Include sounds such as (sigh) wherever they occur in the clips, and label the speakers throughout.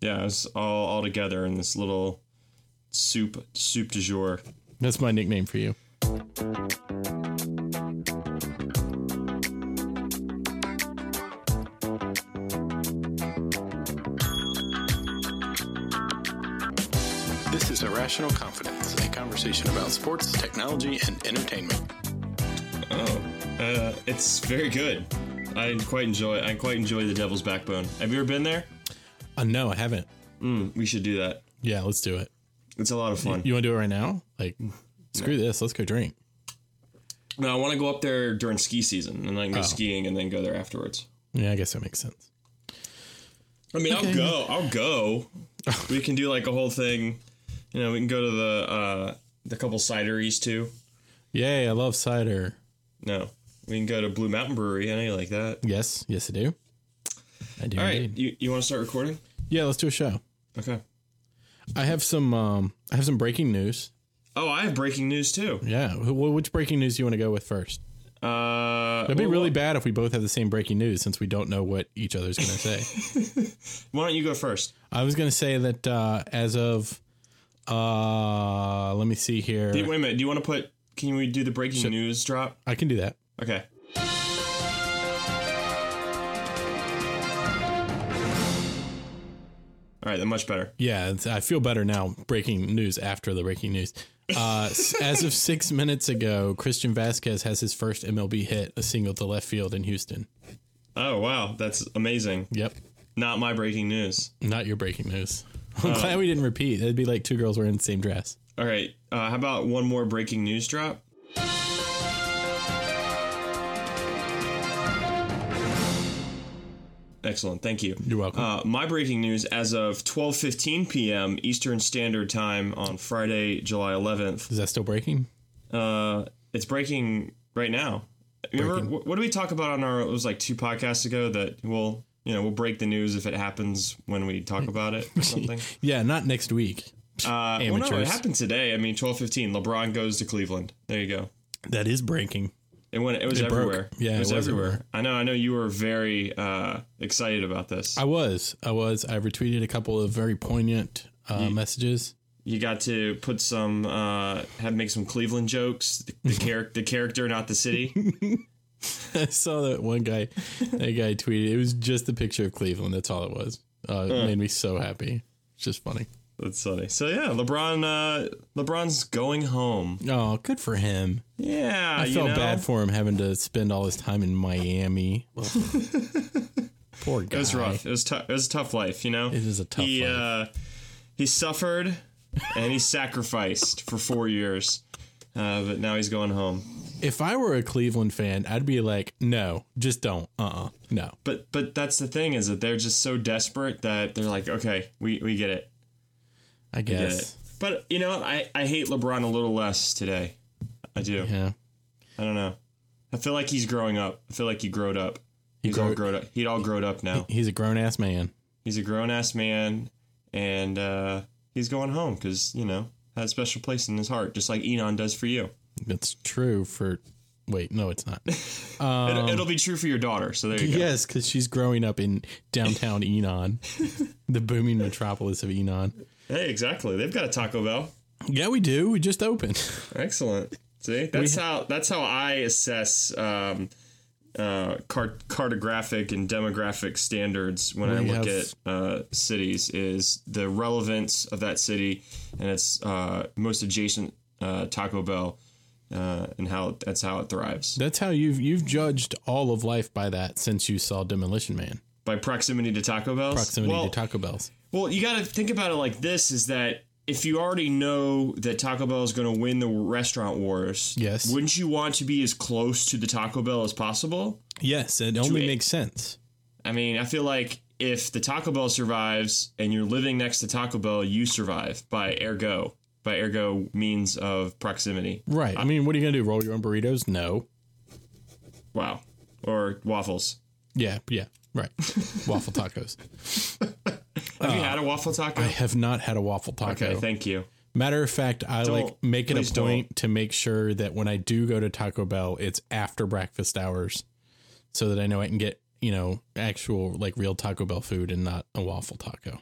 Speaker 1: Yeah, it's all all together in this little soup soup du jour.
Speaker 2: That's my nickname for you.
Speaker 3: This is Irrational Confidence, a conversation about sports, technology, and entertainment.
Speaker 1: Oh, uh, it's very good. I quite enjoy. I quite enjoy the Devil's Backbone. Have you ever been there?
Speaker 2: Uh, no, I haven't.
Speaker 1: Mm, we should do that.
Speaker 2: Yeah, let's do it.
Speaker 1: It's a lot of fun.
Speaker 2: You want to do it right now? Like, screw this. Let's go drink.
Speaker 1: No, I want to go up there during ski season and then go skiing and then go there afterwards.
Speaker 2: Yeah, I guess that makes sense.
Speaker 1: I mean, I'll go. I'll go. we can do like a whole thing. You know, we can go to the uh, the couple cideries too.
Speaker 2: Yay, I love cider.
Speaker 1: No, we can go to Blue Mountain Brewery. I know you like that.
Speaker 2: Yes, yes, I do. I do.
Speaker 1: All right,
Speaker 2: indeed.
Speaker 1: you you want to start recording?
Speaker 2: Yeah, let's do a show.
Speaker 1: Okay.
Speaker 2: I have some. Um, I have some breaking news.
Speaker 1: Oh, I have breaking news too.
Speaker 2: Yeah. Wh- wh- Which breaking news do you want to go with first?
Speaker 1: Uh,
Speaker 2: It'd be really bad if we both have the same breaking news since we don't know what each other's going
Speaker 1: (laughs)
Speaker 2: to say.
Speaker 1: why don't you go first?
Speaker 2: I was going to say that uh, as of, uh, let me see here.
Speaker 1: Hey, Wait a minute. Do you want to put? Can we do the breaking news drop?
Speaker 2: I can do that.
Speaker 1: Okay. All right, that much better.
Speaker 2: Yeah, it's- I feel better now. Breaking news after the breaking news. Uh,
Speaker 1: (laughs)
Speaker 2: s- as of six minutes ago, Christian Vasquez has his first MLB hit, a single to left field in Houston.
Speaker 1: Oh wow, that's amazing.
Speaker 2: Yep,
Speaker 1: Not my breaking news.
Speaker 2: not your breaking news. I'm
Speaker 1: Oh.
Speaker 2: glad we didn't repeat. That'd be like two girls wearing the same dress.
Speaker 1: All right, uh, how about one more breaking news drop? Excellent, thank you.
Speaker 2: You're welcome.
Speaker 1: Uh, my breaking news as of 12:15 p.m. Eastern Standard Time on Friday, July 11th.
Speaker 2: Is that still breaking?
Speaker 1: Uh, it's breaking right now. Remember
Speaker 2: Breaking.
Speaker 1: wh- what did we talk about on our? It was like two podcasts ago that we'll you know we'll break the news if it happens when we
Speaker 2: (laughs)
Speaker 1: talk about it or something.
Speaker 2: Yeah, not next week.
Speaker 1: Uh, well, no, it
Speaker 2: Amateurs.
Speaker 1: happened today. I mean, twelve fifteen. LeBron goes to Cleveland. There you go.
Speaker 2: That is breaking.
Speaker 1: It went. It was
Speaker 2: It broke.
Speaker 1: everywhere.
Speaker 2: Yeah,
Speaker 1: it
Speaker 2: it
Speaker 1: was,
Speaker 2: was
Speaker 1: everywhere.
Speaker 2: everywhere.
Speaker 1: I know. I know you were very uh, excited about this.
Speaker 2: I was. I was. I retweeted a couple of very poignant uh, messages. (laughs)
Speaker 1: you got to put some, uh, have make some Cleveland jokes. The,
Speaker 2: (laughs)
Speaker 1: the character, the character, not the city.
Speaker 2: I saw that one (laughs) guy. That guy tweeted. It was just a picture of Cleveland. That's all it was. Uh, it made me so happy. It's just funny.
Speaker 1: That's funny. So yeah, LeBron. Uh, LeBron's going home.
Speaker 2: Oh, good for him.
Speaker 1: Yeah,
Speaker 2: I
Speaker 1: you
Speaker 2: felt
Speaker 1: know?
Speaker 2: bad for him having to spend all his time in Miami. (laughs) Poor guy.
Speaker 1: It was rough. It was tough. It was a tough life. You know.
Speaker 2: It is a tough
Speaker 1: he,
Speaker 2: life.
Speaker 1: Uh, he suffered, and he sacrificed for four years, uh, but now he's going home.
Speaker 2: If I were a Cleveland fan, I'd be like, no, just don't. Uh uh No.
Speaker 1: But but that's the thing is that they're just so desperate that they're like, okay, we, we get it,
Speaker 2: I
Speaker 1: we get
Speaker 2: guess.
Speaker 1: it. But you know, I I hate LeBron a little less today. I do.
Speaker 2: Yeah.
Speaker 1: I don't know. I feel like he's growing up. I feel like he growed up. He's all
Speaker 2: grew-
Speaker 1: grown up. He'd all grown up now.
Speaker 2: He's a grown ass man.
Speaker 1: He's a grown ass man, and uh, he's going home because you know has a special place in his heart, just like Enon does for you.
Speaker 2: That's true for. Wait, no, it's not. Um,
Speaker 1: It, it'll be true for your daughter. So there you go.
Speaker 2: (laughs) Yes, because she's growing up in downtown Enon, the booming metropolis of Enon.
Speaker 1: Hey, exactly. They've got a Taco Bell.
Speaker 2: Yeah, we do. We just opened.
Speaker 1: Excellent. See, that's how that's how I assess um, uh, cart- cartographic and demographic standards when I
Speaker 2: We
Speaker 1: look
Speaker 2: have-
Speaker 1: at uh, cities is the relevance of that city and its uh, most adjacent uh, Taco Bell uh, and how that's how it thrives
Speaker 2: That's how you've you've judged all of life by that since you saw Demolition Man.
Speaker 1: by proximity to Taco Bell.
Speaker 2: Proximity
Speaker 1: well,
Speaker 2: to Taco Bell's.
Speaker 1: Well, you got to think about it like this: is that if you already know that Taco Bell is going to win the restaurant wars,
Speaker 2: Yes.
Speaker 1: wouldn't you want to be as close to the Taco Bell as possible?
Speaker 2: Yes, it only
Speaker 1: a-
Speaker 2: makes sense.
Speaker 1: I mean, I feel like if the Taco Bell survives and you're living next to Taco Bell, you survive by ergo. By ergo means of proximity.
Speaker 2: Right. I mean, what are you gonna do? Roll your own burritos? No.
Speaker 1: Wow. Or waffles.
Speaker 2: Yeah. Yeah. (laughs) Right. Waffle tacos.
Speaker 1: Have you had a waffle taco?
Speaker 2: Uh, I have not had a waffle taco.
Speaker 1: okay, thank you.
Speaker 2: Matter of fact, I like
Speaker 1: Don't.
Speaker 2: make it
Speaker 1: Please
Speaker 2: a
Speaker 1: don't.
Speaker 2: point to make sure that when I do go to Taco Bell, it's after breakfast hours, so that I know I can get you know actual like real Taco Bell food and not a waffle taco.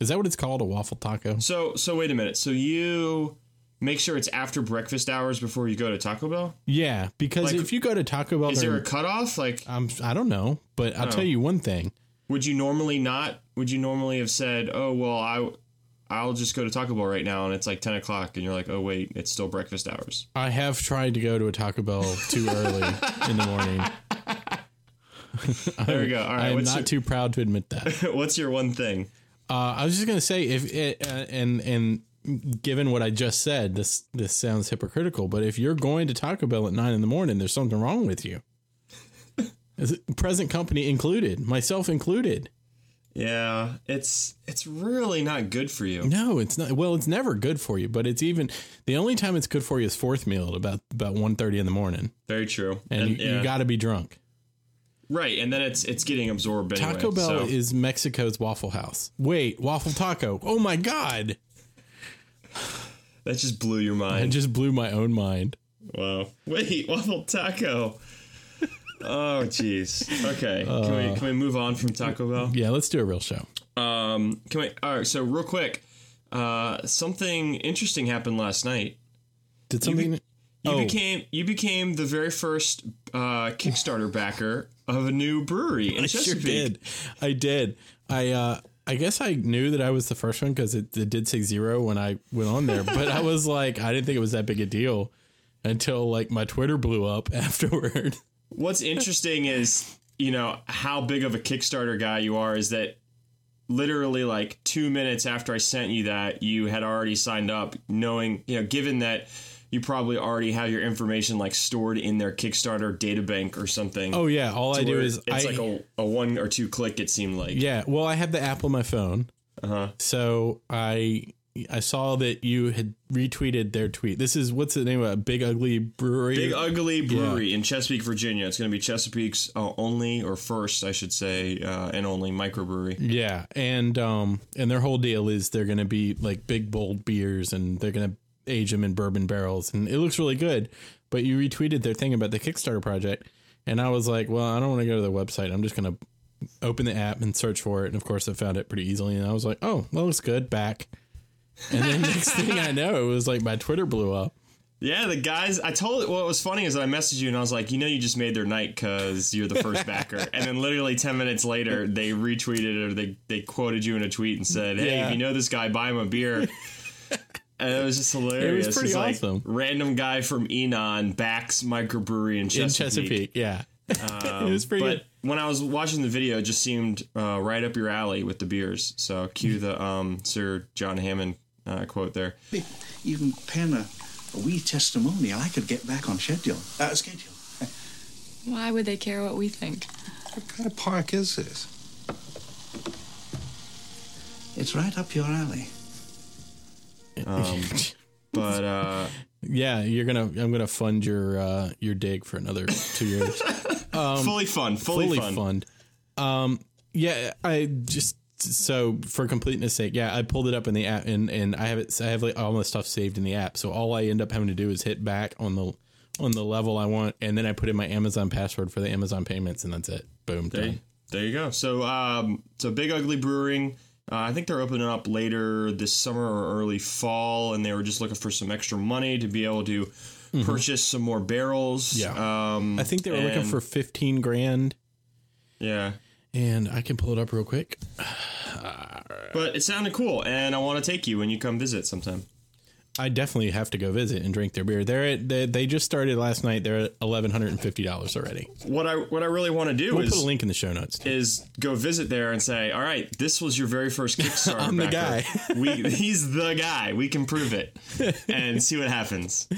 Speaker 2: Is that what it's called? A waffle taco?
Speaker 1: So so wait a minute. So you make sure it's after breakfast hours before you go to Taco Bell.
Speaker 2: Yeah, because
Speaker 1: Like-
Speaker 2: if you go to Taco Bell,
Speaker 1: Is there a Oh.
Speaker 2: there,
Speaker 1: cutoff? Like,
Speaker 2: um, I don't know, but I'll tell you one thing.
Speaker 1: would you normally not? Would you normally have said, "Oh well, I." I'll just go to Taco Bell right now, and it's like ten o'clock, and you're like, "Oh wait, it's still breakfast hours."
Speaker 2: I have tried to go to a Taco Bell too
Speaker 1: (laughs)
Speaker 2: early in the morning.
Speaker 1: There we go. All
Speaker 2: (laughs) I
Speaker 1: right,
Speaker 2: am
Speaker 1: what's
Speaker 2: not
Speaker 1: your,
Speaker 2: too proud to admit that.
Speaker 1: (laughs) what's your one thing?
Speaker 2: Uh, I was just gonna say if it, uh, and and given what I just said, this this sounds hypocritical, but if you're going to Taco Bell at nine in the morning, there's something wrong with you. As- Present company included, myself included.
Speaker 1: Yeah, it's it's really not good for you.
Speaker 2: No, it's not. Well, it's never good for you, but it's even the only time it's good for you is fourth meal at about about one thirty in the morning,
Speaker 1: Very true.
Speaker 2: and, you,
Speaker 1: yeah.
Speaker 2: you got to be drunk.
Speaker 1: right, and then it's it's getting absorbed. Anyway,
Speaker 2: Taco Bell
Speaker 1: so-
Speaker 2: is Mexico's Waffle House. Wait, Waffle Taco. Oh my god!
Speaker 1: that just blew your
Speaker 2: It
Speaker 1: mind.
Speaker 2: just blew my own mind.
Speaker 1: Wow. Wait, (laughs) waffle taco. Oh jeez. Okay.
Speaker 2: Uh.
Speaker 1: can we can we move on from Taco Bell?
Speaker 2: Yeah, let's do a real show.
Speaker 1: Um. Can we? All right. So real quick, uh, something interesting happened last night.
Speaker 2: Did something?
Speaker 1: You
Speaker 2: Oh.
Speaker 1: became you became the very first uh, Kickstarter backer of a new brewery in
Speaker 2: (laughs) I sure
Speaker 1: Chesapeake.
Speaker 2: did. I did. I uh I guess I knew that I was the first one because it, it did say zero when I went on there, but
Speaker 1: (laughs)
Speaker 2: I was like, I didn't think it was that big a deal until like my Twitter blew up (laughs) afterward.
Speaker 1: What's interesting is, you know, how big of a Kickstarter guy you are is that literally like two minutes after I sent you that, you had already signed up, knowing, you know, given that you probably already have your information like stored in their Kickstarter data bank or something.
Speaker 2: Oh yeah, all I do
Speaker 1: Where
Speaker 2: is
Speaker 1: it's
Speaker 2: I
Speaker 1: like a, a one or two click, it seemed like.
Speaker 2: yeah. Well, I have the app on my phone,
Speaker 1: Uh-huh.
Speaker 2: so I I saw that you had retweeted their tweet. This is what's the name of it? Big Ugly Brewery.
Speaker 1: Big Ugly Brewery in Chesapeake, Virginia. It's going to be Chesapeake's uh, only, or first, I should say, uh, and only microbrewery.
Speaker 2: Yeah, and um, and their whole deal is they're going to be like big bold beers, and they're going to age them in bourbon barrels, and it looks really good. But you retweeted their thing about the Kickstarter project, and I was like, well, I don't want to go to their website. I'm just going to open the app and search for it, and of course, I found it pretty easily, and I was like, oh, that looks good. Back, and then next thing I know, it was like my Twitter blew up.
Speaker 1: Yeah, the guys. I told. What was funny is I messaged you and I was like, you know, you just made their night because you're the first backer. And then literally ten minutes later, they retweeted or they they quoted you in a tweet and said, hey,
Speaker 2: Yeah.
Speaker 1: if you know this guy, buy him a beer. And it was just hilarious.
Speaker 2: pretty
Speaker 1: It's like,
Speaker 2: awesome.
Speaker 1: random guy from Enon backs microbrewery in
Speaker 2: In
Speaker 1: Chesapeake.
Speaker 2: Chesapeake, yeah, (laughs) it was pretty.
Speaker 1: But when I was watching the video, it just seemed uh, right up your alley with the beers. So cue the um, Sir John Hammond uh, quote there.
Speaker 4: You can pen a, a wee testimonial. I could get back on schedule. Uh, schedule.
Speaker 5: Why would they care what we think?
Speaker 6: What kind of park is this?
Speaker 4: It's right up your alley.
Speaker 1: But uh,
Speaker 2: (laughs) yeah, you're gonna. I'm gonna fund your uh, your dig for another two years.
Speaker 1: fully fun, fully,
Speaker 2: fully
Speaker 1: fun.
Speaker 2: fund. Um, yeah, I just so for completeness sake, yeah, I pulled it up in the app and and I have it. I have like all my stuff saved in the app. So all I end up having to do is hit back on the on the level I want, and then I put in my Amazon password for the Amazon payments, and that's it. Boom,
Speaker 1: There,
Speaker 2: done.
Speaker 1: there you go. So, um, so Big Ugly Brewing. Uh, I think they're opening up later this summer or early fall, and they were just looking for some extra money to be able to purchase some more barrels.
Speaker 2: Mm-hmm. Yeah.
Speaker 1: um,
Speaker 2: I think they were looking
Speaker 1: and-
Speaker 2: for fifteen grand,
Speaker 1: yeah.
Speaker 2: and I can pull it up real quick.
Speaker 1: But it sounded cool, and I want to take you when you come visit sometime.
Speaker 2: I definitely have to go visit and drink their beer. They're at, they they just started last night. They're at eleven hundred and fifty dollars already.
Speaker 1: What I what I really want to do
Speaker 2: We'll
Speaker 1: is
Speaker 2: put a link in the show notes. too.
Speaker 1: is go visit there and say, "All right, this was your very first
Speaker 2: (laughs)
Speaker 1: Kickstarter."
Speaker 2: I'm the
Speaker 1: backer. we he's the guy. We can prove
Speaker 2: (laughs)
Speaker 1: it and see what happens.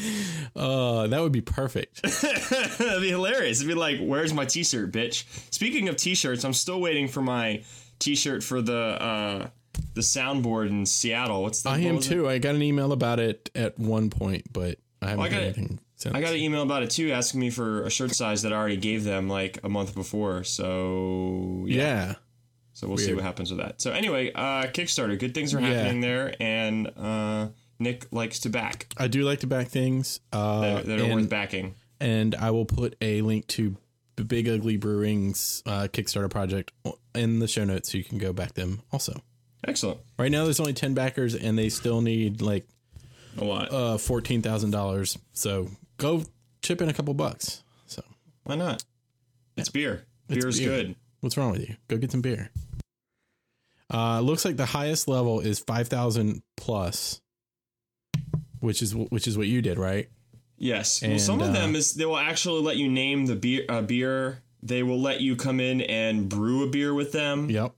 Speaker 2: Uh, that would be perfect.
Speaker 1: (laughs) That'd be hilarious. It'd be like, "Where's my T-shirt, bitch?" Speaking of T-shirts, I'm still waiting for my T-shirt for the uh, the soundboard in Seattle. What's the?
Speaker 2: I
Speaker 1: what
Speaker 2: am
Speaker 1: was it?
Speaker 2: too. I got an email about it at one point, but I haven't
Speaker 1: Oh, I got
Speaker 2: heard
Speaker 1: it.
Speaker 2: anything since.
Speaker 1: I got an email about it too, asking me for a shirt size that I already gave them like a month before. So yeah.
Speaker 2: yeah.
Speaker 1: So we'll see what happens with that. So anyway, uh, Kickstarter, good things are
Speaker 2: Yeah.
Speaker 1: happening there, and uh, Nick likes to back
Speaker 2: I do like to back things.
Speaker 1: that,
Speaker 2: Uh,
Speaker 1: that are worth
Speaker 2: and,
Speaker 1: backing.
Speaker 2: and I will put a link to B- Big Ugly Brewing's uh, Kickstarter project in the show notes so you can go back them also.
Speaker 1: Excellent.
Speaker 2: Right now, there's only ten backers, and they still need like
Speaker 1: A lot.
Speaker 2: uh fourteen thousand dollars. So go chip in a couple bucks. So
Speaker 1: Why not? It's beer.
Speaker 2: It's
Speaker 1: Beer is
Speaker 2: beer.
Speaker 1: good.
Speaker 2: what's wrong with you? Go get some beer. Uh, looks like the highest level is five thousand plus, which is which is what you did, right?
Speaker 1: Yes. well,
Speaker 2: And,
Speaker 1: some
Speaker 2: uh,
Speaker 1: of them is they will actually let you name the beer. Uh, beer. They will let you come in and brew a beer with them.
Speaker 2: Yep.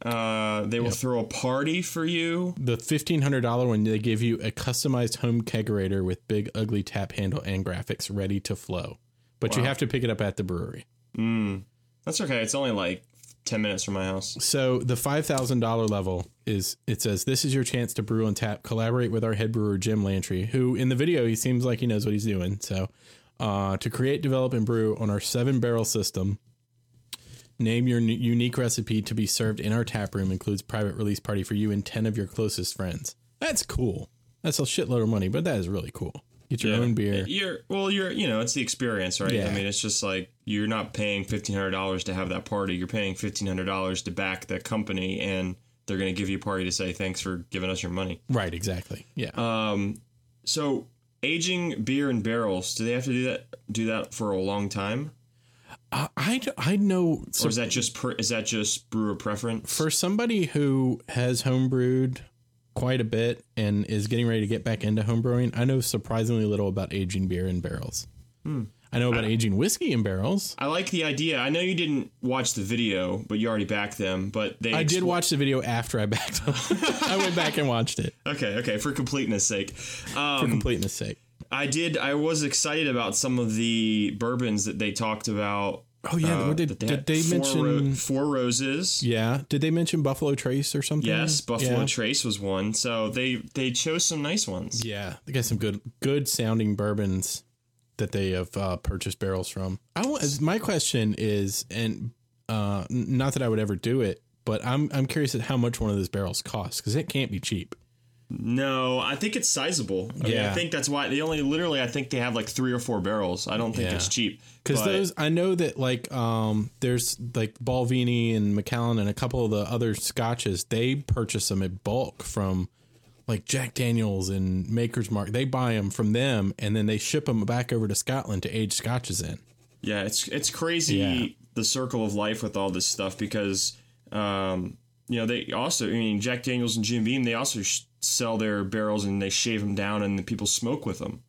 Speaker 1: Uh, they will throw a party for you.
Speaker 2: The fifteen hundred dollar one, they give you a customized home kegerator with big ugly tap handle and graphics ready to flow, but you
Speaker 1: Wow.
Speaker 2: have to pick it up at the brewery.
Speaker 1: That's okay. It's only like ten minutes from my house.
Speaker 2: So the five thousand dollar level is it says this is your chance to brew and tap, collaborate with our head brewer Jim Lantry, who in the video he seems like he knows what he's doing. So uh, to create, develop, and brew on our seven barrel system. Name your n- unique recipe to be served in our tap room includes private release party for you and ten of your closest friends. That's cool. That's a shitload of money, but that is really cool. Get your
Speaker 1: Yeah.
Speaker 2: own beer.
Speaker 1: You're well. You're you know it's the experience, right?
Speaker 2: Yeah.
Speaker 1: I mean, it's just like you're not paying fifteen hundred dollars to have that party. You're paying fifteen hundred dollars to back the company, and they're going to give you a party to say thanks for giving us your money. Um,
Speaker 2: Right? Exactly. Yeah.
Speaker 1: Uh, So aging beer in barrels, do they have to do that? Do that for a long time,
Speaker 2: I, I d- I know.
Speaker 1: or is that just pre- is that just brewer preference?
Speaker 2: for somebody who has homebrewed quite a bit and is getting ready to get back into homebrewing, I know surprisingly little about aging beer in barrels. Hmm. I know about aging whiskey in barrels.
Speaker 1: I like the idea. I know you didn't watch the video, but you already backed them. But they
Speaker 2: I did
Speaker 1: expl-
Speaker 2: watch the video after I backed (laughs) up. I went back and watched it
Speaker 1: Okay, okay. For completeness' sake,
Speaker 2: for completeness sake.
Speaker 1: I did. I was excited about some of the bourbons that they talked about.
Speaker 2: Oh yeah,
Speaker 1: uh,
Speaker 2: what did,
Speaker 1: that they
Speaker 2: did
Speaker 1: had.
Speaker 2: they
Speaker 1: Four
Speaker 2: mention?
Speaker 1: Ro- Four Roses?
Speaker 2: yeah, did they mention Buffalo Trace or something?
Speaker 1: Yes, Buffalo
Speaker 2: yeah.
Speaker 1: Trace was one. So they they chose some nice ones.
Speaker 2: Yeah, they got some good good sounding bourbons that they have uh, purchased barrels from. I wa- my question is, and uh, n- not that I would ever do it, but I'm I'm curious at how much one of those barrels costs because it can't be cheap.
Speaker 1: No, I think it's sizable. I mean,
Speaker 2: Yeah.
Speaker 1: I think that's why they only literally. I think they have like three or four barrels. I don't think
Speaker 2: Yeah.
Speaker 1: it's cheap.
Speaker 2: Because
Speaker 1: but-
Speaker 2: those, I know that like um, there's like Balvenie and Macallan and a couple of the other scotches, they purchase them in bulk from like Jack Daniels and Maker's Mark. They buy them from them and then they ship them back over to Scotland to age scotches in.
Speaker 1: Yeah, it's it's crazy
Speaker 2: Yeah.
Speaker 1: the circle of life with all this stuff because um, you know they also I mean Jack Daniels and Jim Beam they also sh- sell their barrels and they shave them down and the people smoke with them.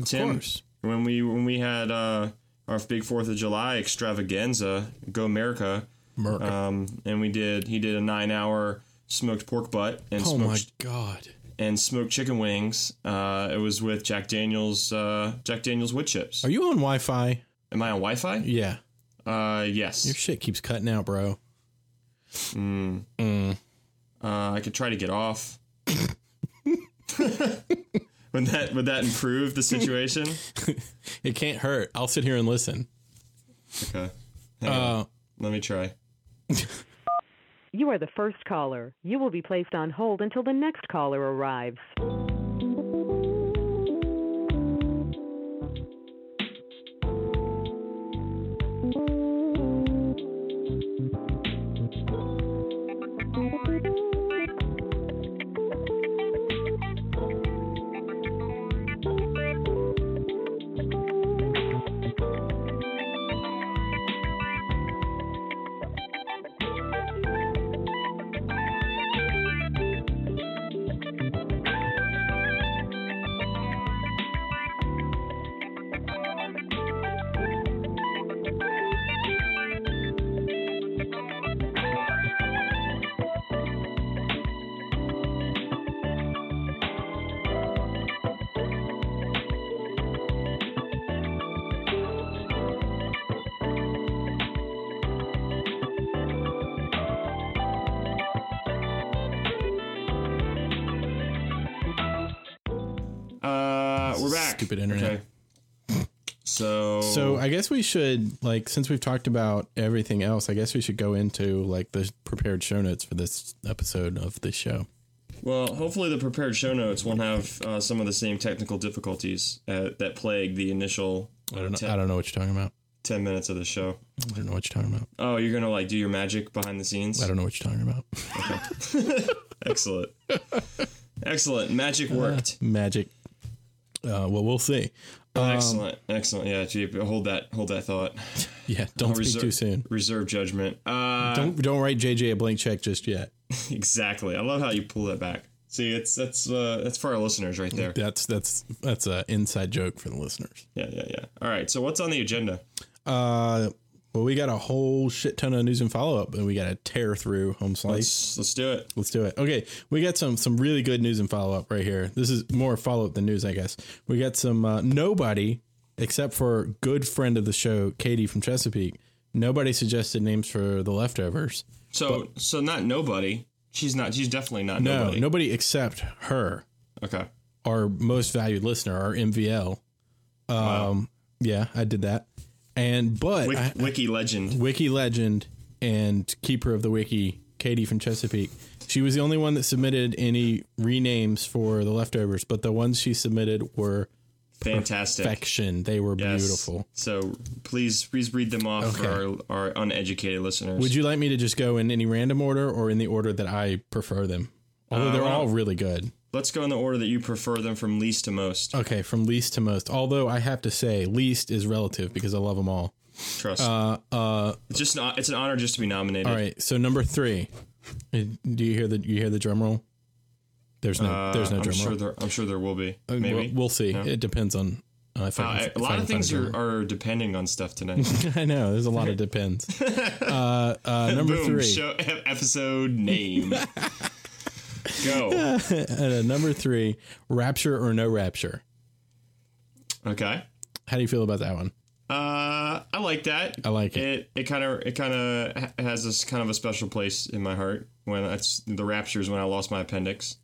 Speaker 1: Of
Speaker 2: course.
Speaker 1: When we when we had uh, our big Fourth of July extravaganza, Go America,
Speaker 2: Merc.
Speaker 1: um, and we did he did a nine hour smoked pork butt and
Speaker 2: oh my
Speaker 1: smoked
Speaker 2: god.
Speaker 1: and smoked chicken wings. Uh, it was with Jack Daniels uh, Jack Daniels wood chips.
Speaker 2: Are you on Wi Fi?
Speaker 1: Am I on Wi-Fi?
Speaker 2: Yeah.
Speaker 1: Uh, yes.
Speaker 2: Your shit keeps cutting out, bro.
Speaker 1: Uh, I could try to get off. would that would that improve the situation?
Speaker 2: It can't hurt. I'll sit here and listen.
Speaker 1: Okay,
Speaker 2: Uh,
Speaker 1: let me try.
Speaker 7: You are the first caller. You will be placed on hold until the next caller arrives.
Speaker 1: Uh, we're back.
Speaker 2: Stupid internet.
Speaker 1: So
Speaker 2: so I guess we should like since we've talked about everything else, I guess we should go into like the prepared show notes for this episode of the show.
Speaker 1: well, hopefully the prepared show notes won't have uh, some of the same technical difficulties uh, that plagued the initial.
Speaker 2: I don't know. I don't know what you're talking about.
Speaker 1: ten minutes of the show.
Speaker 2: I don't know what you're talking about.
Speaker 1: Oh, you're gonna like do your magic behind the scenes.
Speaker 2: I don't know what you're talking about. (laughs)
Speaker 1: Excellent. Excellent.
Speaker 2: Uh,
Speaker 1: Magic worked.
Speaker 2: Magic. Uh, well, we'll see.
Speaker 1: Excellent. Excellent. Yeah, gee, but hold that hold that thought.
Speaker 2: Yeah, don't um, speak
Speaker 1: Reserve,
Speaker 2: too soon.
Speaker 1: Reserve judgment. Uh
Speaker 2: Don't don't write JJ a blank check just yet.
Speaker 1: exactly. I love how you pull that back. See, it's that's uh that's for our listeners right there.
Speaker 2: That's that's that's an inside joke for the listeners.
Speaker 1: Yeah, yeah, yeah. All right. So what's on the agenda?
Speaker 2: Uh, well, we got a whole shit ton of news and follow up, and we got to tear through home slice.
Speaker 1: Let's let's do it.
Speaker 2: Let's do it. Okay, we got some some really good news and follow up right here. This is more follow up than news, I guess. We got some uh, nobody except for good friend of the show, Katie from Chesapeake. Nobody suggested names for the leftovers.
Speaker 1: So so not nobody. She's not she's definitely not
Speaker 2: No,
Speaker 1: nobody.
Speaker 2: nobody except her,
Speaker 1: Okay.
Speaker 2: our most valued listener, our MVL. Um, yeah, I did that. And but
Speaker 1: Wiki,
Speaker 2: I-
Speaker 1: Wiki legend.
Speaker 2: wiki legend and keeper of the wiki, Katie from Chesapeake. She was the only one that submitted any renames for the leftovers, but the ones she submitted were
Speaker 1: Fantastic.
Speaker 2: perfection. They were
Speaker 1: Yes.
Speaker 2: beautiful.
Speaker 1: So please please read them off
Speaker 2: Okay.
Speaker 1: for our, our uneducated listeners.
Speaker 2: Would you like me to just go in any random order or in the order that I prefer them? Although
Speaker 1: Um,
Speaker 2: they're all really good.
Speaker 1: Let's go in the order that you prefer them from least to most.
Speaker 2: Okay, from least to most. Although I have to say, least is relative because I love them all.
Speaker 1: Trust. it's just an, it's an honor just to be nominated.
Speaker 2: uh, All right, so number three. Uh, Do you hear the you hear the drum roll? There's no
Speaker 1: Uh,
Speaker 2: there's no
Speaker 1: I'm
Speaker 2: drum
Speaker 1: sure
Speaker 2: roll.
Speaker 1: there. I'm sure there will be.
Speaker 2: Uh,
Speaker 1: Maybe
Speaker 2: We'll, we'll see. It depends on uh, if I
Speaker 1: Uh,
Speaker 2: can,
Speaker 1: I-
Speaker 2: if
Speaker 1: a
Speaker 2: I
Speaker 1: lot
Speaker 2: can
Speaker 1: of things
Speaker 2: find
Speaker 1: are,
Speaker 2: it.
Speaker 1: are depending on stuff tonight.
Speaker 2: (laughs) I know there's a lot
Speaker 1: (laughs)
Speaker 2: of depends. Uh, uh, number
Speaker 1: Boom.
Speaker 2: three.
Speaker 1: Show, e- episode
Speaker 2: (laughs)
Speaker 1: name. go.
Speaker 2: Uh, number three. Rapture or no rapture?
Speaker 1: Okay.
Speaker 2: How do you feel about that one?
Speaker 1: Uh, I like that.
Speaker 2: I like it.
Speaker 1: it. It kind of it kind of has this kind of a special place in my heart when that's the raptures when I lost my appendix.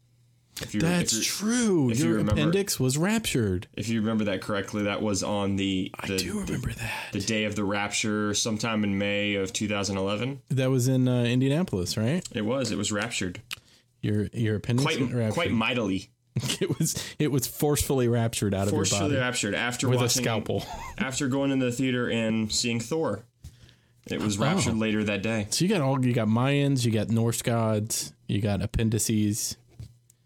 Speaker 1: If you,
Speaker 2: That's
Speaker 1: if you-
Speaker 2: true.
Speaker 1: if you
Speaker 2: Your
Speaker 1: remember-
Speaker 2: appendix was raptured.
Speaker 1: If you remember that correctly, that was on the the,
Speaker 2: I do remember that.
Speaker 1: the day of the rapture, sometime in May of 2011.
Speaker 2: that was in uh, Indianapolis, right?
Speaker 1: It was. It was raptured
Speaker 2: Your your appendix
Speaker 1: quite
Speaker 2: got raptured.
Speaker 1: quite mightily.
Speaker 2: (laughs) it was it was forcefully raptured out of
Speaker 1: Forcefully
Speaker 2: your body
Speaker 1: raptured after
Speaker 2: with
Speaker 1: watching,
Speaker 2: a scalpel. (laughs)
Speaker 1: After going into the theater and seeing Thor, it was
Speaker 2: Oh.
Speaker 1: raptured later that day.
Speaker 2: So you got all you got Mayans, you got Norse gods, you got appendices.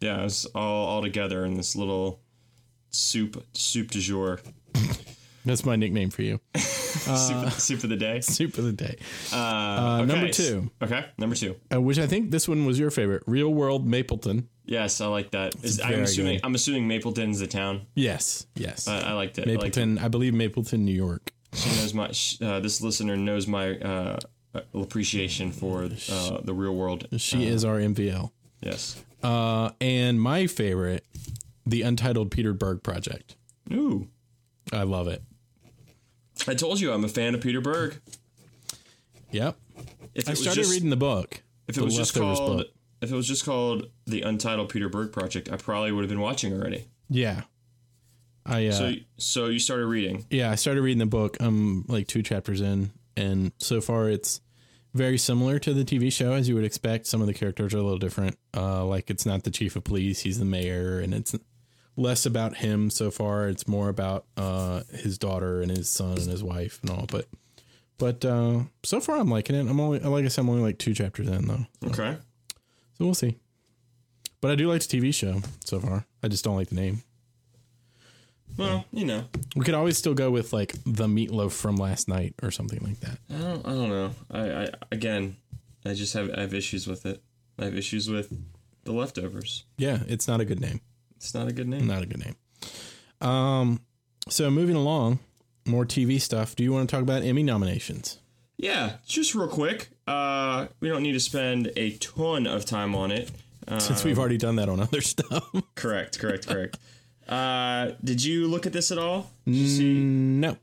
Speaker 1: Yeah, it was all all together in this little soup soup du jour
Speaker 2: That's my nickname for you. (laughs)
Speaker 1: soup, soup of the day. Uh,
Speaker 2: Soup of the day.
Speaker 1: Okay,
Speaker 2: Uh, number
Speaker 1: s-
Speaker 2: two.
Speaker 1: Okay, number two.
Speaker 2: Uh, which I think this one was your favorite. Real world Mapleton.
Speaker 1: Yes, I like that. Is, I'm
Speaker 2: very
Speaker 1: assuming
Speaker 2: good.
Speaker 1: I'm assuming Mapleton's the town.
Speaker 2: Yes, yes.
Speaker 1: I, I liked it. I liked
Speaker 2: Mapleton, I, believe Mapleton, New York.
Speaker 1: She knows my. sh- Uh, this listener knows my uh, uh, appreciation for uh, the real world.
Speaker 2: She is our MVL.
Speaker 1: Yes.
Speaker 2: Uh, and my favorite, the Untitled Peter Berg Project.
Speaker 1: Ooh.
Speaker 2: I love it.
Speaker 1: I told you I'm a fan of Peter Berg.
Speaker 2: Yep.
Speaker 1: If it
Speaker 2: I
Speaker 1: was
Speaker 2: started
Speaker 1: just-
Speaker 2: reading the book.
Speaker 1: If it
Speaker 2: the
Speaker 1: was just
Speaker 2: Leftovers
Speaker 1: called,
Speaker 2: book.
Speaker 1: if it was just called the Untitled Peter Berg Project, I probably would have been watching already.
Speaker 2: Yeah. I uh,
Speaker 1: So, so you started reading.
Speaker 2: yeah, I started reading the book. I'm like two chapters in, and so far it's very similar to the TV show as you would expect. Some of the characters are a little different. Uh, like it's not the chief of police; he's the mayor, and it's less about him so far. It's more about uh, his daughter and his son and his wife and all. But but uh, so far I'm liking it. I'm only like I said, I'm only like two chapters in though,
Speaker 1: Okay.
Speaker 2: so we'll see. But I do like the TV show so far. I just don't like the name.
Speaker 1: Well, you know,
Speaker 2: We could always still go with like the meatloaf from last night or something like that.
Speaker 1: I don't, I don't know. I, I again, I just have I have issues with it. I have issues with the leftovers.
Speaker 2: Yeah, it's not a good name.
Speaker 1: It's not a good name.
Speaker 2: Not a good name. Um, so moving along, more TV stuff. Do you want to talk about Emmy nominations?
Speaker 1: Yeah, just real quick. Uh, we don't need to spend a ton of time on it. Uh,
Speaker 2: (laughs) Since we've already done that on other (laughs) stuff.
Speaker 1: correct, correct, correct. Uh, did you look at this at all? Did
Speaker 2: Mm,
Speaker 1: you see?
Speaker 2: no.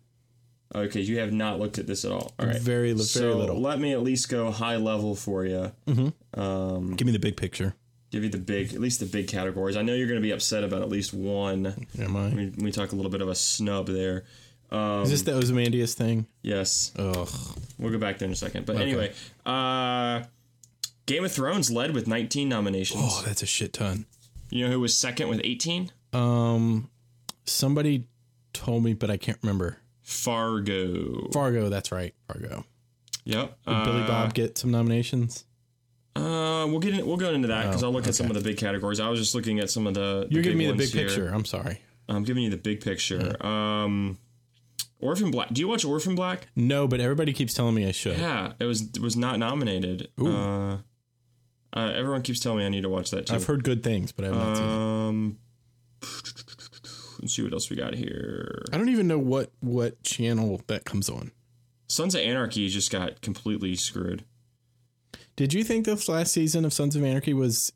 Speaker 1: Okay, you have not looked at this at all. All right,
Speaker 2: Very li- very
Speaker 1: So
Speaker 2: little.
Speaker 1: Let me at least go high level for you.
Speaker 2: Give me the big picture.
Speaker 1: Give you the big, at least the big categories. I know you're going to be upset about at least one.
Speaker 2: Am I?
Speaker 1: We, we talk a little bit of a snub there.
Speaker 2: Is this the Ozymandias thing?
Speaker 1: Um, Yes,
Speaker 2: Ugh.
Speaker 1: we'll go back there in a second. But anyway, uh, Game of Thrones led with 19 nominations.
Speaker 2: Oh, that's a shit ton.
Speaker 1: You know who was second with 18?
Speaker 2: Um, somebody told me, but I can't remember.
Speaker 1: Fargo.
Speaker 2: Fargo, that's right. Fargo.
Speaker 1: Yep.
Speaker 2: Did Billy Bob get some nominations?
Speaker 1: Uh, we'll get in, we'll go into that because
Speaker 2: Oh,
Speaker 1: I'll look at some
Speaker 2: okay.
Speaker 1: of the big categories. I was just looking at some of the. the
Speaker 2: You're giving me the
Speaker 1: ones
Speaker 2: big
Speaker 1: here.
Speaker 2: picture. I'm sorry.
Speaker 1: I'm giving you the big picture. Um, Orphan Black. Do you watch Orphan Black?
Speaker 2: No, but everybody keeps telling me I should.
Speaker 1: Yeah, it was it was not nominated.
Speaker 2: Ooh.
Speaker 1: Uh, uh, everyone keeps telling me I need to watch that too.
Speaker 2: I've heard good things, but I've not seen it.
Speaker 1: Um, let's see what else we got here.
Speaker 2: I don't even know what what channel that comes on.
Speaker 1: Sons of Anarchy just got completely screwed.
Speaker 2: Did you think this last season of Sons of Anarchy was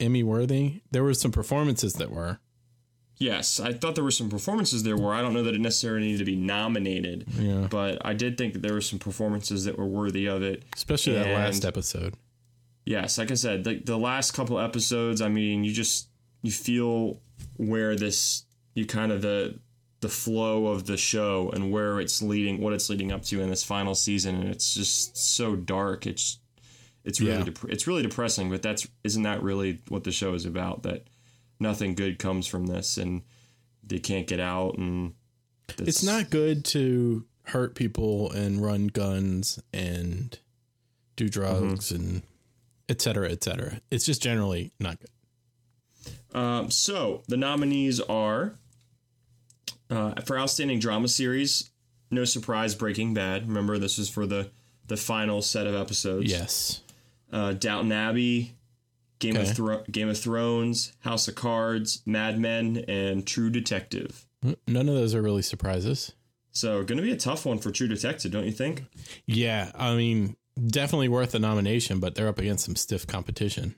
Speaker 2: Emmy worthy? There were some performances that were.
Speaker 1: Yes, I thought there were some performances there were. I don't know that it necessarily needed to be nominated,
Speaker 2: Yeah.
Speaker 1: but I did think that there were some performances that were worthy of it.
Speaker 2: Especially that
Speaker 1: And-
Speaker 2: last episode.
Speaker 1: Yes, like I said, the, the last couple episodes, I mean, you just you feel where this you kind of the the flow of the show and where it's leading, what it's leading up to in this final season, and it's just so dark. It's it's really
Speaker 2: Yeah.
Speaker 1: dep- it's really depressing, but that's isn't that really what the show is about? That nothing good comes from this, and they can't get out, and
Speaker 2: It's not good to hurt people and run guns and do drugs
Speaker 1: Mm-hmm.
Speaker 2: and et cetera, et cetera. It's just generally not good.
Speaker 1: Um, so the nominees are uh, for outstanding drama series. No surprise, Breaking Bad. Remember, this was for the the final set of episodes.
Speaker 2: Yes.
Speaker 1: Uh, Downton Abbey, Game
Speaker 2: Okay.
Speaker 1: of Thro- Game of Thrones, House of Cards, Mad Men, and True Detective.
Speaker 2: None of those are really surprises.
Speaker 1: So, going to be a tough one for True Detective, don't you think?
Speaker 2: Yeah. I mean, definitely worth a nomination, but they're up against some stiff competition.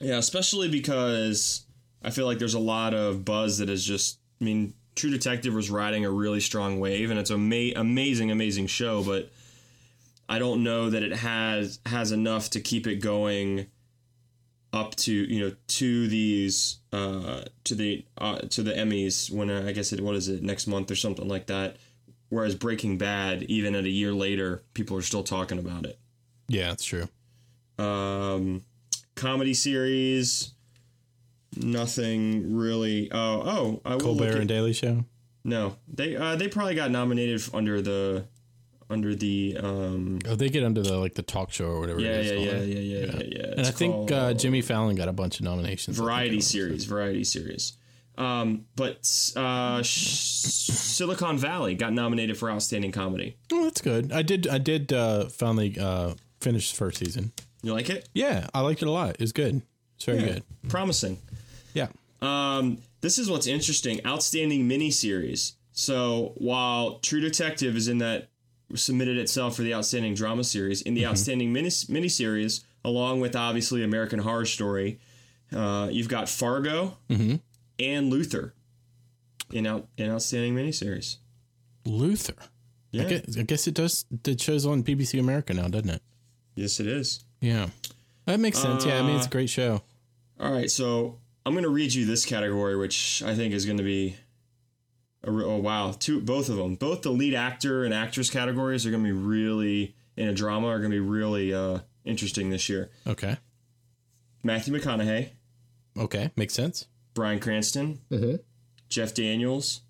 Speaker 1: Yeah, especially because I feel like there's a lot of buzz that is just. I mean, True Detective was riding a really strong wave, and it's a ma- amazing, amazing show. But I don't know that it has has enough to keep it going up to you know to these uh, to the uh, to the Emmys when uh, I guess it what is it next month or something like that. Whereas Breaking Bad, even at a year later, people are still talking about it
Speaker 2: Yeah, that's true.
Speaker 1: um, comedy series. Nothing really. Oh, oh, I will
Speaker 2: Colbert
Speaker 1: look at-
Speaker 2: and Daily Show.
Speaker 1: no, they uh, they probably got nominated f- under the under the um.
Speaker 2: Oh, they get under the like the talk show or whatever.
Speaker 1: Yeah,
Speaker 2: it is
Speaker 1: yeah, yeah,
Speaker 2: called.
Speaker 1: yeah, yeah, yeah, yeah.
Speaker 2: And I think uh,
Speaker 1: called
Speaker 2: Jimmy Fallon got a bunch of nominations. I think it
Speaker 1: variety
Speaker 2: was.
Speaker 1: series, variety series. Um, but uh, sh- Silicon Valley got nominated for outstanding comedy.
Speaker 2: Oh, that's good. I did. I did uh, finally uh, finish the first season.
Speaker 1: You like it?
Speaker 2: Yeah, I liked it a lot. It's good. It's very good.
Speaker 1: Promising.
Speaker 2: Yeah.
Speaker 1: Um, this is what's interesting. Outstanding miniseries. So while True Detective is in that submitted itself for the outstanding drama series, in the outstanding mini miniseries, along with obviously American Horror Story, uh, you've got Fargo and Luther in out in outstanding miniseries.
Speaker 2: Luther.
Speaker 1: Yeah,
Speaker 2: I, guess, I guess it does. It shows on BBC America now, doesn't it?
Speaker 1: yes, it is.
Speaker 2: Yeah. That makes sense. yeah, I mean it's a
Speaker 1: Uh,
Speaker 2: great show.
Speaker 1: All right, so I'm going to read you this category, which I think is going to be a re- oh wow, two both of them, both the lead actor and actress categories are going to be really in a drama are going to be really uh, interesting this year.
Speaker 2: Okay.
Speaker 1: Matthew McConaughey,
Speaker 2: Okay, makes sense.
Speaker 1: Brian Cranston, Jeff Daniels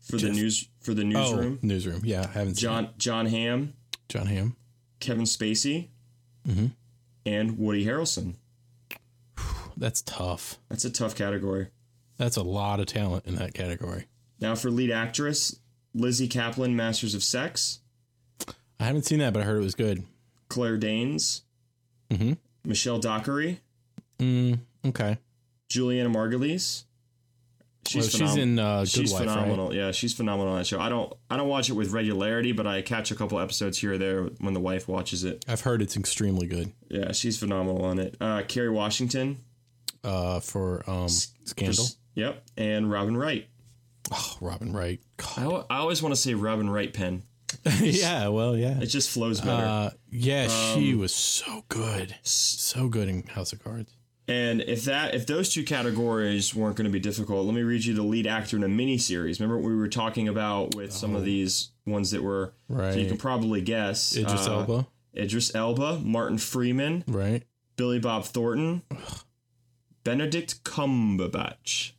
Speaker 1: for the news for the newsroom,
Speaker 2: Oh, newsroom. Yeah, I haven't seen it.
Speaker 1: John John Hamm,
Speaker 2: John Hamm.
Speaker 1: Kevin Spacey, and Woody Harrelson.
Speaker 2: That's tough.
Speaker 1: That's a tough category.
Speaker 2: That's a lot of talent in that category.
Speaker 1: Now for lead actress, Lizzie Kaplan, Masters of Sex.
Speaker 2: I haven't seen that, but I heard it was good.
Speaker 1: Claire Danes,
Speaker 2: Mhm.
Speaker 1: Michelle Dockery,
Speaker 2: Mm, okay.
Speaker 1: Juliana Margulies.
Speaker 2: She's,
Speaker 1: She's,
Speaker 2: she's
Speaker 1: phenom-
Speaker 2: in uh, Good
Speaker 1: she's
Speaker 2: Wife,
Speaker 1: phenomenal. Yeah, she's phenomenal on that show. I don't I don't watch it with regularity, but I catch a couple episodes here or there when the wife watches it.
Speaker 2: right? I've heard it's extremely good
Speaker 1: Yeah, she's phenomenal on it. Uh, Kerry Washington,
Speaker 2: uh, for um, Scandal.
Speaker 1: Yep, and Robin Wright.
Speaker 2: Oh, Robin Wright. God.
Speaker 1: I, al- I always want to say Robin Wright pen.
Speaker 2: (laughs) yeah, well, yeah.
Speaker 1: It just flows better. Um,
Speaker 2: Uh, yeah, she was so good. So good in House of Cards.
Speaker 1: And if that if those two categories weren't going to be difficult, let me read you the lead actor in a miniseries. Remember what we were talking about with some
Speaker 2: Oh.
Speaker 1: of these ones that were so you
Speaker 2: Right.
Speaker 1: can probably guess.
Speaker 2: Idris
Speaker 1: Uh,
Speaker 2: Elba,
Speaker 1: Idris Elba, Martin Freeman,
Speaker 2: right?
Speaker 1: Billy Bob Thornton, Benedict Cumberbatch.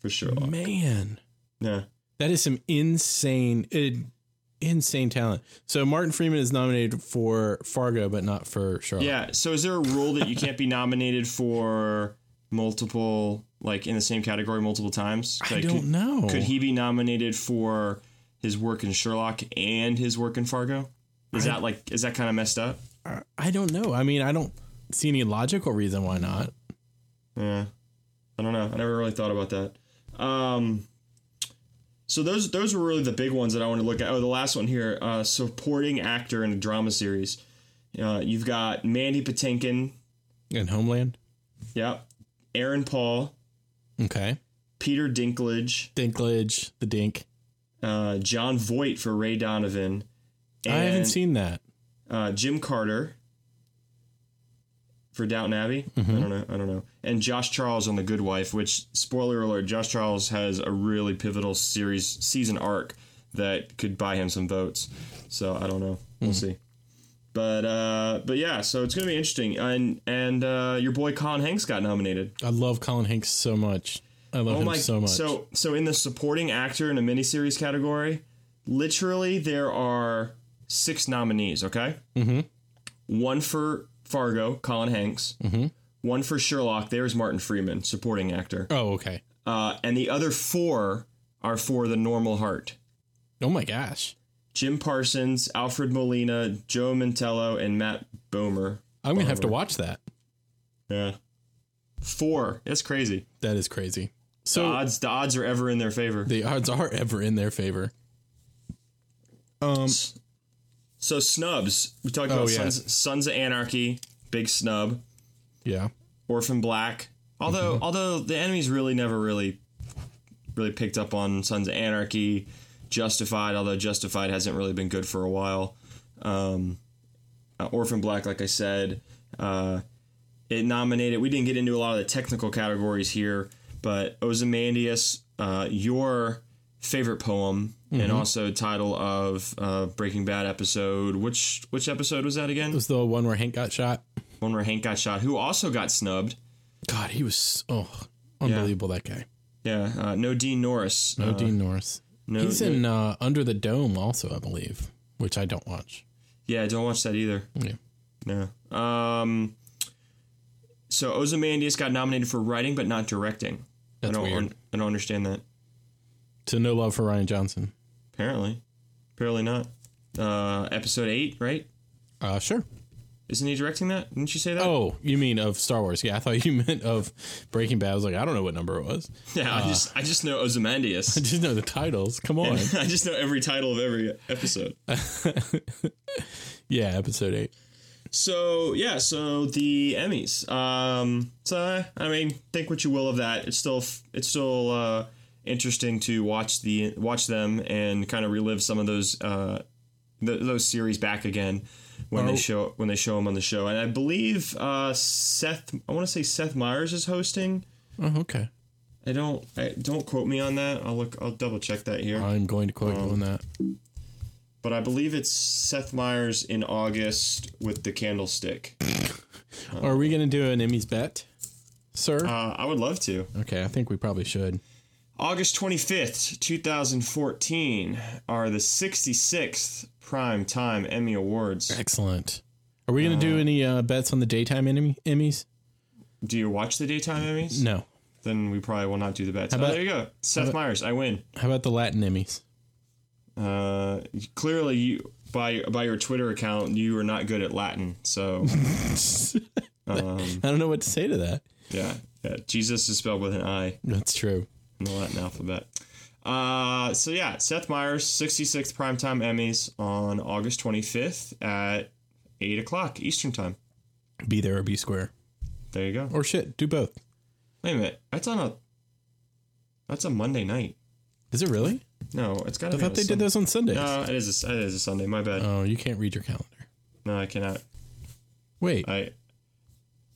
Speaker 1: For sure.
Speaker 2: Man.
Speaker 1: Yeah.
Speaker 2: That is some insane, it, insane talent. So Martin Freeman is nominated for Fargo, but not for Charlotte.
Speaker 1: Yeah. So is there a rule that you can't be nominated for multiple, like in the same category multiple times?
Speaker 2: I
Speaker 1: Like,
Speaker 2: don't
Speaker 1: could,
Speaker 2: know.
Speaker 1: Could he be nominated for his work in Sherlock and his work in Fargo? Is that like is that kind of messed up?
Speaker 2: I- I don't know. I mean, I don't see any logical reason why not.
Speaker 1: Yeah. I don't know. I never really thought about that. Um, so those those were really the big ones that I want to look at. Oh, the last one here, uh, supporting actor in a drama series. Uh, you've got Mandy Patinkin,
Speaker 2: In Homeland,
Speaker 1: yep, Aaron Paul,
Speaker 2: okay.
Speaker 1: Peter Dinklage,
Speaker 2: Dinklage, the Dink.
Speaker 1: uh, John Voight for Ray Donovan.
Speaker 2: I haven't
Speaker 1: and,
Speaker 2: seen that.
Speaker 1: uh, Jim Carter for Downton Abbey. I don't know. I don't know. And Josh Charles on The Good Wife, which spoiler alert, Josh Charles has a really pivotal series season arc that could buy him some votes. So I don't know. We'll see. But uh, but yeah, so it's gonna be interesting. And and uh, your boy Con Hanks got nominated.
Speaker 2: I love Colin Hanks so much. I love him so much.
Speaker 1: Oh So so in the supporting actor in a miniseries category, literally there are six nominees. Okay. Mm-hmm. One for Fargo, Colin Hanks. Mm-hmm. One for Sherlock. There's Martin Freeman, supporting actor.
Speaker 2: oh, okay.
Speaker 1: Uh, and the other four are for The Normal Heart.
Speaker 2: Oh my gosh.
Speaker 1: Jim Parsons, Alfred Molina, Joe Mantello, and Matt Bomer.
Speaker 2: I'm going to have to watch that.
Speaker 1: Yeah. Four. That's crazy.
Speaker 2: That is crazy.
Speaker 1: The
Speaker 2: So
Speaker 1: odds the odds are ever in their favor.
Speaker 2: the odds are ever in their favor. Um,
Speaker 1: So snubs. We talked
Speaker 2: Oh,
Speaker 1: about
Speaker 2: yeah.
Speaker 1: Sons, Sons of Anarchy, big snub.
Speaker 2: yeah.
Speaker 1: Orphan Black. Although
Speaker 2: Mm-hmm.
Speaker 1: although the enemies really never really really picked up on Sons of Anarchy, Justified. Although Justified hasn't really been good for a while. Um, uh, Orphan Black, like I said, uh, it nominated. We didn't get into a lot of the technical categories here, but Ozymandias, uh, your favorite poem.
Speaker 2: Mm-hmm.
Speaker 1: And also title of uh, Breaking Bad episode. Which which episode was that again?
Speaker 2: It was the one where Hank got shot.
Speaker 1: One where Hank got shot, who also got snubbed.
Speaker 2: God, he was, oh, unbelievable, that guy.
Speaker 1: Yeah, uh, no Dean Norris.
Speaker 2: No,
Speaker 1: Uh,
Speaker 2: Dean Norris.
Speaker 1: no-
Speaker 2: He's in uh, Under the Dome also, I believe, which I don't watch.
Speaker 1: Yeah, I don't watch that either.
Speaker 2: Yeah.
Speaker 1: No. Um. So Ozymandias got nominated for writing, but not directing.
Speaker 2: That's
Speaker 1: I don't.
Speaker 2: weird.
Speaker 1: I don't understand that.
Speaker 2: So no love for Ryan Johnson.
Speaker 1: Apparently, apparently not. Uh, episode eight, right?
Speaker 2: Uh, sure.
Speaker 1: Isn't he directing that? Didn't you say that?
Speaker 2: Oh, you mean of Star Wars? Yeah, I thought you (laughs) meant of Breaking Bad. I was like, I don't know what number it was.
Speaker 1: (laughs)
Speaker 2: (laughs)
Speaker 1: yeah. I just I just know Ozymandias.
Speaker 2: I just know the titles. Come on.
Speaker 1: (laughs) I just know every title of every episode.
Speaker 2: (laughs) yeah, episode eight.
Speaker 1: So yeah, so the Emmys. Um, so I mean, think what you will of that. It's still it's still uh, interesting to watch the watch them and kind of relive some of those uh, th- those series back again when they show when they show them on the show. And I believe uh, Seth. I want to say Seth Meyers is hosting.
Speaker 2: Oh, okay.
Speaker 1: I don't I, don't quote me on that. I'll look. I'll double check that here.
Speaker 2: I'm going to quote you on that.
Speaker 1: But I believe it's Seth Meyers in August with the candlestick.
Speaker 2: Are we going to do an Emmys bet, sir?
Speaker 1: Uh, I would love to.
Speaker 2: okay, I think we probably should.
Speaker 1: August 25th, 2014 are the 66th Prime Time Emmy Awards.
Speaker 2: Excellent. Are we going to do any uh, bets on the daytime enemy, Emmys?
Speaker 1: Do you watch the daytime Emmys?
Speaker 2: No.
Speaker 1: Then we probably will not do the bets.
Speaker 2: about-
Speaker 1: oh, there you go. Seth Meyers, I win.
Speaker 2: How about the Latin Emmys?
Speaker 1: Uh, clearly you by by your Twitter account, you are not good at Latin.
Speaker 2: (laughs)
Speaker 1: So,
Speaker 2: I don't know what to say to that.
Speaker 1: yeah. yeah. Jesus is spelled with an I
Speaker 2: That's true.
Speaker 1: in the Latin alphabet. Uh, so yeah, Seth Meyers, 66th Primetime Emmys on August 25th at 8 o'clock Eastern Time.
Speaker 2: Be there or be square.
Speaker 1: There you go.
Speaker 2: Or shit, do both.
Speaker 1: Wait a minute. That's on a. That's a Monday night.
Speaker 2: Is it really?
Speaker 1: No, it's got
Speaker 2: I
Speaker 1: to.
Speaker 2: thought they did those on Sundays.
Speaker 1: No, it is. A, it is a Sunday. My bad.
Speaker 2: Oh, you can't read your calendar. Uh,
Speaker 1: no, I cannot.
Speaker 2: Wait,
Speaker 1: I.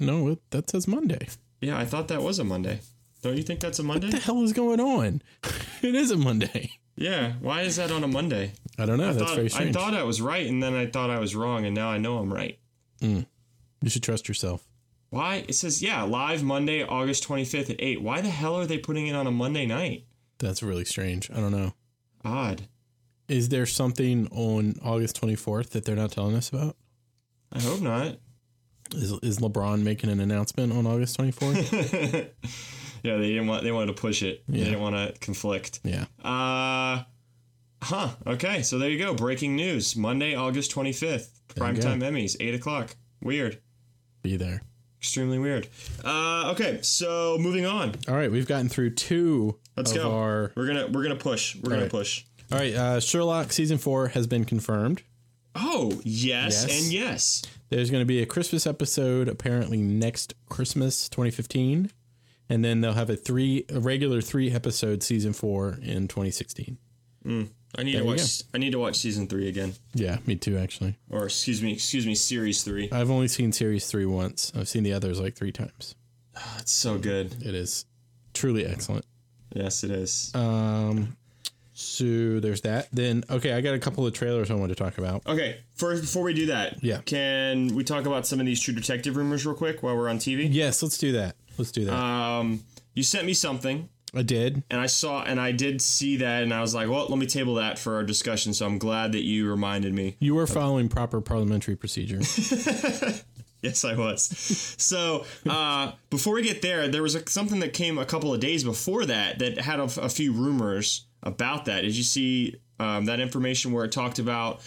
Speaker 2: no, it- that says Monday.
Speaker 1: Yeah, I thought that was a Monday. Don't you think that's a Monday?
Speaker 2: What the hell is going on? (laughs) it is a Monday.
Speaker 1: Yeah. Why is that on a Monday?
Speaker 2: I don't know.
Speaker 1: I
Speaker 2: That's
Speaker 1: thought,
Speaker 2: very strange.
Speaker 1: I thought I was right, and then I thought I was wrong, and now I know I'm right.
Speaker 2: you should trust yourself.
Speaker 1: Why? It says yeah, live Monday, August 25th at eight. Why the hell are they putting it on a Monday night?
Speaker 2: That's really strange. I don't know.
Speaker 1: Odd.
Speaker 2: Is there something on August 24th that they're not telling us about?
Speaker 1: I hope not.
Speaker 2: Is, is LeBron making an announcement on August
Speaker 1: (laughs)
Speaker 2: 24th?
Speaker 1: Yeah, they didn't want. They wanted to push it. They
Speaker 2: Yeah.
Speaker 1: didn't want to conflict.
Speaker 2: yeah.
Speaker 1: Uh, huh. Okay, so there you go. Breaking news: Monday, August twenty fifth,
Speaker 2: you go.
Speaker 1: primetime Emmys, eight o'clock. Weird.
Speaker 2: Be there.
Speaker 1: Extremely weird. Uh, okay, so moving on.
Speaker 2: All right. We've gotten through two
Speaker 1: Let's
Speaker 2: of
Speaker 1: go.
Speaker 2: our.
Speaker 1: We're gonna we're gonna push. We're gonna
Speaker 2: right.
Speaker 1: push.
Speaker 2: All right. Uh, Sherlock season four has been confirmed.
Speaker 1: Oh yes,
Speaker 2: Yes.
Speaker 1: and yes.
Speaker 2: There's going to be a Christmas episode apparently next Christmas 2015. And then they'll have a three, a regular three episode season four in 2016.
Speaker 1: I need
Speaker 2: There
Speaker 1: to
Speaker 2: you
Speaker 1: watch. I need to watch season three again,
Speaker 2: Yeah, me too, actually.
Speaker 1: or excuse me, excuse me, series three.
Speaker 2: I've only seen series three once. I've seen the others like three times.
Speaker 1: That's so good.
Speaker 2: It is truly excellent.
Speaker 1: Yes, it is.
Speaker 2: Um, so there's that. Then okay, I got a couple of trailers I wanted to talk about.
Speaker 1: Okay, first before we do that,
Speaker 2: Yeah.
Speaker 1: can we talk about some of these True Detective rumors real quick while we're on TV?
Speaker 2: Yes, let's do that. Let's do that.
Speaker 1: Um, you sent me something,
Speaker 2: I did.
Speaker 1: and I saw, and I did see that, and I was like, well, let me table that for our discussion. So I'm glad that you reminded me. (laughs)
Speaker 2: You were following proper parliamentary procedure.
Speaker 1: Yes, I was. so uh, before we get there, there was a, something that came a couple of days before that that had a, a few rumors about that. Did you see um, that information where it talked about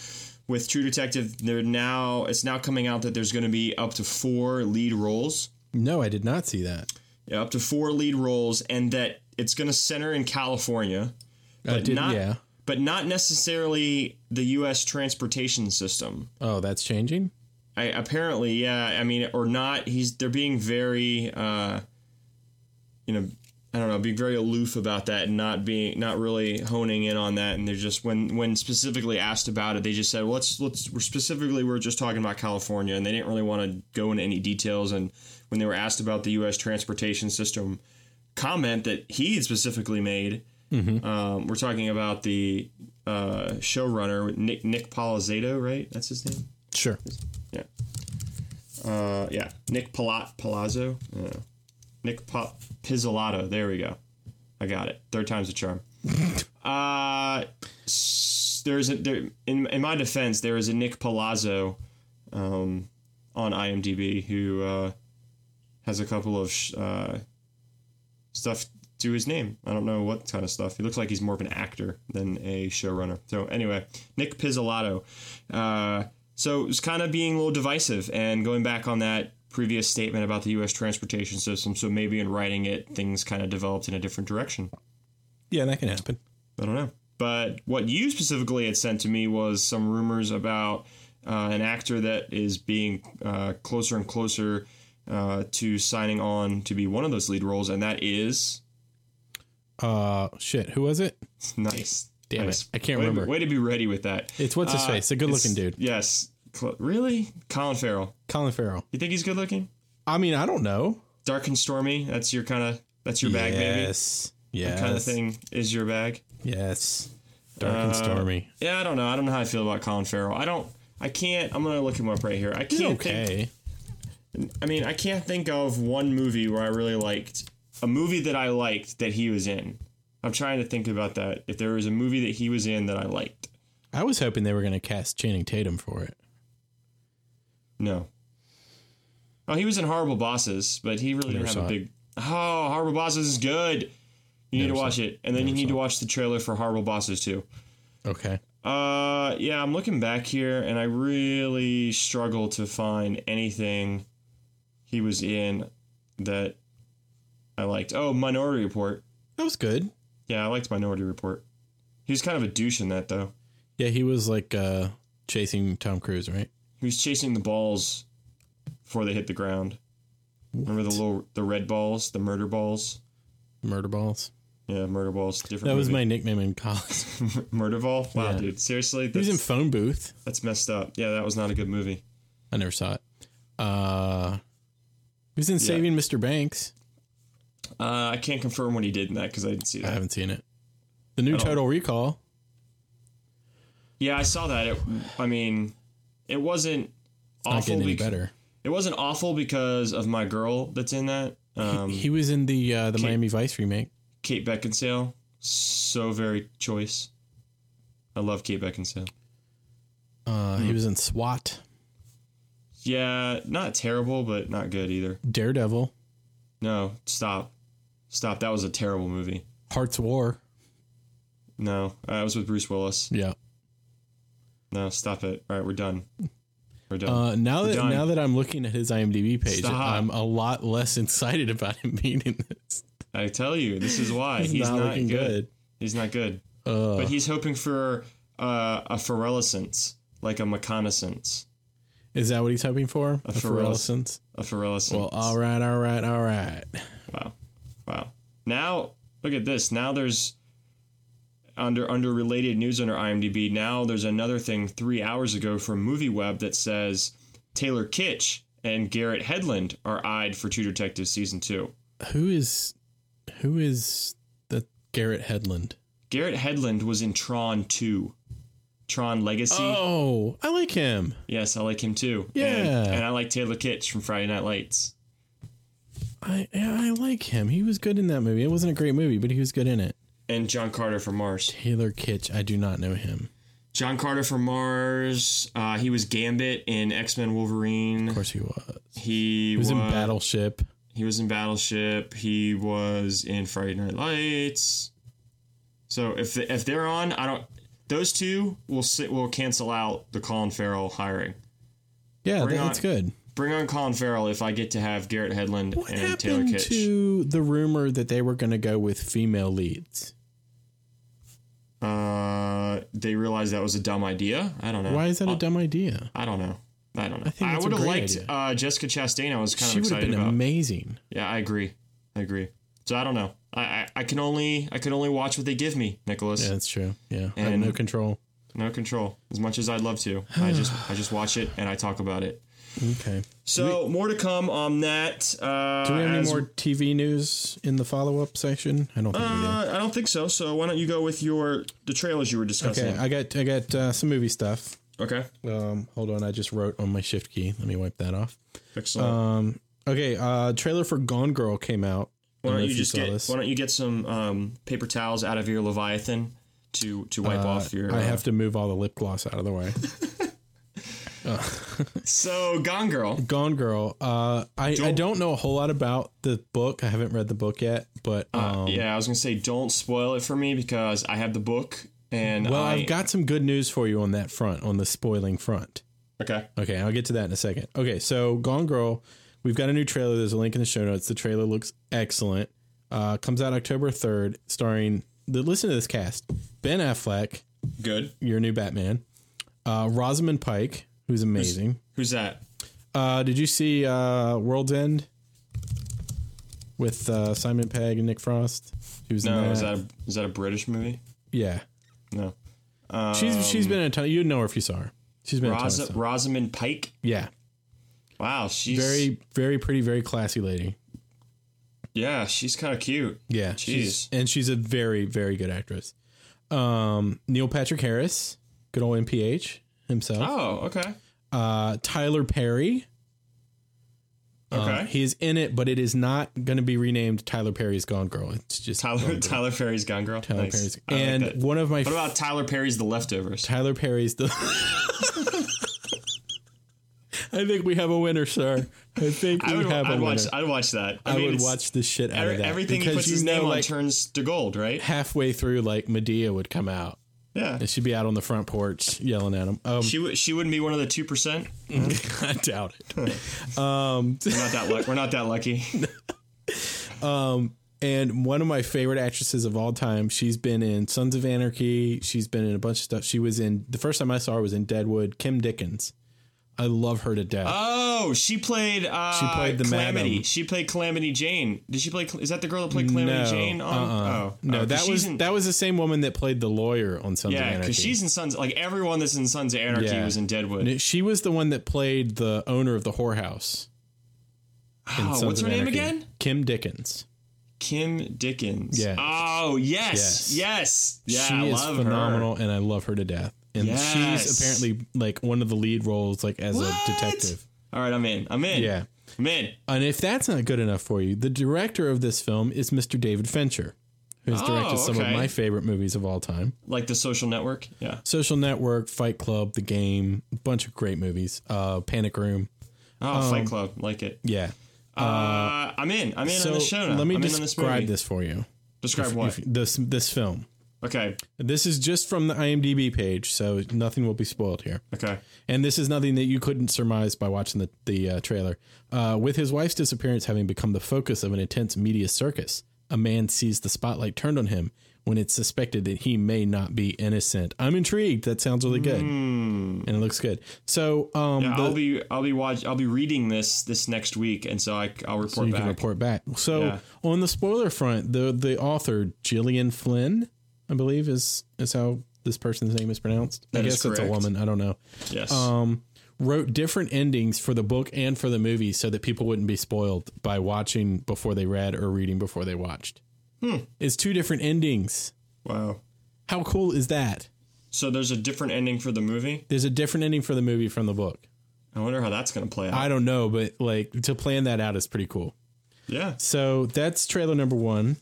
Speaker 1: with True Detective? They're now it's now coming out that there's going to be up to four lead roles.
Speaker 2: no, I did not see that.
Speaker 1: Yeah, up to four lead roles, and that it's going to center in California,
Speaker 2: I did.
Speaker 1: not-
Speaker 2: yeah.
Speaker 1: but not necessarily the U.S. transportation system.
Speaker 2: Oh, that's changing.
Speaker 1: I, apparently, yeah. I mean, or not. He's they're being very, uh, you know, I don't know, being very aloof about that, and not being not really honing in on that. And they're just when when specifically asked about it, they just said, well, "Let's let's we're specifically we're just talking about California," and they didn't really want to go into any details. And when they were asked about the U.S. transportation system comment that he had specifically made. Um, we're talking about the uh, showrunner Nick Nick Palazzetto, right? That's his name.
Speaker 2: Sure.
Speaker 1: Yeah. Uh, yeah. Nick Pala- Palazzo. Yeah. Nick pa- Pizzolatto. There we go. I got it. Third time's a charm. uh, s- there's a, there in, in my defense there is a Nick Palazzo um, on IMDb who uh, has a couple of sh- uh, stuff to his name. I don't know what kind of stuff. He looks like he's more of an actor than a showrunner. So anyway, Nick Pizzolatto. Uh, so it was kind of being a little divisive and going back on that previous statement about the U.S. transportation system. So maybe in writing it, things kind of developed in a different direction.
Speaker 2: Yeah, that can happen.
Speaker 1: I don't know. But what you specifically had sent to me was some rumors about uh, an actor that is being uh, closer and closer uh, to signing on to be one of those lead roles, and that is
Speaker 2: Uh, shit. Who was it?
Speaker 1: nice.
Speaker 2: Damn it.
Speaker 1: Nice.
Speaker 2: I can't
Speaker 1: Way to-
Speaker 2: remember.
Speaker 1: Way to be ready with that.
Speaker 2: It's what's his
Speaker 1: Uh,
Speaker 2: face. A good looking
Speaker 1: it's-
Speaker 2: dude.
Speaker 1: Yes. Cl- really? Colin Farrell.
Speaker 2: Colin Farrell.
Speaker 1: You think he's good looking?
Speaker 2: I mean, I don't know.
Speaker 1: Dark and stormy. That's your kind of. That's your bag, maybe.
Speaker 2: yes. Yes.
Speaker 1: That kind of thing is your bag.
Speaker 2: Yes. Dark and
Speaker 1: Uh,
Speaker 2: stormy.
Speaker 1: Yeah, I don't know. I don't know how I feel about Colin Farrell. I don't. I can't. I'm gonna look him up right here. I
Speaker 2: He's
Speaker 1: can't. Think,
Speaker 2: okay.
Speaker 1: I mean, I can't think of one movie where I really liked a movie that I liked that he was in. I'm trying to think about that. If there was a movie that he was in that I liked,
Speaker 2: I was hoping they were going to cast Channing Tatum for it.
Speaker 1: no. Oh, he was in Horrible Bosses, but he really didn't
Speaker 2: Never
Speaker 1: have a
Speaker 2: saw it.
Speaker 1: big. Oh, Horrible Bosses is good. You need to
Speaker 2: Never saw
Speaker 1: watch it, and then you need to watch the trailer for Horrible Bosses too.
Speaker 2: Okay.
Speaker 1: Uh, yeah, I'm looking back here, and I really struggle to find anything he was in that I liked. Oh, Minority Report.
Speaker 2: That was good.
Speaker 1: Yeah, I liked Minority Report. He was kind of a douche in that, though.
Speaker 2: Yeah, he was like uh chasing Tom Cruise, right?
Speaker 1: He was chasing the balls before they hit the ground. Remember the little the red balls, the murder balls.
Speaker 2: Murder balls.
Speaker 1: Yeah, murder balls. Different.
Speaker 2: That was
Speaker 1: movie.
Speaker 2: my nickname in college.
Speaker 1: (laughs)
Speaker 2: (laughs)
Speaker 1: murder ball. Wow,
Speaker 2: Yeah.
Speaker 1: dude, seriously,
Speaker 2: he was
Speaker 1: that's,
Speaker 2: in Phone Booth.
Speaker 1: that's messed up. Yeah, that was not a good movie.
Speaker 2: I never saw it. Uh he was in Saving Mr. Banks.
Speaker 1: Uh, I can't confirm what he did in that because I didn't see
Speaker 2: I
Speaker 1: that.
Speaker 2: haven't seen it. The new Total Recall.
Speaker 1: Yeah, I saw that. It, I mean, it wasn't
Speaker 2: Not
Speaker 1: awful.
Speaker 2: getting any
Speaker 1: bec-
Speaker 2: better.
Speaker 1: It wasn't awful because of my girl that's in that. Um,
Speaker 2: (laughs) he was in the uh the Miami Vice remake.
Speaker 1: Kate Beckinsale, so very choice. I love Kate Beckinsale.
Speaker 2: Uh,
Speaker 1: Mm-hmm.
Speaker 2: He was in SWAT,
Speaker 1: Yeah, not terrible, but not good either.
Speaker 2: Daredevil,
Speaker 1: No, stop, stop. That was a terrible movie.
Speaker 2: Hearts War.
Speaker 1: No, uh, I was with Bruce Willis.
Speaker 2: Yeah.
Speaker 1: No, stop it. All right, we're done. We're done.
Speaker 2: Uh, now
Speaker 1: We're
Speaker 2: that
Speaker 1: done.
Speaker 2: now that I'm looking at his IMDb page,
Speaker 1: Stop.
Speaker 2: I'm a lot less (laughs) excited about him being in this.
Speaker 1: I tell you, this is why he's, not, good. He's not good. but he's hoping for uh, a pharrellescence, like a meconescence.
Speaker 2: Is that what he's hoping for? A
Speaker 1: Pharrellescence.
Speaker 2: Pharrellescence?
Speaker 1: A pharrellescence.
Speaker 2: Well, all right, all right, all right.
Speaker 1: Wow. Wow. Now look at this. Now there's under under related news under IMDb. Now there's another thing 3 hours ago from MovieWeb that says Taylor Kitsch and Garrett Headland are eyed for Two Detectives season 2.
Speaker 2: Who is who is the Garrett Headland?
Speaker 1: Garrett Headland was in Tron 2. Tron Legacy.
Speaker 2: Oh, I like him.
Speaker 1: Yes, I like him too.
Speaker 2: Yeah.
Speaker 1: And, and I like Taylor Kitsch from Friday Night Lights.
Speaker 2: I I like him. He was good in that movie. It wasn't a great movie, but he was good in it.
Speaker 1: And John Carter from Mars.
Speaker 2: Taylor Kitsch. I do not know him.
Speaker 1: John Carter from Mars. Uh, he was Gambit in X Men Wolverine.
Speaker 2: Of course, he was.
Speaker 1: He,
Speaker 2: He was in
Speaker 1: wa-
Speaker 2: Battleship.
Speaker 1: He was in Battleship. He was in Friday Night Lights. So if if they're on, I don't. Those two will sit. Will cancel out the Colin Farrell hiring.
Speaker 2: Yeah,
Speaker 1: Bring
Speaker 2: that-
Speaker 1: on-
Speaker 2: that's good.
Speaker 1: Bring on Colin Farrell if I get to have Garrett Headland
Speaker 2: What
Speaker 1: and Taylor
Speaker 2: happened
Speaker 1: Kitsch.
Speaker 2: to the rumor that they were going to go with female leads?
Speaker 1: uh, they realized that was a dumb idea. I don't know.
Speaker 2: Why is that
Speaker 1: I,
Speaker 2: a dumb idea?
Speaker 1: I don't know. I don't know.
Speaker 2: I think
Speaker 1: I,
Speaker 2: that's a
Speaker 1: would have
Speaker 2: great
Speaker 1: liked
Speaker 2: idea.
Speaker 1: uh, Jessica Chastain. I was kind
Speaker 2: She
Speaker 1: of
Speaker 2: would have
Speaker 1: excited
Speaker 2: been
Speaker 1: about.
Speaker 2: amazing.
Speaker 1: Yeah, I agree. I agree. So I don't know. I, I, I can only I can only watch what they give me, Nicholas.
Speaker 2: Yeah, that's true. Yeah, I have
Speaker 1: And-
Speaker 2: no control.
Speaker 1: No control. As much as I'd love to, I
Speaker 2: (sighs)
Speaker 1: just I just watch it and I talk about it.
Speaker 2: Okay.
Speaker 1: So more to come on that. Uh,
Speaker 2: Do we have any
Speaker 1: as-
Speaker 2: more TV news in the follow-up section? I don't think
Speaker 1: Uh, I don't think so. So why don't you go with your the trailers you were
Speaker 2: we do.
Speaker 1: discussing?
Speaker 2: Okay, I got I got uh, some movie stuff.
Speaker 1: Okay.
Speaker 2: Um, hold on, I just wrote on my shift key. Let me wipe that off.
Speaker 1: Excellent.
Speaker 2: Um, okay, uh, trailer for Gone Girl came out.
Speaker 1: why
Speaker 2: I
Speaker 1: don't
Speaker 2: know
Speaker 1: you
Speaker 2: if
Speaker 1: just
Speaker 2: saw
Speaker 1: get
Speaker 2: this.
Speaker 1: Why don't you get some um, paper towels out of your Leviathan to to wipe off your.
Speaker 2: I
Speaker 1: uh,
Speaker 2: have to move all the lip gloss out of the way.
Speaker 1: So Gone Girl.
Speaker 2: Gone Girl. Uh, I, I don't know a whole lot about the book. I haven't read the book yet, but um,
Speaker 1: yeah, I was gonna say don't spoil it for me because I have the book and
Speaker 2: well,
Speaker 1: I,
Speaker 2: I've got some good news for you on that front, on the spoiling front.
Speaker 1: okay.
Speaker 2: Okay, I'll get to that in a second. Okay, so Gone Girl, we've got a new trailer. There's a link in the show notes. The trailer looks excellent. Uh, comes out October 3rd, starring the listen to this cast: Ben Affleck,
Speaker 1: Good.
Speaker 2: your new Batman, uh, Rosamund Pike, who's amazing.
Speaker 1: Who's that?
Speaker 2: Uh, did you see uh, World's End with uh, Simon Pegg and Nick Frost? She was in
Speaker 1: No, is that a, is that a British movie?
Speaker 2: yeah.
Speaker 1: No. Um,
Speaker 2: she's she's been in a ton. You'd know her if you saw her. She's been in a ton of
Speaker 1: Rosa,
Speaker 2: stuff.
Speaker 1: Rosamund Pike.
Speaker 2: Yeah,
Speaker 1: Wow, she's
Speaker 2: very very pretty, very classy lady.
Speaker 1: yeah, she's kind of cute.
Speaker 2: Yeah,
Speaker 1: Jeez.
Speaker 2: she's and she's a very very good actress. Um, Neil Patrick Harris, good old MPH himself.
Speaker 1: Oh, okay,
Speaker 2: Uh, Tyler Perry. Um,
Speaker 1: okay.
Speaker 2: he is in it, but it is not going to be renamed Tyler Perry's Gone Girl. It's just Gone
Speaker 1: Tyler
Speaker 2: Girl.
Speaker 1: Tyler Perry's Gone Girl.
Speaker 2: Tyler
Speaker 1: Nice.
Speaker 2: Perry's.
Speaker 1: I like
Speaker 2: And
Speaker 1: that.
Speaker 2: one of my
Speaker 1: what about Tyler Perry's The Leftovers?
Speaker 2: Tyler Perry's the. I think we have a winner, sir. I think we
Speaker 1: I would,
Speaker 2: have a
Speaker 1: I'd
Speaker 2: winner.
Speaker 1: watch. I'd watch that.
Speaker 2: I,
Speaker 1: mean,
Speaker 2: would
Speaker 1: it's-
Speaker 2: watch the shit out
Speaker 1: every-
Speaker 2: of that.
Speaker 1: everything he
Speaker 2: because
Speaker 1: puts
Speaker 2: you
Speaker 1: his
Speaker 2: know,
Speaker 1: name on
Speaker 2: like
Speaker 1: turns to gold, right?
Speaker 2: halfway through, like Medea would come out.
Speaker 1: Yeah.
Speaker 2: And she'd be out on the front porch yelling at him. Um,
Speaker 1: She, would- she wouldn't be one of the two percent.
Speaker 2: (laughs) I doubt it.
Speaker 1: We're not that luck. We're not that
Speaker 2: (laughs)
Speaker 1: lucky.
Speaker 2: And one of my favorite actresses of all time. She's been in Sons of Anarchy. She's been in a bunch of stuff. She was in the first time I saw her was in Deadwood. Kim Dickens. I love her to death.
Speaker 1: Oh, she played. Uh,
Speaker 2: She played the
Speaker 1: Calamity.
Speaker 2: Madam.
Speaker 1: She played Calamity Jane. Did she play? Is that the girl that played Calamity
Speaker 2: no,
Speaker 1: Jane? On,
Speaker 2: uh-uh.
Speaker 1: Oh,
Speaker 2: no,
Speaker 1: Oh, 'cause
Speaker 2: that
Speaker 1: she's
Speaker 2: was
Speaker 1: in-
Speaker 2: that was the same woman that played the lawyer on Sons of
Speaker 1: Yeah,
Speaker 2: Anarchy.
Speaker 1: because she's in Sons. Like everyone that's in Sons of Anarchy
Speaker 2: Yeah.
Speaker 1: was in Deadwood.
Speaker 2: No, she was the one that played the owner of the whorehouse. in
Speaker 1: Oh,
Speaker 2: Sons
Speaker 1: what's
Speaker 2: of
Speaker 1: her name
Speaker 2: Anarchy.
Speaker 1: again?
Speaker 2: Kim Dickens.
Speaker 1: Kim Dickens.
Speaker 2: Yeah.
Speaker 1: Oh yes, yes, yeah.
Speaker 2: she
Speaker 1: I
Speaker 2: is
Speaker 1: love
Speaker 2: phenomenal, and I love her to death. And
Speaker 1: Yes.
Speaker 2: she's apparently like one of the lead roles, like as a detective.
Speaker 1: Her. All right, I'm in. I'm in.
Speaker 2: Yeah.
Speaker 1: I'm in.
Speaker 2: And if that's not good enough for you, the director of this film is Mr. David Fincher, who's
Speaker 1: Oh,
Speaker 2: directed some of
Speaker 1: okay.
Speaker 2: my favorite movies of all time.
Speaker 1: like the social network. Yeah.
Speaker 2: Social Network, Fight Club, The Game, a bunch of great movies. Uh, Panic Room.
Speaker 1: Oh,
Speaker 2: Um,
Speaker 1: Fight Club, like it.
Speaker 2: Yeah.
Speaker 1: Uh, I'm in. I'm in
Speaker 2: so
Speaker 1: on the show now.
Speaker 2: let me
Speaker 1: I'm in on this
Speaker 2: describe
Speaker 1: movie.
Speaker 2: this, for you.
Speaker 1: Describe
Speaker 2: If-
Speaker 1: what?
Speaker 2: if- this this film.
Speaker 1: okay.
Speaker 2: This is just from the IMDb page, so nothing will be spoiled here.
Speaker 1: Okay.
Speaker 2: And this is nothing that you couldn't surmise by watching the, the uh, trailer. Uh, with his wife's disappearance having become the focus of an intense media circus, a man sees the spotlight turned on him when it's suspected that he may not be innocent. I'm intrigued. That sounds really good. And it looks good. So,
Speaker 1: Hmm.
Speaker 2: um,
Speaker 1: Yeah,
Speaker 2: the-
Speaker 1: I'll be I'll be watch I'll be reading this this next week, and so I I'll report
Speaker 2: so you
Speaker 1: back.
Speaker 2: can report back. So,
Speaker 1: Yeah.
Speaker 2: on the spoiler front, the, the author, Gillian Flynn, I believe, is, is how this person's name is pronounced. I
Speaker 1: That is
Speaker 2: guess it's a
Speaker 1: correct.
Speaker 2: woman. I don't know.
Speaker 1: yes.
Speaker 2: um, wrote different endings for the book and for the movie so that people wouldn't be spoiled by watching before they read or reading before they watched.
Speaker 1: Hmm.
Speaker 2: It's two different endings.
Speaker 1: wow.
Speaker 2: How cool is that?
Speaker 1: So there's a different ending for the movie.
Speaker 2: There's a different ending for the movie from the book.
Speaker 1: I wonder how that's going to play out.
Speaker 2: I don't know, but like to plan that out is pretty cool.
Speaker 1: yeah.
Speaker 2: So that's trailer number one.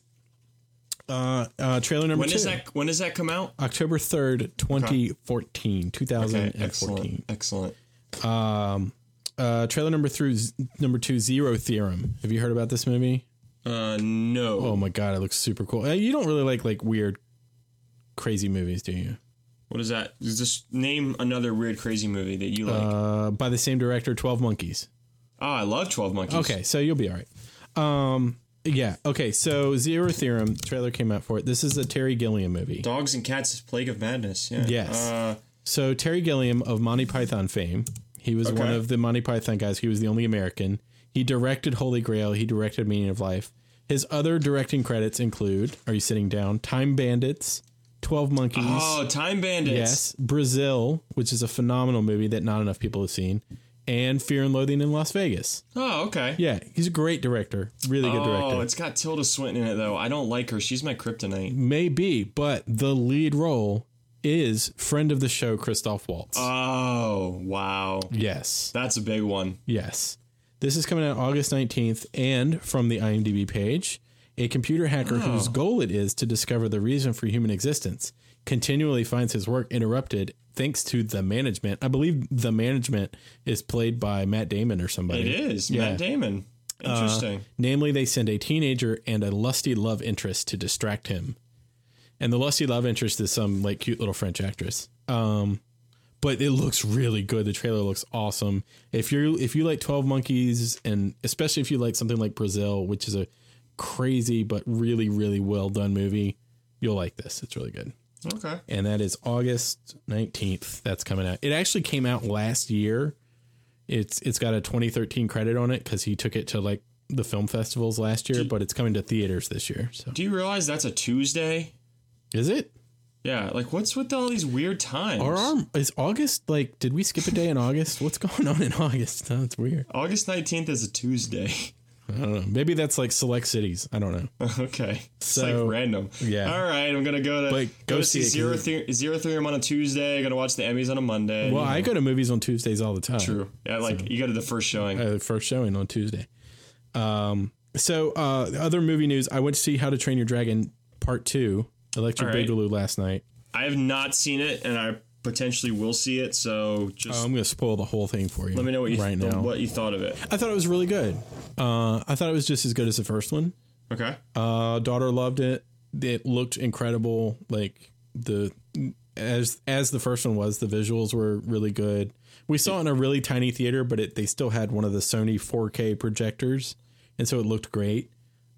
Speaker 2: Uh, uh trailer number
Speaker 1: When
Speaker 2: two.
Speaker 1: does that When does that come out?
Speaker 2: October third, twenty fourteen, two thousand
Speaker 1: Okay.
Speaker 2: and fourteen.
Speaker 1: Excellent. Excellent.
Speaker 2: Um, uh, trailer number three, number two, Zero Theorem. Have you heard about this movie?
Speaker 1: Uh, no.
Speaker 2: Oh my god, it looks super cool. Uh, You don't really like like weird, crazy movies, do you?
Speaker 1: What is that? Is this name another weird crazy movie that you like?
Speaker 2: Uh, by the same director, Twelve Monkeys.
Speaker 1: oh, I love Twelve Monkeys.
Speaker 2: Okay, so you'll be all right. Um, yeah. Okay, so Zero Theorem trailer came out for it. This is a Terry Gilliam movie.
Speaker 1: Dogs and Cats: Plague of Madness. Yeah.
Speaker 2: Yes.
Speaker 1: Uh,
Speaker 2: So Terry Gilliam of Monty Python fame. He was
Speaker 1: Okay.
Speaker 2: one of the Monty Python guys. He was the only American. He directed Holy Grail. He directed Meaning of Life. His other directing credits include Are You Sitting Down? Time Bandits, 12 Monkeys.
Speaker 1: oh, Time Bandits.
Speaker 2: Yes, Brazil, which is a phenomenal movie that not enough people have seen, and Fear and Loathing in Las Vegas.
Speaker 1: Oh, okay.
Speaker 2: Yeah, he's a great director, really good
Speaker 1: Oh,
Speaker 2: director.
Speaker 1: it's got Tilda Swinton in it though. I don't like her. She's my kryptonite.
Speaker 2: Maybe, but the lead role is friend of the show Christoph Waltz.
Speaker 1: Oh, wow.
Speaker 2: yes,
Speaker 1: That's a big one.
Speaker 2: yes. This is coming out August 19th, and from the IMDb page, a computer hacker whose goal it is to discover the reason for human existence continually finds his work interrupted thanks to the management. I believe the management is played by Matt Damon or somebody.
Speaker 1: It is
Speaker 2: Yeah. Uh,
Speaker 1: Matt Damon. Interesting.
Speaker 2: Namely, they send a teenager and a lusty love interest to distract him. And the lusty love interest is some like cute little French actress. Um, but it looks really good. The trailer looks awesome. If you if you like Twelve Monkeys, and especially if you like something like Brazil, which is a crazy but really really well done movie, you'll like this. It's really good.
Speaker 1: okay.
Speaker 2: And that is August nineteenth. That's coming out. It actually came out last year. It's it's got a 2013 credit on it because he took it to like the film festivals last year, but it's coming to theaters this year. So
Speaker 1: Do you realize that's a Tuesday?
Speaker 2: is it?
Speaker 1: Yeah. Like, what's with all these weird times?
Speaker 2: Or are- is August like? Did we skip a day in August? What's going on in August? (laughs) That's weird.
Speaker 1: August nineteenth is a Tuesday. (laughs)
Speaker 2: I don't know. Maybe that's like select cities. I don't know.
Speaker 1: okay. It's
Speaker 2: So-
Speaker 1: like random.
Speaker 2: yeah.
Speaker 1: All right. I'm gonna go to
Speaker 2: But
Speaker 1: go,
Speaker 2: go
Speaker 1: see,
Speaker 2: see it,
Speaker 1: Zero
Speaker 2: 'cause
Speaker 1: Theorem, Zero Theorem on a Tuesday. Gonna watch the Emmys on a Monday.
Speaker 2: Well,
Speaker 1: You
Speaker 2: I
Speaker 1: know,
Speaker 2: go to movies on Tuesdays all the time.
Speaker 1: true. Yeah, like you go to the first showing.
Speaker 2: Uh, first showing on Tuesday. Um. So, uh, the other movie news. I went to see How to Train Your Dragon Part Two, Electric
Speaker 1: All right.
Speaker 2: Boogaloo last night.
Speaker 1: I have not seen it, and I potentially will see it. So just
Speaker 2: Um, I'm going to spoil the whole thing for you.
Speaker 1: let me know what you
Speaker 2: Oh, right now.
Speaker 1: what you thought of it.
Speaker 2: I thought it was really good. Uh, I thought it was just as good as the first one.
Speaker 1: Okay.
Speaker 2: Uh, daughter loved it. It looked incredible. Like the as as the first one was, the visuals were really good. We saw it in a really tiny theater, but it, they still had one of the Sony 4K projectors, and so it looked great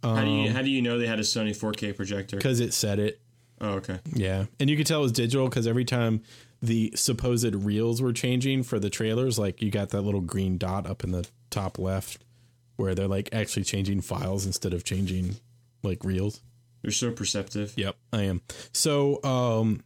Speaker 1: how do
Speaker 2: Um,
Speaker 1: you how do you know they had a Sony 4K projector?
Speaker 2: because it said it.
Speaker 1: Oh, okay.
Speaker 2: Yeah, and you could tell it was digital because every time the supposed reels were changing for the trailers, like you got that little green dot up in the top left where they're like actually changing files instead of changing like reels.
Speaker 1: You're so perceptive.
Speaker 2: Yep, I am. So, um,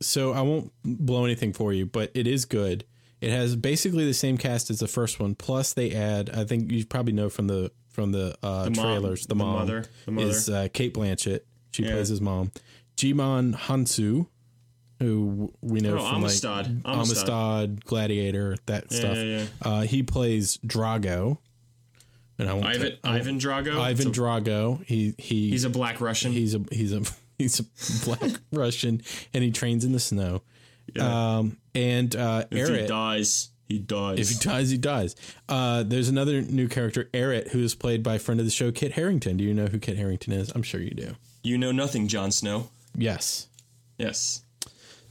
Speaker 2: so I won't blow anything for you, but it is good. It has basically the same cast as the first one. Plus, they add. I think you probably know from the from the, uh,
Speaker 1: mom-
Speaker 2: trailers.
Speaker 1: the mother- the mother.
Speaker 2: is uh, Kate Blanchett. She
Speaker 1: Yeah.
Speaker 2: plays his mom, Jimon Hansu, who we know
Speaker 1: Oh,
Speaker 2: from
Speaker 1: Amistad.
Speaker 2: like Amistad, Gladiator, that stuff.
Speaker 1: yeah, yeah.
Speaker 2: Uh, he plays Drago, and I won't.
Speaker 1: Ivan,
Speaker 2: ta- I won't-
Speaker 1: Ivan Drago.
Speaker 2: Ivan
Speaker 1: It's a-
Speaker 2: Drago. He he
Speaker 1: He's a black Russian.
Speaker 2: he's a he's a (laughs) he's a
Speaker 1: (laughs)
Speaker 2: black Russian, and he trains in the snow. Um, and uh,
Speaker 1: if he
Speaker 2: Eric,
Speaker 1: dies, he dies.
Speaker 2: if he dies, he dies. Uh, there's another new character, Eric, who is played by friend of the show, Kit Harrington. Do you know who Kit Harrington is? I'm sure you do.
Speaker 1: you know nothing, Jon Snow.
Speaker 2: Yes.
Speaker 1: Yes.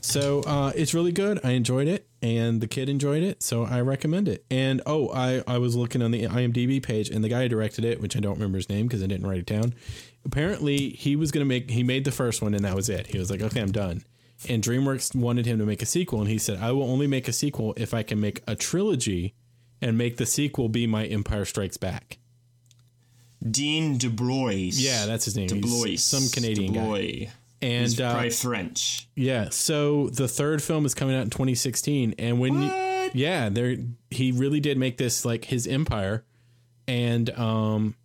Speaker 2: So uh, it's really good. I enjoyed it, and the kid enjoyed it, so I recommend it. And oh, I I was looking on the IMDb page, and the guy who directed it, which I don't remember his name because I didn't write it down. Apparently, he was gonna make he made the first one, and that was it. He was like, okay, I'm done. And DreamWorks wanted him to make a sequel, and he said, I will only make a sequel if I can make a trilogy, and make the sequel be my Empire Strikes Back.
Speaker 1: Dean DeBrois.
Speaker 2: Yeah, that's his name. He's
Speaker 1: DeBlois.
Speaker 2: some Canadian guy.
Speaker 1: DeBlois.
Speaker 2: And
Speaker 1: He's
Speaker 2: uh,
Speaker 1: probably French.
Speaker 2: Yeah. So the third film is coming out in 2016, and when You, yeah, there he really did make this like his empire, and um,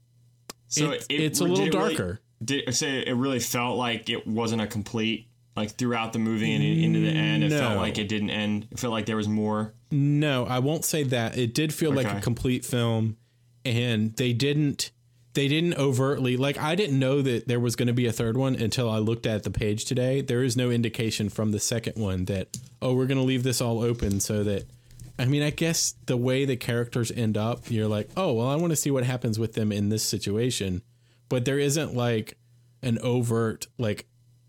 Speaker 1: So
Speaker 2: it-
Speaker 1: it-
Speaker 2: it's a
Speaker 1: did
Speaker 2: little
Speaker 1: it really-
Speaker 2: darker.
Speaker 1: did say it really felt like it wasn't a complete like throughout the movie and into the end. It felt
Speaker 2: No.
Speaker 1: like it didn't end. It felt like there was more.
Speaker 2: No, I won't say that. It did feel like a
Speaker 1: Okay.
Speaker 2: complete film, and they didn't. They didn't overtly like. I didn't know that there was going to be a third one until I looked at the page today. There is no indication from the second one that oh, we're going to leave this all open so that. I mean, I guess the way the characters end up, you're like, oh well, I want to see what happens with them in this situation, but there isn't like an overt like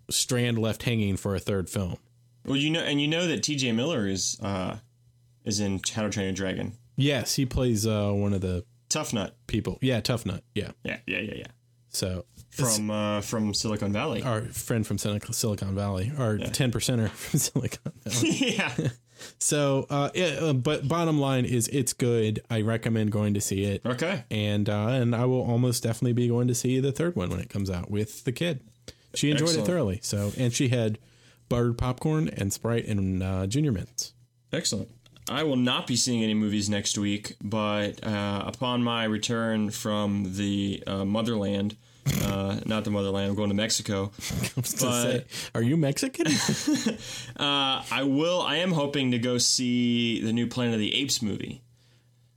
Speaker 2: strand left hanging for a third film.
Speaker 1: Well, you know, and you know that T.J. Miller is uh is in How to Train Your Dragon.
Speaker 2: Yes, he plays uh, one of the
Speaker 1: Tough nut.
Speaker 2: people. Yeah, tough nut. Yeah.
Speaker 1: Yeah, yeah, yeah, yeah.
Speaker 2: So
Speaker 1: From uh from Silicon Valley.
Speaker 2: our friend from Silic- Silicon Valley, our ten percenter from (laughs) Silicon Valley.
Speaker 1: (laughs) yeah.
Speaker 2: so, uh, yeah, uh, but bottom line is, it's good. I recommend going to see it,
Speaker 1: Okay.
Speaker 2: and uh, and I will almost definitely be going to see the third one when it comes out with the kid. She enjoyed
Speaker 1: Excellent.
Speaker 2: it thoroughly. So, and she had buttered popcorn and Sprite and uh, Junior Mints. (laughs)
Speaker 1: Excellent. I will not be seeing any movies next week, but uh, upon my return from the uh, motherland, uh, not the motherland, I'm going to Mexico.
Speaker 2: I was gonna say, are you Mexican?
Speaker 1: Uh, I will. I am hoping to go see the new Planet of the Apes movie.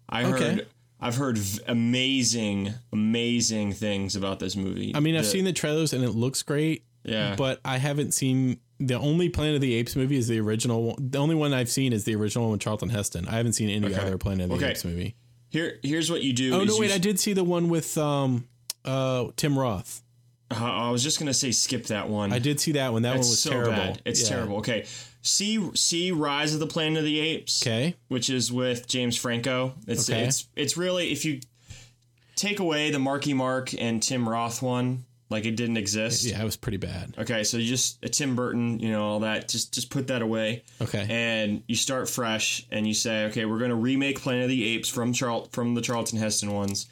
Speaker 1: I
Speaker 2: Okay.
Speaker 1: heard. I've heard v- amazing, amazing things about this movie.
Speaker 2: I mean, I've
Speaker 1: The-
Speaker 2: seen the trailers and it looks great.
Speaker 1: Yeah.
Speaker 2: But I haven't seen the only Planet of the Apes movie is the original one. The only one I've seen is the original one with Charlton Heston. I haven't seen any other Planet of the
Speaker 1: Okay.
Speaker 2: Apes movie.
Speaker 1: Here, here's what you do.
Speaker 2: Oh
Speaker 1: is
Speaker 2: no,
Speaker 1: you
Speaker 2: wait, I did see the one with um uh Tim Roth.
Speaker 1: Uh, I was just gonna say skip that one.
Speaker 2: I did see that one. That
Speaker 1: It's
Speaker 2: one was
Speaker 1: so
Speaker 2: terrible.
Speaker 1: bad. It's
Speaker 2: Yeah.
Speaker 1: terrible. Okay. See, see, Rise of the Planet of the Apes.
Speaker 2: Okay.
Speaker 1: Which is with James Franco. It's
Speaker 2: Okay.
Speaker 1: it's it's really if you take away the Marky Mark and Tim Roth one, like it didn't exist.
Speaker 2: Yeah, it was pretty bad.
Speaker 1: Okay, so you just uh, Tim Burton, you know all that. Just just put that away,
Speaker 2: Okay.
Speaker 1: and you start fresh, and you say, okay, we're going to remake Planet of the Apes from Charl- from the Charlton Heston ones,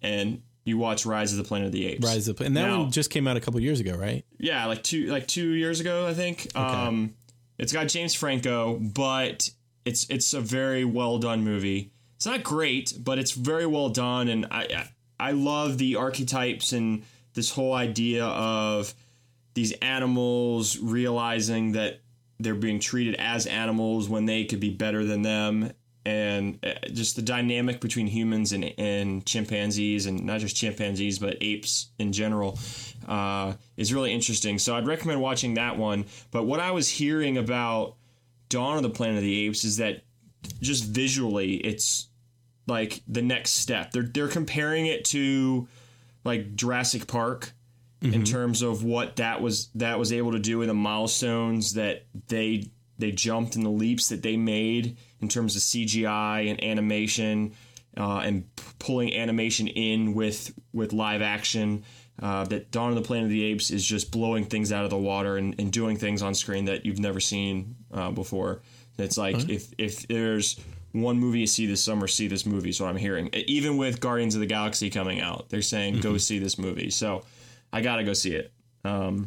Speaker 1: and you watch Rise of the Planet of the Apes.
Speaker 2: Rise of the and that
Speaker 1: Now-
Speaker 2: one just came out a couple years ago, right?
Speaker 1: yeah, like two like two years ago, I think. Um, it's got James Franco, but it's it's a very well done movie. It's not great, but it's very well done, and I I, I love the archetypes and this whole idea of these animals realizing that they're being treated as animals when they could be better than them and uh, just the dynamic between humans and, and chimpanzees and not just chimpanzees but apes in general uh, is really interesting so i'd recommend watching that one but what i was hearing about dawn of the planet of the apes is that just visually it's like the next step they're, they're comparing it to like jurassic park in terms of what that was that was able to do and the milestones that they they jumped and the leaps that they made in terms of CGI and animation uh, and p- pulling animation in with with live action. Uh, that Dawn of the Planet of the Apes is just blowing things out of the water and, and doing things on screen that you've never seen uh, before. It's like if if there's one movie you see this summer, see this movie. Is what I'm hearing. Even with Guardians of the Galaxy coming out, they're saying go see this movie. So I gotta go see it. Um,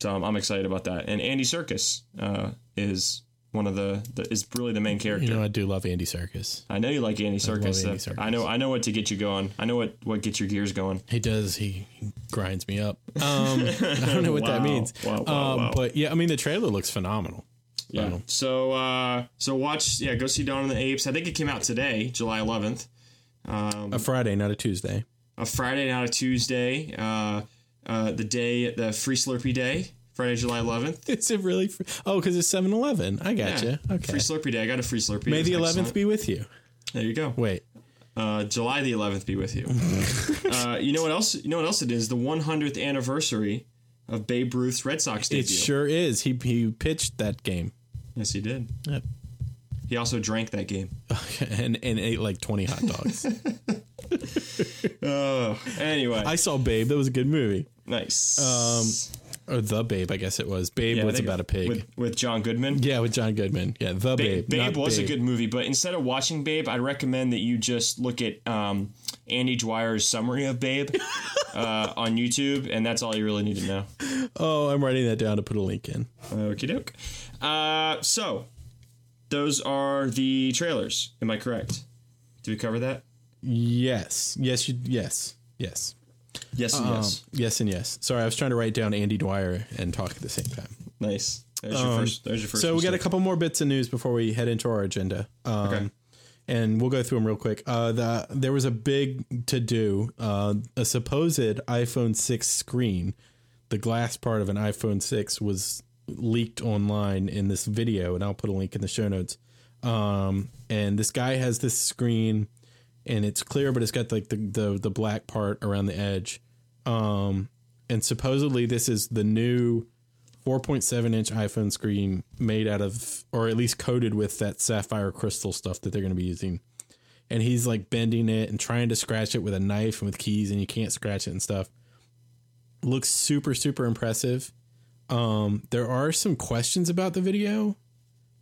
Speaker 1: so I'm, I'm excited about that. And Andy Circus uh, is one of the, the is really the main character.
Speaker 2: You know, I do love Andy Serkis.
Speaker 1: I know you like Andy Circus.
Speaker 2: Andy Serkis.
Speaker 1: I know I know what to get you going. I know what what gets your gears going.
Speaker 2: He does. He he grinds me up. Um, (laughs) I don't know what that
Speaker 1: Wow.
Speaker 2: means.
Speaker 1: Wow, wow,
Speaker 2: um,
Speaker 1: wow.
Speaker 2: But yeah, I mean, the trailer looks phenomenal.
Speaker 1: Yeah.
Speaker 2: Wow.
Speaker 1: So uh, so watch yeah go see Dawn of the Apes. I think it came out today, July 11th. Um,
Speaker 2: A Friday, not a Tuesday.
Speaker 1: a Friday, not a Tuesday. Uh, uh, the day, the free Slurpee day, Friday, July 11th.
Speaker 2: (laughs) Is it really? Free? Oh, because it's 7 Eleven. I gotcha.
Speaker 1: Yeah.
Speaker 2: Okay.
Speaker 1: Free Slurpee day. I got a free Slurpee.
Speaker 2: May
Speaker 1: It
Speaker 2: the
Speaker 1: was
Speaker 2: 11th
Speaker 1: excellent.
Speaker 2: be with you.
Speaker 1: There you go.
Speaker 2: Wait.
Speaker 1: Uh, July the 11th be with
Speaker 2: (laughs)
Speaker 1: you. uh, you know what else? You know what else it is? The 100th anniversary of Babe Ruth's Red Sox debut.
Speaker 2: It sure is. He, he pitched that game (laughs)
Speaker 1: Yes, he did.
Speaker 2: Yep.
Speaker 1: He also drank that game.
Speaker 2: and, and ate like 20
Speaker 1: (laughs)
Speaker 2: hot dogs.
Speaker 1: Anyway,
Speaker 2: I saw Babe. That was a good movie.
Speaker 1: nice.
Speaker 2: Um, or The Babe, I guess it was. Babe
Speaker 1: Yeah, I
Speaker 2: was
Speaker 1: think
Speaker 2: about a pig.
Speaker 1: with, with John Goodman.
Speaker 2: yeah, with John Goodman. Yeah, The
Speaker 1: Babe,
Speaker 2: Babe.
Speaker 1: Babe
Speaker 2: not
Speaker 1: was
Speaker 2: Babe.
Speaker 1: a good movie, but instead of watching Babe, I'd recommend that you just look at um, Andy Dwyer's summary of
Speaker 2: (laughs)
Speaker 1: Babe uh, on YouTube, and that's all you really need to know.
Speaker 2: Oh, I'm writing that down to put a link in.
Speaker 1: Okie doke. Uh, so, those are the trailers. Am I correct? Did we cover that?
Speaker 2: Yes. Yes. You, yes. Yes.
Speaker 1: Yes and yes.
Speaker 2: Um, yes and yes. Sorry, I was trying to write down Andy Dwyer and talk at the same time.
Speaker 1: Nice. There's your first. There's your first.
Speaker 2: so we got a
Speaker 1: mistake.
Speaker 2: couple more bits of news before we head into our agenda. Um,
Speaker 1: Okay.
Speaker 2: And we'll go through them real quick. Uh, the, there was a big to do. Uh, a supposed iPhone 6 screen, the glass part of an iPhone 6, was leaked online in this video, and I'll put a link in the show notes. Um, and this guy has this screen, and it's clear, but it's got like the, the, the black part around the edge. Um, and supposedly, this is the new 4.7 inch iPhone screen made out of, or at least coated with that sapphire crystal stuff that they're going to be using. And he's like bending it and trying to scratch it with a knife and with keys, and you can't scratch it and stuff. Looks super, super impressive. Um, there are some questions about the video.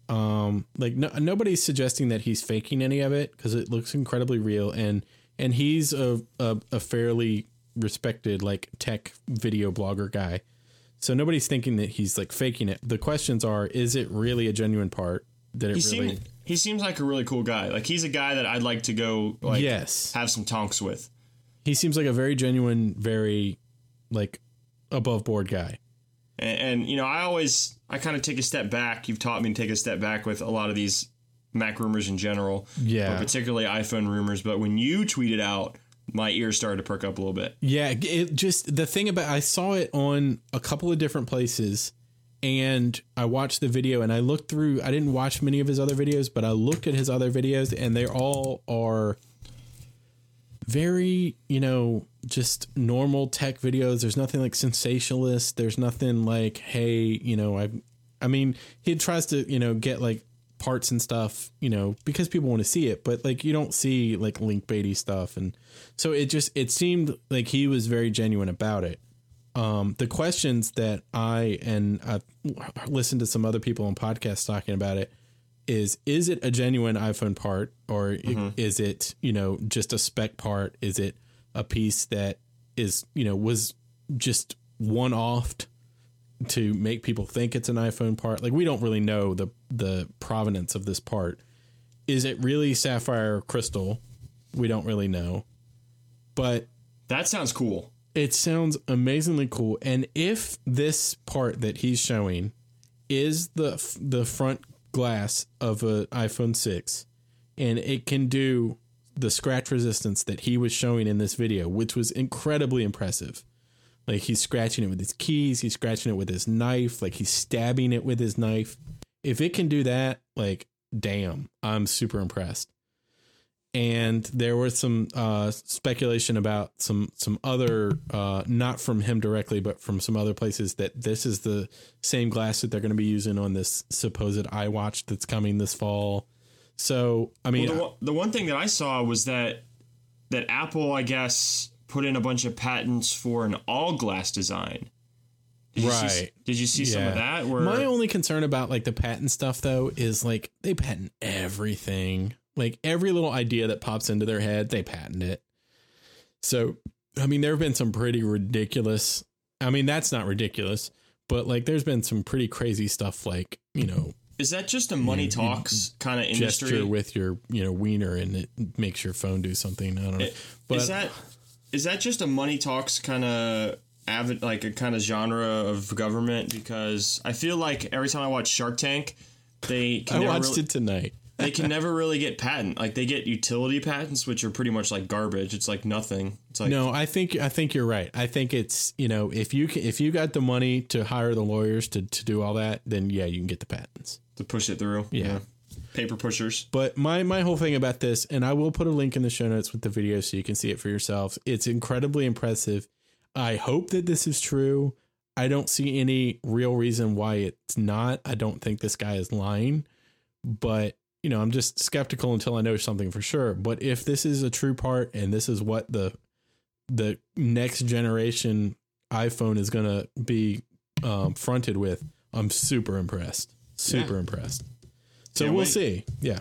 Speaker 2: Um, like no, nobody's suggesting that he's faking any of it because it looks incredibly real, and and he's a, a a fairly respected like tech video blogger guy. So nobody's thinking that he's like faking it. The questions are: Is it really a genuine part? Did it
Speaker 1: He
Speaker 2: really?
Speaker 1: seemed. He seems like a really cool guy. Like he's a guy that I'd like to go like
Speaker 2: yes,
Speaker 1: have some tonks with.
Speaker 2: he seems like a very genuine, very like above board guy.
Speaker 1: And, and you know, I always I kind of take a step back. You've taught me to take a step back with a lot of these Mac rumors in general,
Speaker 2: Yeah.
Speaker 1: but particularly iPhone rumors. But when you tweeted out, my ears started to perk up a little bit.
Speaker 2: Yeah, it just the thing about I saw it on a couple of different places and I watched the video and I looked through I didn't watch many of his other videos, but I looked at his other videos and they all are very, you know, just normal tech videos. There's nothing like sensationalist. There's nothing like, hey, you know, I I mean, he tries to, you know, get like parts and stuff, you know, because people want to see it, but like you don't see like link baity stuff and so it just it seemed like he was very genuine about it. Um, the questions that I and I listened to some other people on podcasts talking about it is is it a genuine iPhone part or i- is it you know just a spec part? Is it a piece that is you know was just one offed to make people think it's an iPhone part? Like we don't really know the the provenance of this part. Is it really sapphire crystal? We don't really know, but
Speaker 1: That sounds cool.
Speaker 2: it sounds amazingly cool. And if this part that he's showing is the f- the front glass of an iPhone 6 and it can do the scratch resistance that he was showing in this video, which was incredibly impressive. Like he's scratching it with his keys, he's scratching it with his knife, like he's stabbing it with his knife. If it can do that, like damn, I'm super impressed and there was some uh, speculation about some some other uh, not from him directly, but from some other places that this is the same glass that they're going to be using on this supposed iWatch that's coming this fall. So I mean,
Speaker 1: Well, the, one, the one thing that I saw was that that Apple, I guess, put in a bunch of patents for an all glass design. Did You see,
Speaker 2: Right.
Speaker 1: did you see some of
Speaker 2: Yeah.
Speaker 1: that? Where
Speaker 2: My only concern about like the patent stuff though is like they patent everything. Like every little idea that pops into their head, they patent it. So, I mean, there have been some pretty ridiculous. I mean, that's not ridiculous, but like there's been some pretty crazy stuff like, you know,
Speaker 1: is that just a money talks kind of (laughs) industry?
Speaker 2: Mm-hmm. gesture with your, you know, wiener and it makes your phone do something. I don't know. But
Speaker 1: is that is that just a money talks kind of avid like a kind of genre of government? Because I feel like every time I watch Shark Tank, they
Speaker 2: I
Speaker 1: can never
Speaker 2: watched
Speaker 1: really,
Speaker 2: it tonight.
Speaker 1: they can never really get patent. Like they get utility patents, which are pretty much like garbage. It's like nothing. It's like
Speaker 2: no, I think I think you're right. I think it's you know if you ca if you got the money to hire the lawyers to to do all that, then yeah, you can get the patents.
Speaker 1: to push it through.
Speaker 2: Yeah.
Speaker 1: Paper pushers.
Speaker 2: But my my whole thing about this, and I will put a link in the show notes with the video so you can see it for yourselves. It's incredibly impressive. I hope that this is true. I don't see any real reason why it's not. I don't think this guy is lying, but you know, I'm just skeptical until I know something for sure. But if this is a true part and this is what the the next generation iPhone is going to be um, fronted with, I'm super impressed. Super impressed. So
Speaker 1: Can't
Speaker 2: we'll
Speaker 1: wait.
Speaker 2: see. Yeah.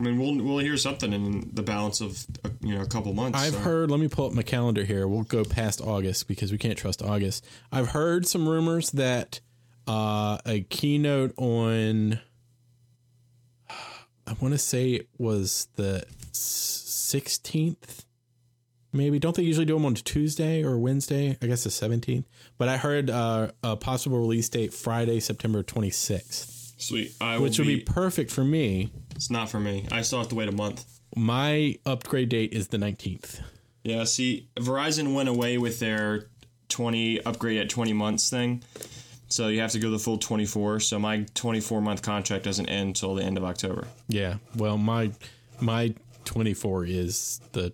Speaker 1: I mean, we'll we'll hear something in the balance of uh, you know a couple months.
Speaker 2: I've
Speaker 1: so.
Speaker 2: heard. Let me pull up my calendar here. We'll go past August because we can't trust August. I've heard some rumors that uh, a keynote on I want to say it was the sixteenth, maybe. Don't they usually do them on Tuesday or Wednesday? I guess the seventeenth. But I heard uh, a possible release date Friday, September twenty sixth,
Speaker 1: sweet. I
Speaker 2: which
Speaker 1: will
Speaker 2: would
Speaker 1: be,
Speaker 2: be perfect for me.
Speaker 1: It's not for me. I still have to wait a month.
Speaker 2: My upgrade date is the nineteenth.
Speaker 1: Yeah. See, Verizon went away with their twenty upgrade at twenty months thing, so you have to go the full twenty four. So my twenty four month contract doesn't end until the end of October.
Speaker 2: Yeah. Well, my my 24 is the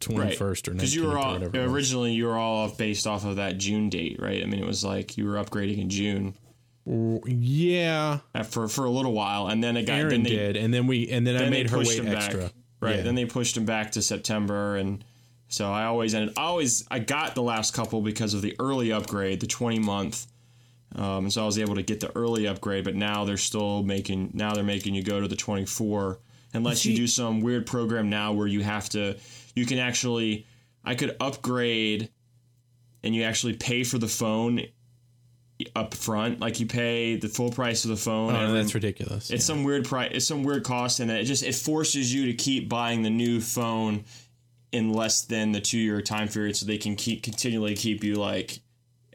Speaker 2: 21st or 19th
Speaker 1: because you were
Speaker 2: or
Speaker 1: all
Speaker 2: whatever. it was.
Speaker 1: originally you were all off based off of that June date, right? I mean, it was like you were upgrading in June
Speaker 2: yeah,
Speaker 1: uh, for for a little while, and then it got
Speaker 2: Aaron
Speaker 1: then they,
Speaker 2: did, and then we and then, I
Speaker 1: then
Speaker 2: made
Speaker 1: they
Speaker 2: her
Speaker 1: pushed
Speaker 2: wait
Speaker 1: him
Speaker 2: extra.
Speaker 1: Back, right.
Speaker 2: Yeah.
Speaker 1: Then they pushed him back to September, and so I always ended. I always I got the last couple because of the early upgrade, the twenty month. Um, and so I was able to get the early upgrade, but now they're still making now they're making you go to the twenty four unless you do some weird program now where you have to you can actually I could upgrade and you actually pay for the phone up front like you pay the full price of the phone
Speaker 2: Oh,
Speaker 1: every
Speaker 2: that's ridiculous.
Speaker 1: it's some weird price. It's some weird cost, and it just it forces you to keep buying the new phone in less than the two year time period, so they can keep continually keep you like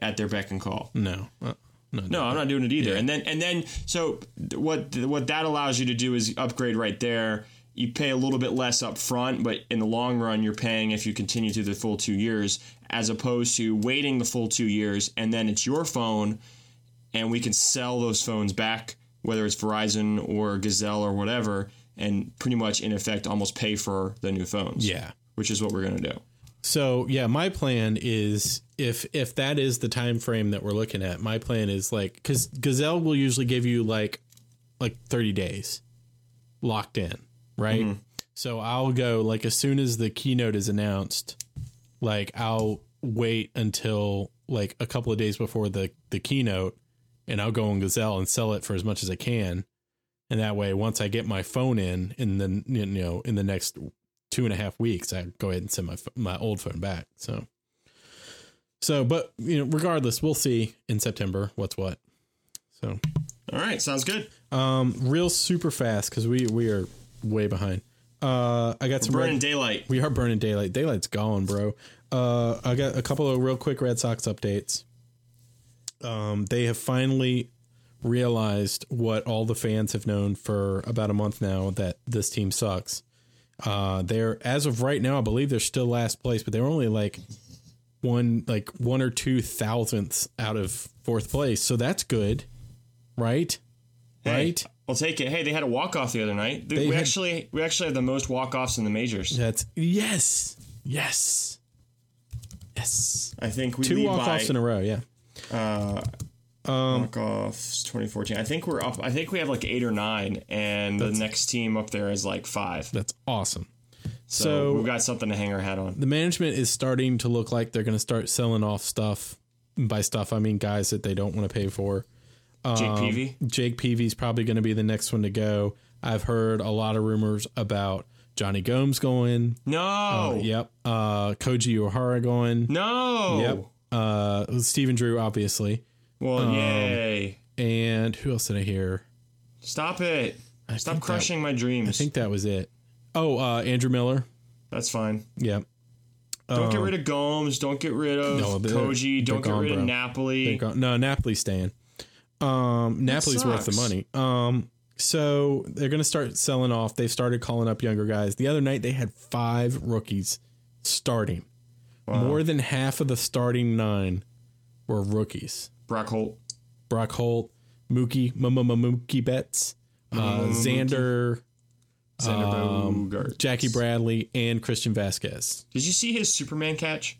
Speaker 1: at their beck and call.
Speaker 2: no. Uh, no.
Speaker 1: No, I'm not doing it either. And then and then so th- what th- what that allows you to do is upgrade right there. You pay a little bit less up front, but in the long run, you're paying if you continue through the full two years, as opposed to waiting the full two years and then it's your phone, and we can sell those phones back, whether it's Verizon or Gazelle or whatever, and pretty much in effect almost pay for the new phones.
Speaker 2: Yeah.
Speaker 1: which is what we're gonna do.
Speaker 2: So yeah, my plan is if if that is the time frame that we're looking at, my plan is like because Gazelle will usually give you like like thirty days locked in, right? So I'll go like as soon as the keynote is announced, like I'll wait until like a couple of days before the the keynote, and I'll go on Gazelle and sell it for as much as I can, and that way once I get my phone in in the you know in the next two and a half weeks, I go ahead and send my ph- my old phone back. So, so, but you know, regardless, we'll see in September what's what. So,
Speaker 1: All right, sounds good.
Speaker 2: um, real super fast because we we are way behind. Uh, I got some
Speaker 1: Burning
Speaker 2: red-
Speaker 1: daylight.
Speaker 2: we are burning daylight. Daylight's gone, bro. Uh, I got a couple of real quick Red Sox updates. Um, they have finally realized what all the fans have known for about a month now that this team sucks. Uh, they're as of right now, I believe they're still last place, but they're only like one, like one or two thousandths out of fourth place. So that's good, right? Right.
Speaker 1: I'll take it. Hey, they had a walk off the other night. Th-
Speaker 2: They
Speaker 1: we
Speaker 2: had-
Speaker 1: actually we actually have the most walk offs in the majors.
Speaker 2: That's yes, yes, yes.
Speaker 1: I think we
Speaker 2: Two
Speaker 1: lead
Speaker 2: walk offs
Speaker 1: by
Speaker 2: in a row. Yeah.
Speaker 1: walk offs 2014. I think we're up. I think we have like eight or nine, and the next team up there is like five.
Speaker 2: That's awesome.
Speaker 1: So,
Speaker 2: So-
Speaker 1: we've got something to hang our hat on.
Speaker 2: The management is starting to look like they're going to start selling off stuff. And By stuff, I mean guys that they don't want to pay for. Um,
Speaker 1: Jake Peavy.
Speaker 2: Jake Peavy's probably going to be the next one to go. I've heard a lot of rumors about Johnny Gomes going.
Speaker 1: No.
Speaker 2: Yep. Uh, Koji Ohara going.
Speaker 1: No.
Speaker 2: Yep. Um, Uh, Steven Drew, obviously.
Speaker 1: Well, yay!
Speaker 2: And who else did I hear?
Speaker 1: Stop it. Stop
Speaker 2: think that-
Speaker 1: crushing my dreams.
Speaker 2: I think that was it. Oh, uh, Andrew Miller.
Speaker 1: That's fine.
Speaker 2: Yep.
Speaker 1: Don't get rid of Gomes. Don't get rid of
Speaker 2: Um, No, they're-
Speaker 1: Koji. Don't
Speaker 2: they're
Speaker 1: get
Speaker 2: gone,
Speaker 1: rid
Speaker 2: bro.
Speaker 1: of Napoli.
Speaker 2: They're gone. No, Napoli's staying. Um, Napoli's worth the
Speaker 1: sucks.
Speaker 2: money. Um, So they're going to start selling off. They've started calling up younger guys. The other night they had five rookies starting. More than half of the starting nine were rookies.
Speaker 1: Brock Holt.
Speaker 2: Brock Holt, Mookie, M- M- M- Mookie Betts, uh, Xander,
Speaker 1: Xander
Speaker 2: um,
Speaker 1: Bogaerts.
Speaker 2: Jackie Bradley, and Christian Vasquez.
Speaker 1: Did you see his Superman catch?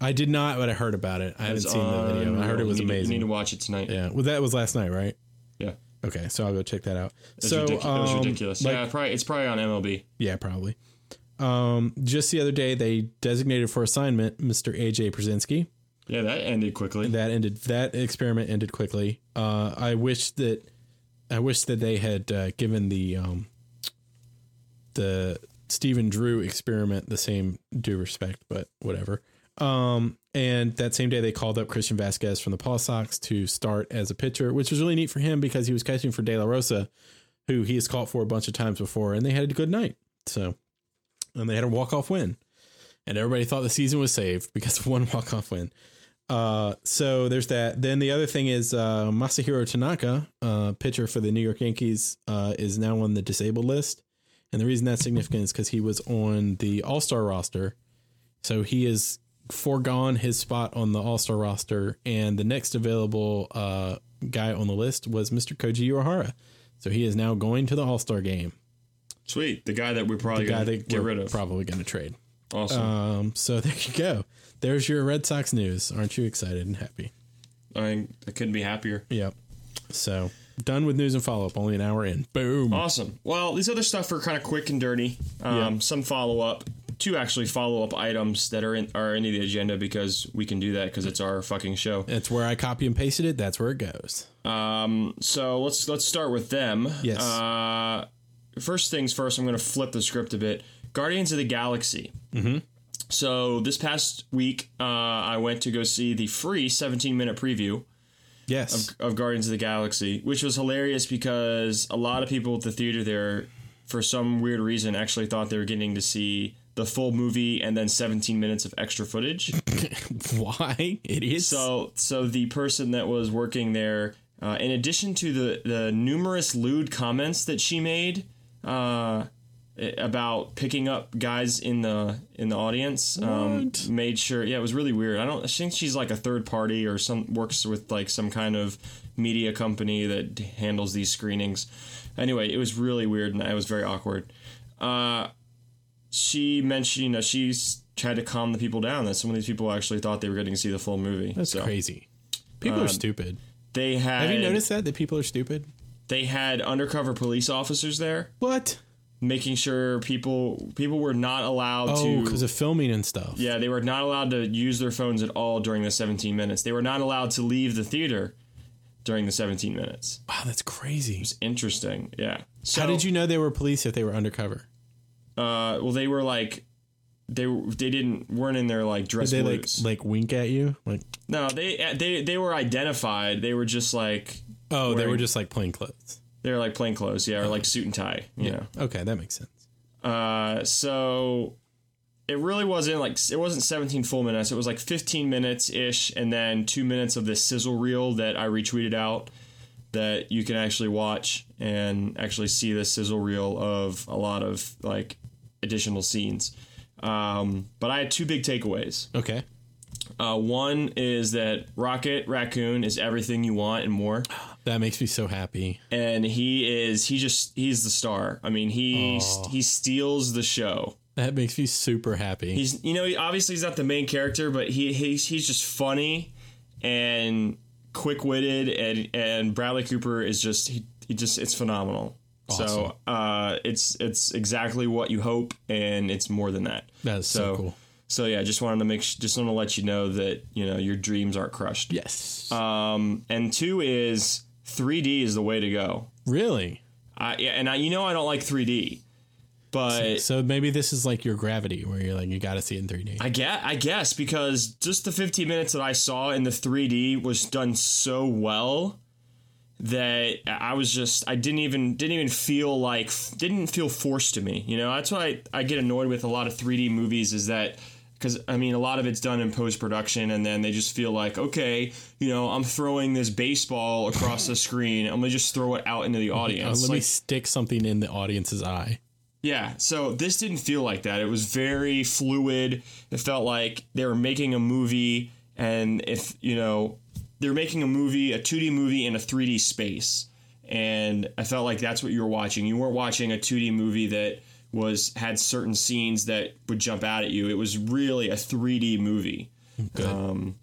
Speaker 2: I did not, but I heard about it. I haven't
Speaker 1: It's
Speaker 2: seen the video. I heard
Speaker 1: unreal.
Speaker 2: it was
Speaker 1: You need-
Speaker 2: amazing.
Speaker 1: You need to watch it tonight.
Speaker 2: yeah, well, that was last night, right?
Speaker 1: Yeah.
Speaker 2: Okay, so I'll go check that out.
Speaker 1: It's
Speaker 2: so
Speaker 1: ridiculous. it was
Speaker 2: um,
Speaker 1: ridiculous.
Speaker 2: like-
Speaker 1: yeah, probably, it's probably on MLB.
Speaker 2: Yeah, probably. Um, just the other day, they designated for assignment Mr. AJ Brzezinski.
Speaker 1: Yeah, that ended quickly.
Speaker 2: That ended. That experiment ended quickly. Uh, I wish that I wish that they had uh, given the um, the Stephen Drew experiment the same due respect, but whatever. Um, and that same day, they called up Christian Vasquez from the Paw Sox to start as a pitcher, which was really neat for him because he was catching for De La Rosa, who he has caught for a bunch of times before, and they had a good night. So, and they had a walk off win, and everybody thought the season was saved because of one (laughs) walk off win. Uh, so there's that. Then the other thing is uh, Masahiro Tanaka, uh, pitcher for the New York Yankees, uh, is now on the disabled list, and the reason that's significant is because he was on the All Star roster, so he has foregone his spot on the All Star roster, and the next available uh, guy on the list was Mr. Koji Urahara, so he is now going to the All Star game.
Speaker 1: Sweet. The guy that we're probably
Speaker 2: guy
Speaker 1: going to
Speaker 2: that
Speaker 1: get
Speaker 2: we're
Speaker 1: rid of.
Speaker 2: probably going to trade.
Speaker 1: awesome.
Speaker 2: Um, so (laughs) there you go. There's your Red Sox news. Aren't you excited and happy?
Speaker 1: I, mean, I couldn't be happier.
Speaker 2: Yep. So done with news and follow up. Only an hour in. Boom.
Speaker 1: Awesome. Well, these other stuff are kind of quick and dirty. Um, Some follow up, two actually follow up items that are in are into the agenda because we can do that because it's our fucking show.
Speaker 2: That's where I copy and pasted it. That's where it goes.
Speaker 1: So let's let's start with them.
Speaker 2: Yes.
Speaker 1: Uh, first things first. I'm going to flip the script a bit. Guardians of the Galaxy. Mm-hmm. So this past week, uh, I went to go see the free 17 minute preview.
Speaker 2: yes.
Speaker 1: of Guardians of the Galaxy, which was hilarious because a lot of people at the theater there, for some weird reason, actually thought they were getting to see the full movie and then 17 minutes of extra footage.
Speaker 2: (laughs) Why? It is.
Speaker 1: so, so the person that was working there, uh, in addition to the the numerous lewd comments that she made. Uh, i- about picking up guys in the in the audience um,
Speaker 2: What?
Speaker 1: made sure yeah it was really weird i don't I think she's like a third party or some works with like some kind of media company that handles these screenings anyway it was really weird and it was very awkward uh, she mentioned you know she's tried to calm the people down that some of these people actually thought they were getting to see the full movie
Speaker 2: That's
Speaker 1: so um,
Speaker 2: crazy. People are stupid.
Speaker 1: they had
Speaker 2: Have you noticed that? That people are stupid?
Speaker 1: they had undercover police officers there
Speaker 2: What?
Speaker 1: making sure people people were not allowed
Speaker 2: Oh,
Speaker 1: to
Speaker 2: because of filming and stuff.
Speaker 1: Yeah, they were not allowed to use their phones at all during the 17 minutes. They were not allowed to leave the theater during the 17 minutes.
Speaker 2: Wow, that's crazy.
Speaker 1: It's interesting. Yeah. So,
Speaker 2: How did you know they were police if they were undercover?
Speaker 1: Uh, well, they were like, they they didn't weren't in their like
Speaker 2: Did
Speaker 1: dress
Speaker 2: they like
Speaker 1: blues.
Speaker 2: like wink at you? Like
Speaker 1: no, they they they were identified. They were just like
Speaker 2: oh, they were
Speaker 1: Wearing-
Speaker 2: just like plain clothes.
Speaker 1: they were like plain clothes, yeah, or like suit and tie. You know.
Speaker 2: Okay, that makes sense.
Speaker 1: Uh, so it really wasn't like it wasn't 17 full minutes. It was like 15 minutes ish, and then two minutes of this sizzle reel that I retweeted out that you can actually watch and actually see the sizzle reel of a lot of like additional scenes. Um, but I had two big takeaways.
Speaker 2: Okay.
Speaker 1: Uh, one is that Rocket Raccoon is everything you want and more
Speaker 2: That makes me so happy.
Speaker 1: and he is he just he's the star. I mean, he he steals the show.
Speaker 2: That makes me super happy.
Speaker 1: He's you know he- obviously he's not the main character, but he he's, he's just funny and quick witted, and and Bradley Cooper is just he, he just it's phenomenal. So uh, it's it's exactly what you hope, and it's more than that.
Speaker 2: that is so, cool.
Speaker 1: So yeah, just wanted to make sh- just wanted to let you know that you know your dreams aren't crushed.
Speaker 2: Yes.
Speaker 1: Um, and two is 3D is the way to go.
Speaker 2: really?
Speaker 1: I, yeah, and I, you know I don't like 3D, but
Speaker 2: So maybe this is like your gravity, where you're like, you got to see it in 3D.
Speaker 1: I get I guess because just the 15 minutes that I saw in the 3D was done so well that I was just I didn't even didn't even feel like didn't feel forced to me. You know, that's why I, I get annoyed with a lot of 3D movies is that because I mean, a lot of it's done in post production, and then they just feel like, okay, you know, I'm throwing this baseball across the screen. I'm gonna just throw it out into the
Speaker 2: Uh,
Speaker 1: audience.
Speaker 2: let me
Speaker 1: Like,
Speaker 2: stick something in the audience's eye.
Speaker 1: yeah, so this didn't feel like that. It was very fluid. It felt like they were making a movie, and if you know, they were making a movie, a 2D movie in a 3D space. And I felt like that's what you were watching. You weren't watching a 2D movie that was had certain scenes that would jump out at you. It was really a 3D movie Um,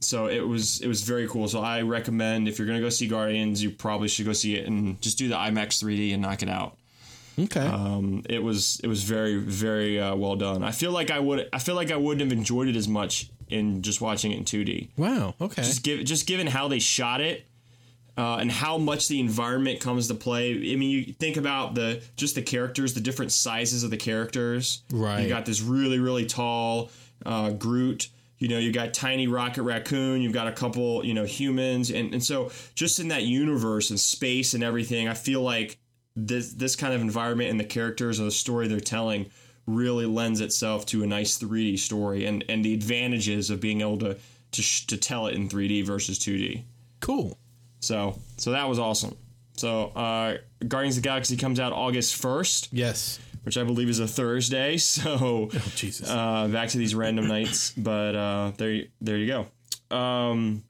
Speaker 1: so it was it was very cool. So I recommend if you're gonna go see Guardians, you probably should go see it and just do the IMAX 3D and knock it out.
Speaker 2: Okay.
Speaker 1: Um, it was it was very very uh, well done. I feel like I would I feel like I wouldn't have enjoyed it as much in just watching it in 2D.
Speaker 2: wow. Okay.
Speaker 1: Just give just given how they shot it. Uh, and how much the environment comes to play. I mean, you think about the just the characters, the different sizes of the characters.
Speaker 2: Right.
Speaker 1: You got this really really tall uh, Groot. You know, you got tiny Rocket Raccoon. You've got a couple, you know, humans, and and so just in that universe and space and everything, I feel like this this kind of environment and the characters and the story they're telling really lends itself to a nice 3D story and and the advantages of being able to to sh- to tell it in 3D versus 2D.
Speaker 2: cool.
Speaker 1: So so that was awesome. So uh, Guardians of the Galaxy comes out August first
Speaker 2: Yes.
Speaker 1: which I believe is a Thursday. (laughs) So,
Speaker 2: Oh, Jesus.
Speaker 1: uh, back to these random nights. But uh, there, there you go. Um,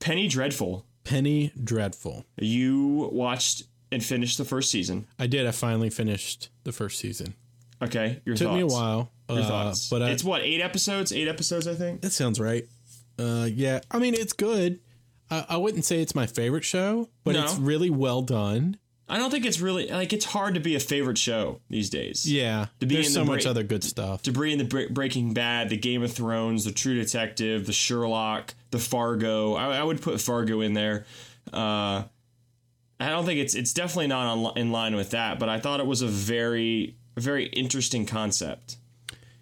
Speaker 1: Penny Dreadful.
Speaker 2: Penny Dreadful.
Speaker 1: You watched and finished the first season.
Speaker 2: I did. I finally finished the first season.
Speaker 1: Okay, your
Speaker 2: Took
Speaker 1: thoughts.
Speaker 2: me a while.
Speaker 1: Your
Speaker 2: uh,
Speaker 1: thoughts.
Speaker 2: But I,
Speaker 1: it's what eight episodes? Eight episodes, I think.
Speaker 2: That sounds right. Uh, yeah, I mean it's good. I, I wouldn't say it's my favorite show, but
Speaker 1: No.
Speaker 2: it's really well done.
Speaker 1: I don't think it's really like it's hard to be a favorite show these days.
Speaker 2: Yeah,
Speaker 1: To be
Speaker 2: there's
Speaker 1: in
Speaker 2: so
Speaker 1: the
Speaker 2: much
Speaker 1: break-
Speaker 2: other good stuff.
Speaker 1: Debris in the Bre- Breaking Bad, the Game of Thrones, the True Detective, the Sherlock, the Fargo. I, I would put Fargo in there. Uh, I don't think it's it's definitely not on, in line with that, but I thought it was a very a very interesting concept,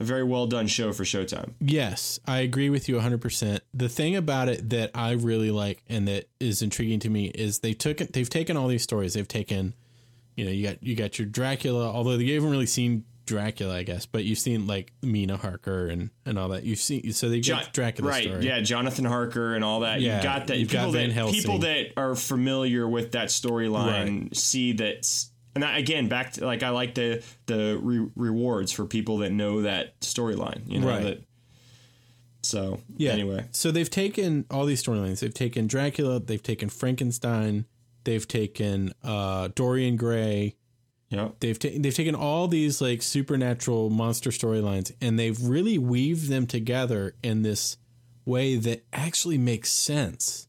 Speaker 1: a very well done show for Showtime.
Speaker 2: Yes, I agree with you 100%. The thing about it that I really like and that is intriguing to me is they took it they've taken all these stories. They've taken you know, you got you got your Dracula, although you haven't really seen Dracula, I guess, but you've seen like Mina Harker and and all that. You've seen so they
Speaker 1: Jo-
Speaker 2: got Dracula
Speaker 1: right?
Speaker 2: story.
Speaker 1: Yeah, Jonathan Harker and all that.
Speaker 2: Yeah,
Speaker 1: you got that.
Speaker 2: you've got
Speaker 1: people
Speaker 2: Van
Speaker 1: that
Speaker 2: Helsing.
Speaker 1: people that are familiar with that storyline see that. s- And I, again, back to like I like the the re- rewards for people that know that storyline. You know
Speaker 2: Right.
Speaker 1: that. So
Speaker 2: Yeah.
Speaker 1: anyway,
Speaker 2: so they've taken all these storylines. They've taken Dracula. They've taken Frankenstein. They've taken uh, Dorian Gray.
Speaker 1: yeah,
Speaker 2: They've ta- they've taken all these like supernatural monster storylines, and they've really weaved them together in this way that actually makes sense.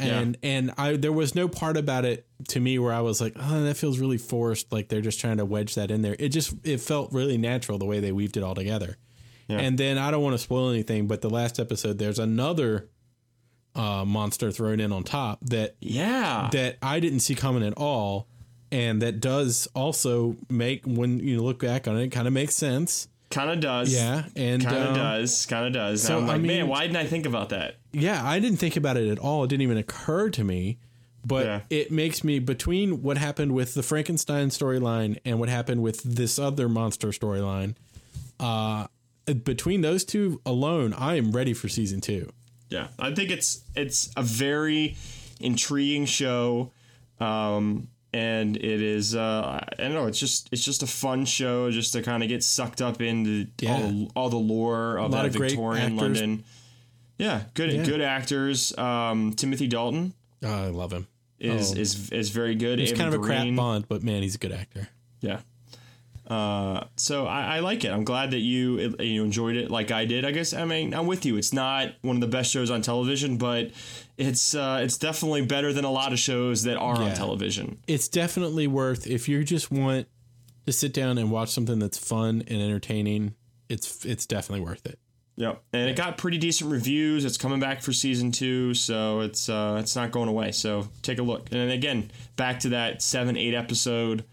Speaker 2: And and I there was no part about it to me where I was like, oh, that feels really forced. Like they're just trying to wedge that in there. It just it felt really natural the way they weaved it all together. And then I don't want to spoil anything, but the last episode there's another uh, monster thrown in on top that
Speaker 1: yeah,
Speaker 2: that I didn't see coming at all, and that does also make when you look back on it, kind of makes sense.
Speaker 1: kind of does.
Speaker 2: Yeah, and
Speaker 1: kind of
Speaker 2: um,
Speaker 1: does. Kind of does.
Speaker 2: so,
Speaker 1: So, I'm
Speaker 2: I
Speaker 1: like,
Speaker 2: mean-
Speaker 1: man, why didn't I think about that?
Speaker 2: yeah, I didn't think about it at all. It didn't even occur to me, but
Speaker 1: Yeah.
Speaker 2: it makes me between what happened with the Frankenstein storyline and what happened with this other monster storyline. Uh, between those two alone, I am ready for season two.
Speaker 1: Yeah, I think it's it's a very intriguing show, um, and it is. Uh, I don't know. It's just it's just a fun show, just to kind of get sucked up into all,
Speaker 2: Yeah.
Speaker 1: the, all the lore of
Speaker 2: lot
Speaker 1: that
Speaker 2: of great
Speaker 1: Victorian
Speaker 2: actors.
Speaker 1: London. Yeah, good good actors. Um, Timothy Dalton
Speaker 2: Oh, I love him.
Speaker 1: is is is very good.
Speaker 2: Oh. He's
Speaker 1: Ava
Speaker 2: kind of a crap
Speaker 1: Green.
Speaker 2: Bond, but man, he's a good actor.
Speaker 1: Yeah. Uh, so I, I like it. I'm glad that you it, you enjoyed it like I did. I guess I mean I'm with you. It's not one of the best shows on television, but it's uh, it's definitely better than a lot of shows that are
Speaker 2: Yeah.
Speaker 1: on television.
Speaker 2: it's definitely worth if you just want to sit down and watch something that's fun and entertaining. It's it's definitely worth it.
Speaker 1: Yep, and it got pretty decent reviews. It's coming back for season two, so it's uh, it's not going away. So take a look. And then again, back to that seven eight episode.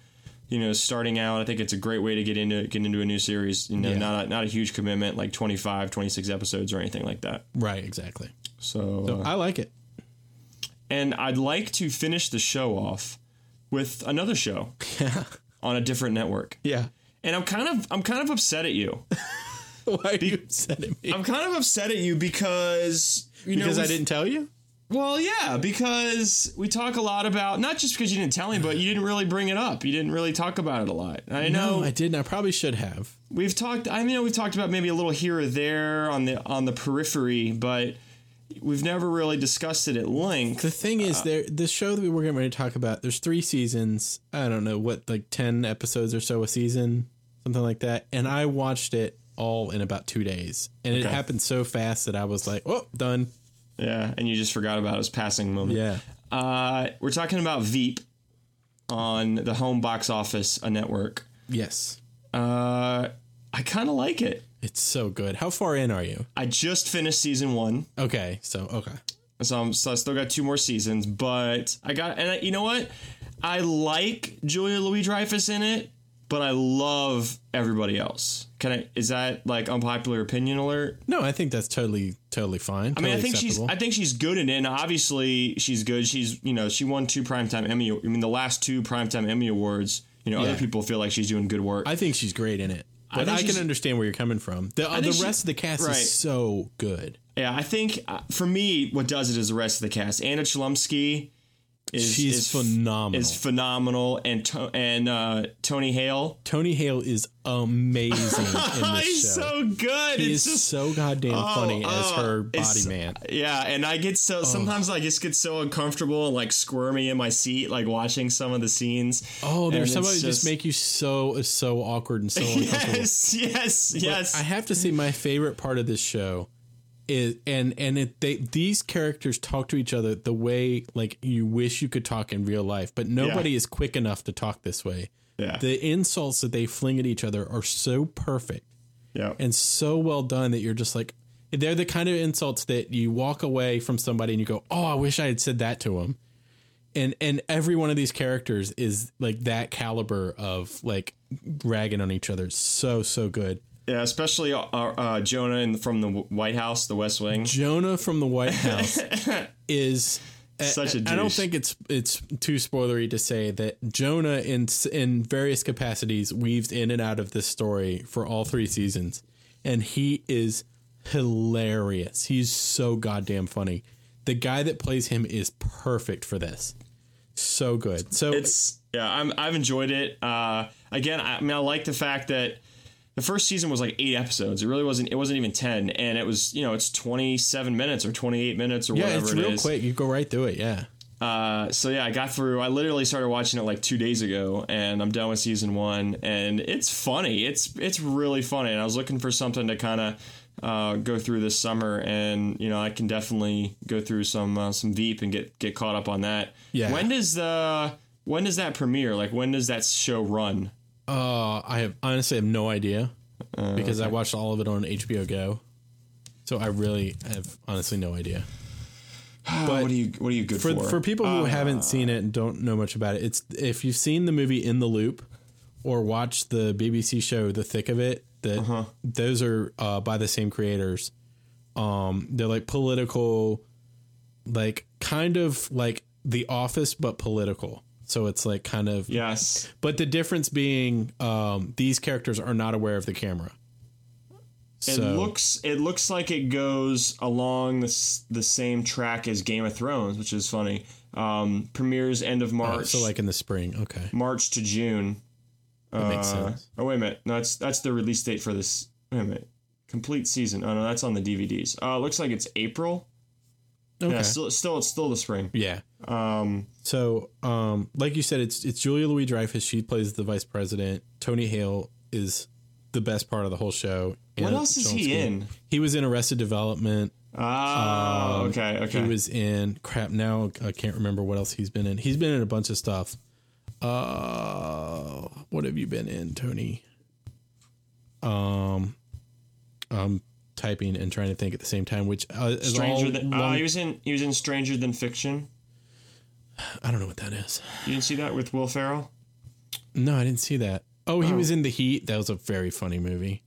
Speaker 1: You know, starting out, I think it's a great way to get into get into a new series. You know,
Speaker 2: Yeah.
Speaker 1: not a, not a huge commitment like 25, 26 episodes or anything like that.
Speaker 2: Right, exactly.
Speaker 1: So,
Speaker 2: So
Speaker 1: uh,
Speaker 2: I like it.
Speaker 1: And I'd like to finish the show off with another show (laughs) on a different network.
Speaker 2: Yeah.
Speaker 1: and I'm kind of I'm kind of upset at you.
Speaker 2: (laughs) Why are you upset at me?
Speaker 1: I'm kind of upset at you because you
Speaker 2: because
Speaker 1: know,
Speaker 2: I
Speaker 1: we-
Speaker 2: didn't tell you.
Speaker 1: Well, yeah, because we talk a lot about not just because you didn't tell me, but you didn't really bring it up. You didn't really talk about it a lot. I know
Speaker 2: I didn't. I probably should have.
Speaker 1: we've talked. I mean, we've talked about maybe a little here or there on the on the periphery, but we've never really discussed it at length.
Speaker 2: The thing is, there the show that we were getting ready to talk about. There's three seasons. I don't know what, like ten episodes or so a season, something like that. And I watched it all in about two days, and it happened so fast that I was like, "Oh, done."
Speaker 1: Yeah, and you just forgot about us passing moment.
Speaker 2: Yeah,
Speaker 1: Uh, we're talking about Veep on the home box office, a network.
Speaker 2: yes,
Speaker 1: Uh, I kind of like it.
Speaker 2: it's so good. How far in are you?
Speaker 1: I just finished season one.
Speaker 2: Okay, so okay,
Speaker 1: so, I'm, so I still got two more seasons. But I got, and I, you know what? I like Julia Louis Dreyfus in it, but I love everybody else. Can I? Is that like unpopular opinion alert?
Speaker 2: no, I think that's totally totally fine.
Speaker 1: I mean, I think she's, I think she's good in it. And obviously, she's good. She's, you know, she won two primetime Emmy. I mean, the last two primetime Emmy awards. You know,
Speaker 2: Yeah.
Speaker 1: other people feel like she's doing good work.
Speaker 2: I think she's great in it. But
Speaker 1: think
Speaker 2: I, can
Speaker 1: she's-
Speaker 2: understand where you're coming from. The, uh, the
Speaker 1: think
Speaker 2: rest
Speaker 1: she-
Speaker 2: of the cast
Speaker 1: right.
Speaker 2: is so good.
Speaker 1: yeah, I think uh, for me, what does it is the rest of the cast. Anna Chlumsky is
Speaker 2: She's
Speaker 1: is,
Speaker 2: phenomenal.
Speaker 1: Is phenomenal, and to, and uh, Tony Hale.
Speaker 2: Tony Hale is
Speaker 1: (laughs)
Speaker 2: amazing in
Speaker 1: He's
Speaker 2: this show.
Speaker 1: so good.
Speaker 2: he
Speaker 1: it's
Speaker 2: is
Speaker 1: just
Speaker 2: so goddamn funny as
Speaker 1: oh,
Speaker 2: her
Speaker 1: it's-
Speaker 2: body man.
Speaker 1: Yeah, and I get
Speaker 2: Oh.
Speaker 1: so sometimes I just get so uncomfortable and like squirmy in my seat, like watching some of the scenes.
Speaker 2: Oh,
Speaker 1: And
Speaker 2: there's
Speaker 1: it's
Speaker 2: somebody just make you so so awkward and so uncomfortable.
Speaker 1: (laughs) Yes, yes,
Speaker 2: But
Speaker 1: yes.
Speaker 2: I have to say my favorite part of this show is and and it, they these characters talk to each other the way like you wish you could talk in real life, but nobody is quick enough to talk this way.
Speaker 1: Yeah.
Speaker 2: The insults that they fling at each other are so perfect
Speaker 1: yeah.
Speaker 2: and so well done that you're just like they're the kind of insults that you walk away from somebody and you go, "Oh, I wish I had said that to him." And and every one of these characters is like that caliber of like ragging on each other. It's so so good.
Speaker 1: yeah, especially uh, uh, Jonah in, from the White House, the West Wing.
Speaker 2: Jonah from the
Speaker 1: (laughs)
Speaker 2: White House is uh,
Speaker 1: Such a
Speaker 2: I don't
Speaker 1: douche.
Speaker 2: think it's it's too spoilery to say that Jonah in s- in various capacities weaves in and out of this story for all three seasons, and he is hilarious. He's so goddamn funny. The guy that plays him is perfect for this. So good. So
Speaker 1: It's yeah, I'm, I've enjoyed it. Uh, again, I, I mean, I like the fact that the first season was like eight episodes. It really wasn't. It wasn't even ten, and it was you know it's twenty seven minutes or twenty eight minutes or
Speaker 2: yeah,
Speaker 1: whatever
Speaker 2: it's
Speaker 1: it
Speaker 2: real
Speaker 1: is.
Speaker 2: quick. You go right through it. Yeah.
Speaker 1: Uh, so yeah, I got through. I literally started watching it like two days ago, and I'm done with season one. And it's funny. It's it's really funny. And I was looking for something to kind of uh, go through this summer, and you know I can definitely go through some uh, some Veep and get get caught up on that.
Speaker 2: Yeah.
Speaker 1: When does the when does that premiere? Like when does that show run?
Speaker 2: Uh, I have honestly have no idea because I watched all of it on HBO Go. So I really have honestly no idea.
Speaker 1: what are you what are you good
Speaker 2: Uh, For for, people who haven't seen it and don't know much about it, it's if you've seen the movie In the Loop or watched the BBC show The Thick of It, that those are uh, by the same creators. Um, they're like political, like kind of like The Office but political. So it's like kind of
Speaker 1: yes.
Speaker 2: but the difference being, um, these characters are not aware of the camera.
Speaker 1: It
Speaker 2: So,
Speaker 1: looks it looks like it goes along the s- the same track as Game of Thrones, which is funny. Um, premieres end of
Speaker 2: uh,
Speaker 1: March,
Speaker 2: so like in the spring. Okay,
Speaker 1: March to June.
Speaker 2: that makes
Speaker 1: Uh,
Speaker 2: sense.
Speaker 1: Oh wait a minute, no, that's that's the release date for this. Wait a minute, complete season. Oh no, that's on the DVDs. Uh, looks like it's April.
Speaker 2: Okay,
Speaker 1: Yeah, still still it's still the spring.
Speaker 2: yeah.
Speaker 1: Um,
Speaker 2: So, um, like you said, it's it's Julia Louis Dreyfus. She plays the vice president. Tony Hale is the best part of the whole show.
Speaker 1: what
Speaker 2: And
Speaker 1: else is
Speaker 2: Sean
Speaker 1: he
Speaker 2: Skin-
Speaker 1: in?
Speaker 2: He was in Arrested Development.
Speaker 1: Ah,
Speaker 2: Um,
Speaker 1: okay, okay.
Speaker 2: He was in crap. Now I can't remember what else he's been in. He's been in a bunch of stuff. Uh, what have you been in, Tony? Um, I'm typing and trying to think at the same time. Which uh, is
Speaker 1: Stranger
Speaker 2: all
Speaker 1: than uh,
Speaker 2: long-
Speaker 1: he was in he was in Stranger Than Fiction.
Speaker 2: I don't know what that is.
Speaker 1: You didn't see that with Will Ferrell.
Speaker 2: No, I didn't see that. Oh, he was in The Heat. That was a very funny movie.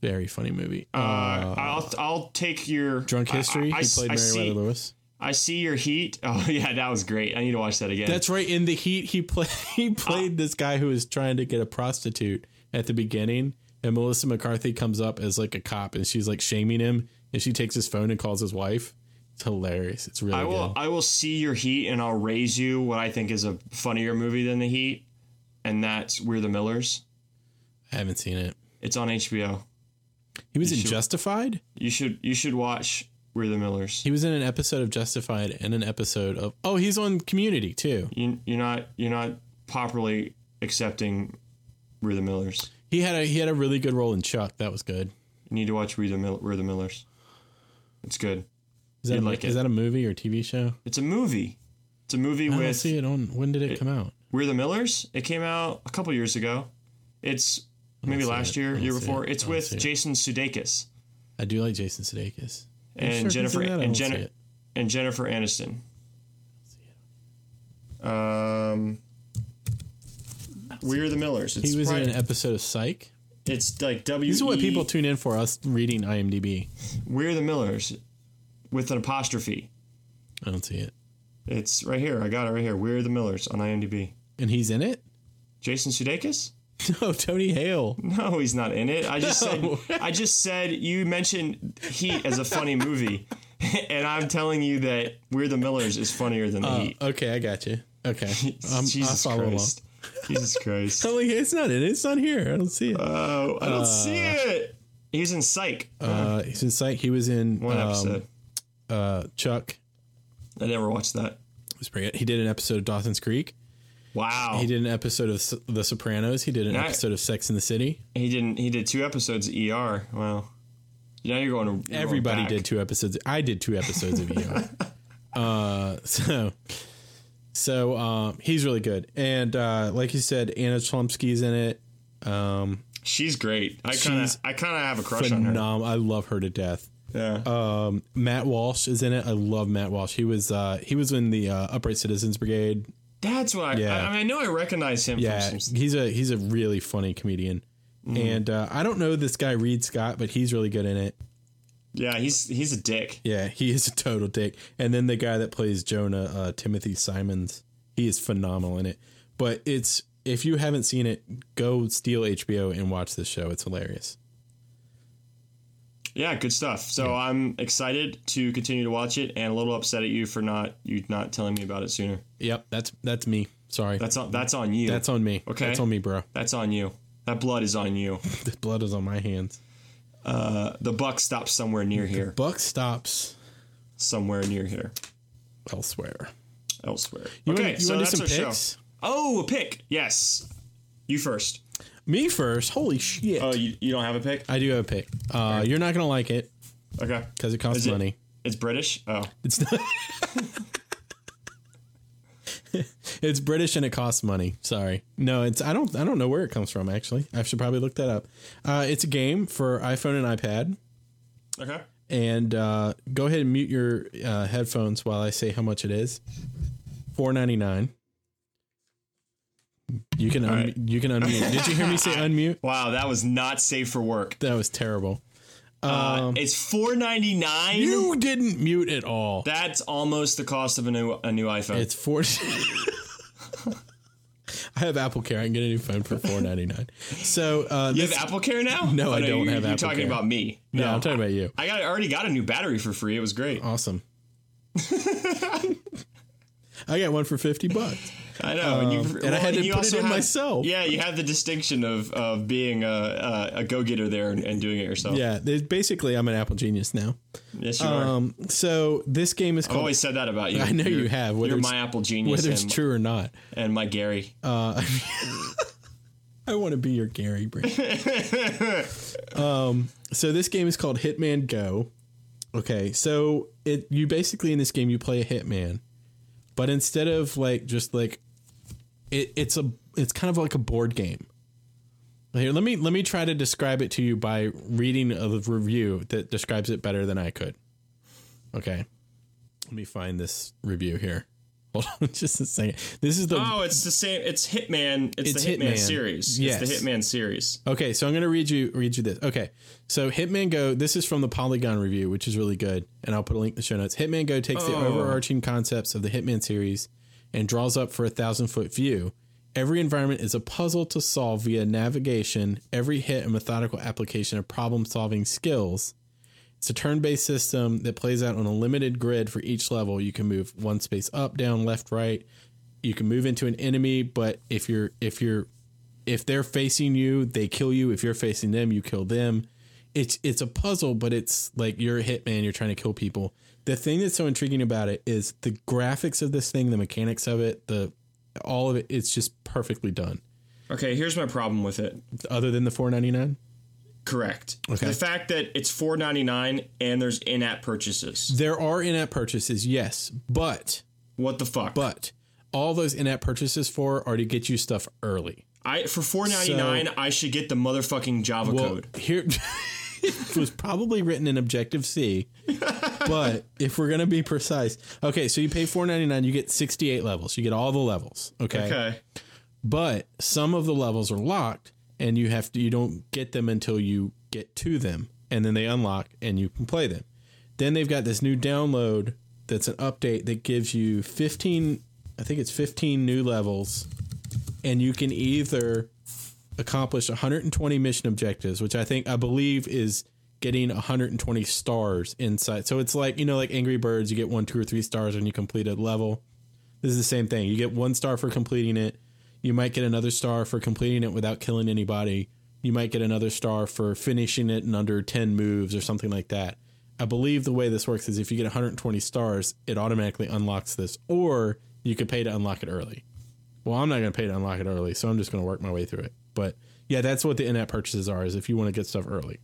Speaker 2: Very funny movie. Uh,
Speaker 1: Uh, I'll I'll take your
Speaker 2: Drunk
Speaker 1: I-
Speaker 2: History.
Speaker 1: I, I
Speaker 2: he
Speaker 1: s-
Speaker 2: played
Speaker 1: I
Speaker 2: Meriwether
Speaker 1: see,
Speaker 2: Lewis.
Speaker 1: I see your heat. (laughs) Oh yeah, that was great. I need to watch that again.
Speaker 2: (laughs) That's right. In The Heat, he played he played this guy who was trying to get a prostitute, at the beginning, and Melissa McCarthy comes up as like a cop, and she's like shaming him, and she takes his phone and calls his wife. It's hilarious. It's really
Speaker 1: I will
Speaker 2: good.
Speaker 1: I will see your heat and I'll raise you what I think is a funnier movie than The Heat, and that's We're the Millers.
Speaker 2: I haven't seen it.
Speaker 1: It's on HBO.
Speaker 2: He was in
Speaker 1: should-
Speaker 2: Justified.
Speaker 1: You should you should watch We're the Millers.
Speaker 2: He was in an episode of Justified and an episode of Oh, he's on Community too.
Speaker 1: You, you're not you're not properly accepting We're the Millers.
Speaker 2: He had a he had a really good role in Chuck. That was good.
Speaker 1: You need to watch We're the, Mil- We're the Millers. It's good.
Speaker 2: Is that
Speaker 1: You'd
Speaker 2: a,
Speaker 1: like
Speaker 2: is
Speaker 1: it.
Speaker 2: that a movie or TV show?
Speaker 1: It's a movie. It's a movie
Speaker 2: I don't
Speaker 1: with
Speaker 2: see it on. When did it, come out?
Speaker 1: We're the Millers. It came out a couple years ago. It's maybe
Speaker 2: see
Speaker 1: last
Speaker 2: it. I
Speaker 1: year,
Speaker 2: don't
Speaker 1: year
Speaker 2: see
Speaker 1: before.
Speaker 2: it.
Speaker 1: It's
Speaker 2: I don't
Speaker 1: with
Speaker 2: see it.
Speaker 1: Jason Sudeikis
Speaker 2: I do like Jason Sudeikis I'm
Speaker 1: and
Speaker 2: sure if it's
Speaker 1: Jennifer
Speaker 2: in that, I
Speaker 1: and
Speaker 2: won't see
Speaker 1: Jennifer
Speaker 2: it.
Speaker 1: and Jennifer Aniston. Um, We're the Millers. It's
Speaker 2: He was
Speaker 1: pri-
Speaker 2: in an episode of Psych.
Speaker 1: It's like W. E
Speaker 2: This is what people tune in for us reading IMDb.
Speaker 1: We're the Millers, with an apostrophe.
Speaker 2: I don't see it.
Speaker 1: It's right here. I got it right here. We're the Millers on IMDb.
Speaker 2: And he's in it? (laughs)
Speaker 1: Jason Sudeikis?
Speaker 2: No, Tony Hale.
Speaker 1: (laughs) No, he's not in it. I just
Speaker 2: No.
Speaker 1: said I just said you mentioned Heat as a funny movie, (laughs) and I'm telling you that We're the Millers is funnier than the Heat.
Speaker 2: Okay, I got you.
Speaker 1: (laughs)
Speaker 2: Okay. Uh, Um, I'll
Speaker 1: Jesus
Speaker 2: follow along.
Speaker 1: Christ. Jesus
Speaker 2: (laughs)
Speaker 1: Christ.
Speaker 2: I'm like, it's not in it. It's not here. I don't see it. Uh,
Speaker 1: Oh, I don't see it. He's in Psych.
Speaker 2: Uh, he's in Psych. He was in
Speaker 1: One
Speaker 2: um,
Speaker 1: episode.
Speaker 2: uh, Chuck.
Speaker 1: I never watched that.
Speaker 2: It was pretty good. He did an episode of Dawson's Creek.
Speaker 1: Wow.
Speaker 2: He did an episode of S- The Sopranos. He did an
Speaker 1: Now I-
Speaker 2: episode of Sex in the City.
Speaker 1: He didn't. He did two episodes of ER. Wow. Now you're going. you're going
Speaker 2: Everybody
Speaker 1: back.
Speaker 2: did two episodes. I did two episodes of ER.
Speaker 1: (laughs)
Speaker 2: uh, so, so um, he's really good. And uh, like you said, Anna Chlumsky's in it. Um,
Speaker 1: She's great. I kind of.
Speaker 2: She's
Speaker 1: I kind of have a crush on her.
Speaker 2: phenom- I love her to death.
Speaker 1: Yeah.
Speaker 2: Uh, Matt Walsh is in it. I love Matt Walsh. He was uh, he was in the uh, Upright Citizens Brigade.
Speaker 1: That's what I.
Speaker 2: yeah.
Speaker 1: I, I mean, I know I recognize him.
Speaker 2: Yeah,
Speaker 1: From some,
Speaker 2: he's a he's a really funny comedian.
Speaker 1: Mm.
Speaker 2: And uh, I don't know this guy Reed Scott, but he's really good in it.
Speaker 1: yeah. He's he's a dick.
Speaker 2: Yeah, he is a total dick. And then the guy that plays Jonah, uh, Timothy Simons, he is phenomenal in it. But it's if you haven't seen it, go steal HBO and watch this show. It's hilarious.
Speaker 1: Yeah, good stuff. So I'm excited to continue to watch it, and a little upset at you for not you not telling me about it sooner.
Speaker 2: Yep, that's that's me. Sorry,
Speaker 1: That's
Speaker 2: that's
Speaker 1: on that's on you.
Speaker 2: that's on me.
Speaker 1: Okay.
Speaker 2: that's on me, bro. (laughs)
Speaker 1: that's on you. That blood is on you.
Speaker 2: The blood is on my hands.
Speaker 1: The buck stops somewhere near here.
Speaker 2: Buck stops
Speaker 1: Somewhere near here.
Speaker 2: elsewhere.
Speaker 1: Elsewhere.
Speaker 2: You
Speaker 1: okay,
Speaker 2: wanna- you
Speaker 1: so
Speaker 2: wanna
Speaker 1: that's
Speaker 2: do some
Speaker 1: our show.
Speaker 2: picks?
Speaker 1: Oh, a pick. Yes. You first.
Speaker 2: Me first. Holy shit!
Speaker 1: Oh, you, you don't have a pick?
Speaker 2: I do have a pick. Uh, You're not gonna like it
Speaker 1: Okay.
Speaker 2: because it costs
Speaker 1: Is it-
Speaker 2: money.
Speaker 1: It's British. Oh,
Speaker 2: It's not. it's British and it costs money. Sorry. No, it's I don't I don't know where it comes from actually. I should probably look that up. Uh, it's a game for iPhone and iPad.
Speaker 1: okay.
Speaker 2: And uh, go ahead and mute your uh, headphones while I say how much it is. Four ninety nine. You can un-
Speaker 1: right.
Speaker 2: you can unmute. Did you hear me say unmute?
Speaker 1: Wow, that was not safe for work.
Speaker 2: That was terrible.
Speaker 1: Uh, it's four ninety nine.
Speaker 2: You didn't mute at all.
Speaker 1: That's almost the cost of a new a new iPhone.
Speaker 2: It's four. (laughs) I have Apple Care. I can get a new phone for four ninety nine. So uh,
Speaker 1: you
Speaker 2: this,
Speaker 1: have Apple Care now?
Speaker 2: (laughs)
Speaker 1: Oh,
Speaker 2: No, I don't
Speaker 1: you,
Speaker 2: have
Speaker 1: You're
Speaker 2: Apple
Speaker 1: talking
Speaker 2: Care.
Speaker 1: about me.
Speaker 2: yeah,
Speaker 1: No,
Speaker 2: I'm talking about you.
Speaker 1: I got I already got a new battery for free. It was great.
Speaker 2: Awesome. I got one for fifty bucks.
Speaker 1: I know, and you
Speaker 2: um, and I had to
Speaker 1: you
Speaker 2: put it
Speaker 1: also
Speaker 2: in
Speaker 1: have-
Speaker 2: myself.
Speaker 1: Yeah, you have the distinction of of being a a, a go getter there and, and doing it yourself.
Speaker 2: Yeah, there's- basically I'm an Apple genius now.
Speaker 1: yes, you are.
Speaker 2: Um, so this game is
Speaker 1: I've
Speaker 2: called.
Speaker 1: always said that about you.
Speaker 2: I know
Speaker 1: You're-
Speaker 2: you have, whether
Speaker 1: You're
Speaker 2: it's-
Speaker 1: my Apple genius
Speaker 2: Whether it's
Speaker 1: and,
Speaker 2: true Um, or not,
Speaker 1: and my Gary.
Speaker 2: I want to be your Gary Brand. um, so this game is called Hitman Go. Okay, so it you basically in this game you play a hitman, but instead of like just like it, it's a it's kind of like a board game. Here, let me let me try to describe it to you by reading a review that describes it better than I could. Okay, let me find this review here. (laughs) Hold on, just a second. This is the
Speaker 1: Oh, it's the same. It's Hitman. It's,
Speaker 2: It's
Speaker 1: the Hitman,
Speaker 2: Hitman.
Speaker 1: series.
Speaker 2: Yes.
Speaker 1: It's the Hitman series.
Speaker 2: Okay, so I'm gonna read you read you this. Okay, so Hitman Go. This is from the Polygon review, which is really good, and I'll put a link in the show notes. Hitman Go takes the overarching concepts of the Hitman series and draws up for a thousand foot view Every environment is a puzzle to solve via navigation, every hit a methodical application of problem solving skills. It's a turn based system that plays out on a limited grid for each level. You can move one space up, down, left, right. You can move into an enemy, but if you're if you're if they're facing you, they kill you. If you're facing them, you kill them. It's it's a puzzle, but it's like you're a hitman, you're trying to kill people. The thing that's so intriguing about it is the graphics of this thing, the mechanics of it, the all of it, it's just perfectly done.
Speaker 1: Okay, here's my problem with it.
Speaker 2: Other than the four ninety nine.
Speaker 1: Correct.
Speaker 2: Okay.
Speaker 1: The fact that it's four ninety nine and there's in app purchases.
Speaker 2: There are in app purchases, yes, but
Speaker 1: What the fuck?
Speaker 2: but all those in app purchases for are to get you stuff early.
Speaker 1: I for four ninety nine, I should get the motherfucking Java code.
Speaker 2: here (laughs) it was probably written in Objective C, but if we're gonna be precise, okay, so you pay four ninety nine, you get sixty eight levels, you get all the levels, okay?
Speaker 1: Okay.
Speaker 2: But some of the levels are locked, and you have to you don't get them until you get to them, and then they unlock, and you can play them. Then they've got this new download that's an update that gives you fifteen, I think it's fifteen new levels, and you can either accomplished 120 mission objectives, which I think I believe is getting 120 stars inside. So it's like you know, like Angry Birds, you get one, two, or three stars when you complete a level. This is the same thing. You get one star for completing it. You might get another star for completing it without killing anybody. You might get another star for finishing it in under 10 moves or something like that. I believe the way this works is if you get 120 stars, it automatically unlocks this, or you could pay to unlock it early. Well, I'm not going to pay to unlock it early, so I'm just going to work my way through it. But yeah, that's what the in-app purchases are is if you want to get stuff early.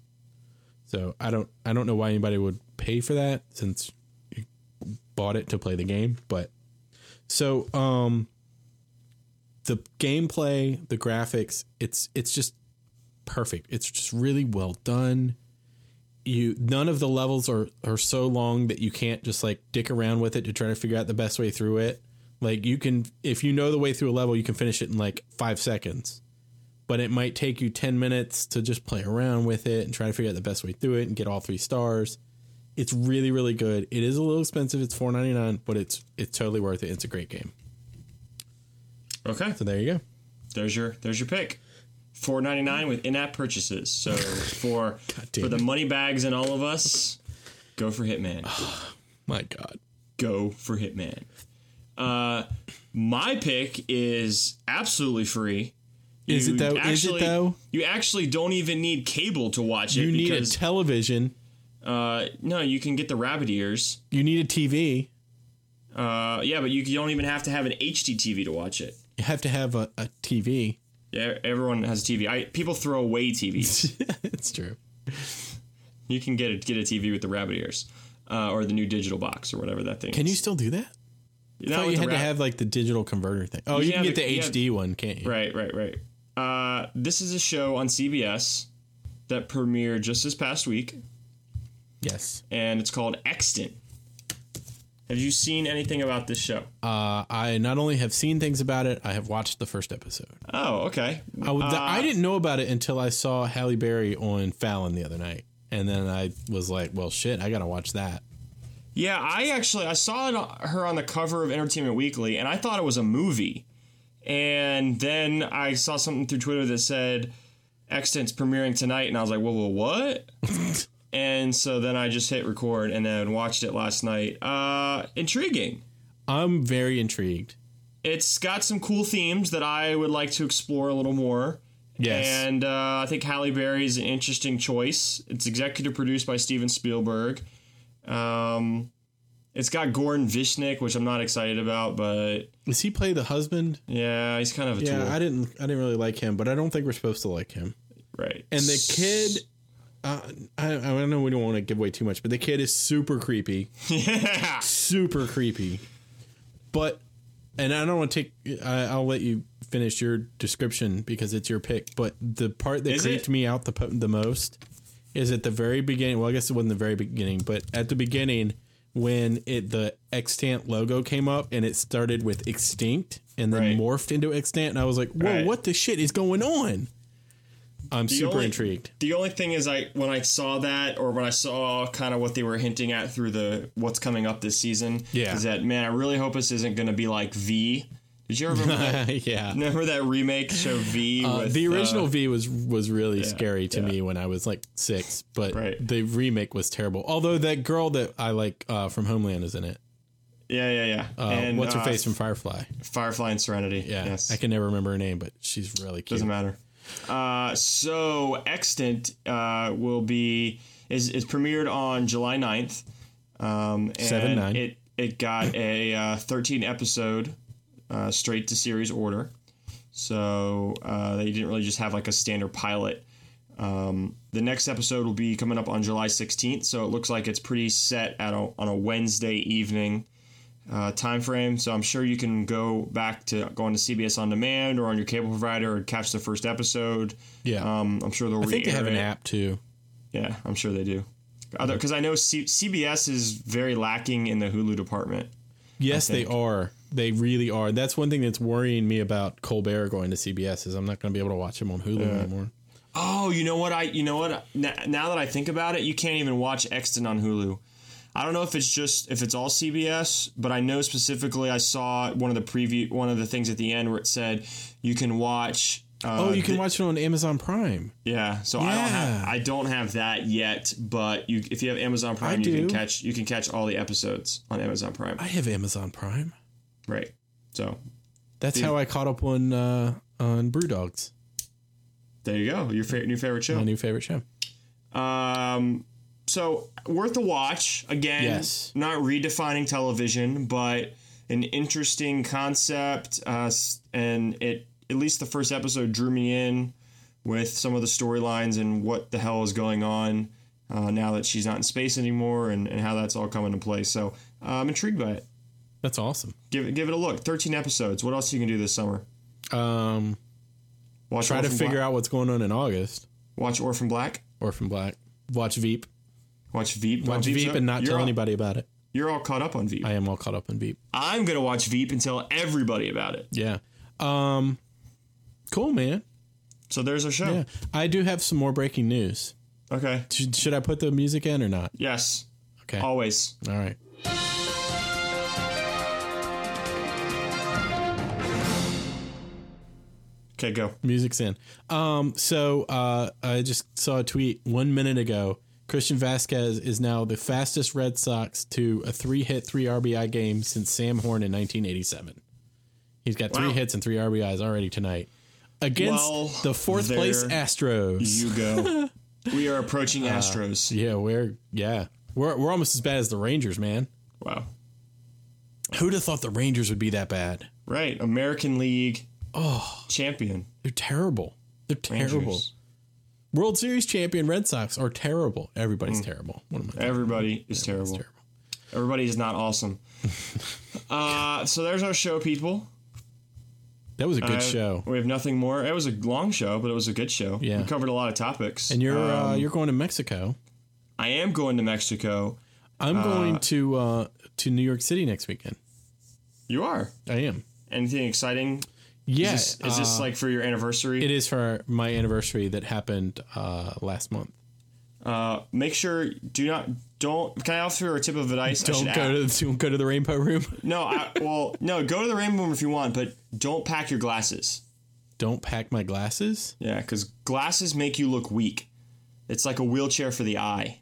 Speaker 2: So I don't I don't know why anybody would pay for that since you bought it to play the game, but so um the gameplay, the graphics, it's it's just perfect. It's just really well done. You none of the levels are are so long that you can't just like dick around with it to try to figure out the best way through it. Like you can if you know the way through a level, you can finish it in like 5 seconds. But it might take you 10 minutes to just play around with it and try to figure out the best way through it and get all 3 stars. It's really really good. It is a little expensive. It's 4.99, but it's it's totally worth it. It's a great game.
Speaker 1: Okay.
Speaker 2: So there you go.
Speaker 1: There's your there's your pick. Four ninety nine with in app purchases. So
Speaker 2: (laughs)
Speaker 1: for
Speaker 2: damn
Speaker 1: for the
Speaker 2: it.
Speaker 1: money bags and all of us, go for Hitman.
Speaker 2: My god.
Speaker 1: go for Hitman. Uh, my pick is absolutely free.
Speaker 2: Is it though? Is it though?
Speaker 1: You actually don't even need cable to watch it.
Speaker 2: You need a
Speaker 1: because,
Speaker 2: television.
Speaker 1: uh, no, you can get the rabbit ears.
Speaker 2: You need a TV.
Speaker 1: Uh, yeah, but you don't even have to have an HDTV to watch it.
Speaker 2: You have to have a, a TV.
Speaker 1: Yeah, everyone has a TV. I, people throw away
Speaker 2: (laughs)
Speaker 1: TVs.
Speaker 2: (laughs) it's true.
Speaker 1: you can get a, get a TV with the rabbit ears, uh, or the new digital box, or whatever that thing.
Speaker 2: Can you
Speaker 1: is.
Speaker 2: still do that?
Speaker 1: Not
Speaker 2: I thought
Speaker 1: with
Speaker 2: you
Speaker 1: the
Speaker 2: had to
Speaker 1: rabbit-
Speaker 2: have like the digital converter thing. Oh, you,
Speaker 1: You
Speaker 2: can
Speaker 1: have
Speaker 2: get
Speaker 1: the-
Speaker 2: the
Speaker 1: you have-
Speaker 2: HD one, can't you?
Speaker 1: Right, right, right. Uh, this is a show on CBS that premiered just this past week,
Speaker 2: Yes.
Speaker 1: and it's called Extant. Have you seen anything about this show?
Speaker 2: Uh, I not only have seen things about it, I have watched the first episode.
Speaker 1: Oh, okay.
Speaker 2: I, would-
Speaker 1: Uh,
Speaker 2: I didn't know about it until I saw Halle Berry on Fallon the other night, and then I was like, "Well, shit, I gotta watch that."
Speaker 1: Yeah, I actually I saw it, her on the cover of Entertainment Weekly, and I thought it was a movie. And then I saw something through Twitter that said Extant's premiering tonight, and I was like, "Whoa, whoa, what?" and so then I just hit record and then watched it last night. Uh, intriguing.
Speaker 2: I'm very intrigued.
Speaker 1: it's got some cool themes that I would like to explore a little more.
Speaker 2: Yes.
Speaker 1: And uh, I think Halle Berry is an interesting choice. It's executive produced by Steven Spielberg. Um, it's got Goran Vishnik, which I'm not excited about, but
Speaker 2: Does he play the husband?
Speaker 1: yeah, he's kind of a
Speaker 2: Yeah,
Speaker 1: tool.
Speaker 2: I didn't. I didn't really like him, but I don't think we're supposed to like him.
Speaker 1: right.
Speaker 2: And the kid, uh, I, I don't know. We don't want to give away too much, but the kid is super creepy,
Speaker 1: (laughs) yeah.
Speaker 2: super creepy. But, and I don't want to take. I, I'll let you finish your description because it's your pick. But the part that
Speaker 1: Is
Speaker 2: creeped
Speaker 1: it?
Speaker 2: me out the po- the most is at the very beginning. Well, I guess it wasn't the very beginning, but at the beginning when it the extant logo came up and it started with extinct and then
Speaker 1: Right.
Speaker 2: morphed into extant and i was like whoa
Speaker 1: Right.
Speaker 2: what the shit is going on i'm
Speaker 1: The
Speaker 2: super
Speaker 1: only-
Speaker 2: intrigued
Speaker 1: The only thing is, I when I saw that, or when I saw kind of what they were hinting at through the what's coming up this season,
Speaker 2: Yeah.
Speaker 1: is that man, I really hope this isn't going to be like V, Did you
Speaker 2: (laughs)
Speaker 1: remember (laughs) that?
Speaker 2: yeah.
Speaker 1: remember that remake show V?
Speaker 2: Uh,
Speaker 1: with,
Speaker 2: the original
Speaker 1: uh,
Speaker 2: V was was really scary to
Speaker 1: yeah.
Speaker 2: me when I was like six, but
Speaker 1: Right.
Speaker 2: the remake was terrible. Although that girl that I like uh, from Homeland is in it.
Speaker 1: yeah, yeah, yeah.
Speaker 2: Uh,
Speaker 1: and
Speaker 2: what's her
Speaker 1: uh,
Speaker 2: face from Firefly?
Speaker 1: Firefly and Serenity.
Speaker 2: Yeah,
Speaker 1: Yes.
Speaker 2: I can never remember her name, but she's really cute.
Speaker 1: Doesn't matter. Uh, so extant uh, will be is is premiered on July 9th. Um, and
Speaker 2: 7/9.
Speaker 1: It it got a uh, thirteen episode uh, straight to series order. So uh, they didn't really just have like a standard pilot. Um, the next episode will be coming up on July 16th, so it looks like it's pretty set at a, on a Wednesday evening uh, time frame. So I'm sure you can go back to going to CBS on demand or on your cable provider and catch the first episode.
Speaker 2: Yeah,
Speaker 1: Um, I'm sure they'll.
Speaker 2: I think they have an
Speaker 1: reiterate-
Speaker 2: app too.
Speaker 1: Yeah, I'm sure they do. Other because I know C- CBS is very lacking in the Hulu department.
Speaker 2: Yes, they are. They really are. That's one thing that's worrying me about Colbert going to CBS is I'm not going to be able to watch him on Hulu anymore.
Speaker 1: Oh, you know what I? You know what? Now, now that I think about it, you can't even watch Exton on Hulu. I don't know if it's just if it's all CBS, but I know specifically I saw one of the preview one of the things at the end where it said you can watch. Uh,
Speaker 2: oh, you can
Speaker 1: the-
Speaker 2: watch it on Amazon Prime.
Speaker 1: Yeah, so I don't
Speaker 2: Yeah.
Speaker 1: have I don't have that yet, but you if you have Amazon Prime, you can
Speaker 2: do.
Speaker 1: catch you can catch all the episodes on Amazon Prime.
Speaker 2: I have Amazon Prime.
Speaker 1: right. So
Speaker 2: That's how I caught up on uh, on Brewdogs,
Speaker 1: there you go. Your fa- new favorite
Speaker 2: my
Speaker 1: show.
Speaker 2: new favorite show.
Speaker 1: Um so worth a watch again.
Speaker 2: Yes.
Speaker 1: Not redefining television, but an interesting concept uh s- and it at least the first episode drew me in with some of the storylines and what the hell is going on uh, now that she's not in space anymore and, and how that's all coming into play. So uh, I'm intrigued by it.
Speaker 2: That's awesome.
Speaker 1: Give it, give it a look. 13 episodes. What else you can do this summer?
Speaker 2: Um,
Speaker 1: Watch
Speaker 2: try to
Speaker 1: Orphan
Speaker 2: figure
Speaker 1: Black.
Speaker 2: out what's going on in August.
Speaker 1: Watch Orphan Black.
Speaker 2: Orphan Black. Watch Veep.
Speaker 1: Watch Veep.
Speaker 2: Watch
Speaker 1: Veep's
Speaker 2: Veep
Speaker 1: up.
Speaker 2: and not
Speaker 1: you're
Speaker 2: tell
Speaker 1: all,
Speaker 2: anybody about it.
Speaker 1: You're all caught up on Veep.
Speaker 2: I am all caught up in Veep.
Speaker 1: I'm going to watch Veep and tell everybody about it.
Speaker 2: Yeah. Um, cool, man.
Speaker 1: So there's our show.
Speaker 2: Yeah. I do have some more breaking news.
Speaker 1: Okay.
Speaker 2: Should, should I put the music in or not?
Speaker 1: Yes.
Speaker 2: Okay. All
Speaker 1: Always.
Speaker 2: right.
Speaker 1: Okay, go.
Speaker 2: Music's in. Um, so uh, I just saw a tweet one minute ago. Christian Vasquez is now the fastest Red Sox to a three hit, three RBI game since Sam Horn in 1987. He's got three
Speaker 1: Wow.
Speaker 2: hits and three RBIs already tonight against
Speaker 1: Well,
Speaker 2: the fourth place
Speaker 1: there
Speaker 2: Astros.
Speaker 1: You
Speaker 2: (laughs)
Speaker 1: go. we are approaching
Speaker 2: Uh,
Speaker 1: Astros.
Speaker 2: yeah, we're yeah, we're we're almost as bad as the Rangers, man.
Speaker 1: Wow.
Speaker 2: Who'd have thought the Rangers would be that bad?
Speaker 1: Right. American League
Speaker 2: Oh.
Speaker 1: champion.
Speaker 2: They're terrible. They're terrible.
Speaker 1: Rangers.
Speaker 2: World Series champion Red Sox are terrible.
Speaker 1: Hmm.
Speaker 2: Everybody's terrible. What am I?
Speaker 1: Everybody is terrible.
Speaker 2: terrible.
Speaker 1: Everybody is not
Speaker 2: (laughs)
Speaker 1: awesome. uh, so there's our show, people.
Speaker 2: That was a good
Speaker 1: Uh,
Speaker 2: show.
Speaker 1: We have nothing more. It was a long show, but it was a good show.
Speaker 2: Yeah.
Speaker 1: we covered a lot of topics.
Speaker 2: And you're uh,
Speaker 1: Um,
Speaker 2: you're going to Mexico.
Speaker 1: I am going to Mexico.
Speaker 2: I'm going to uh, to New York City next weekend.
Speaker 1: You are.
Speaker 2: I am.
Speaker 1: Anything exciting?
Speaker 2: Yes,
Speaker 1: Is, is this like for your anniversary?
Speaker 2: it is for my anniversary that happened uh, last month.
Speaker 1: uh, make sure do not don't. Can I offer a tip of advice? I
Speaker 2: Don't
Speaker 1: should add-
Speaker 2: go to (laughs) the, don't go to the Rainbow Room.
Speaker 1: no. I, well, no. Go to the rainbow room if you want, but don't pack your glasses.
Speaker 2: don't pack my glasses.
Speaker 1: Yeah, because glasses make you look weak. It's like a wheelchair for the eye.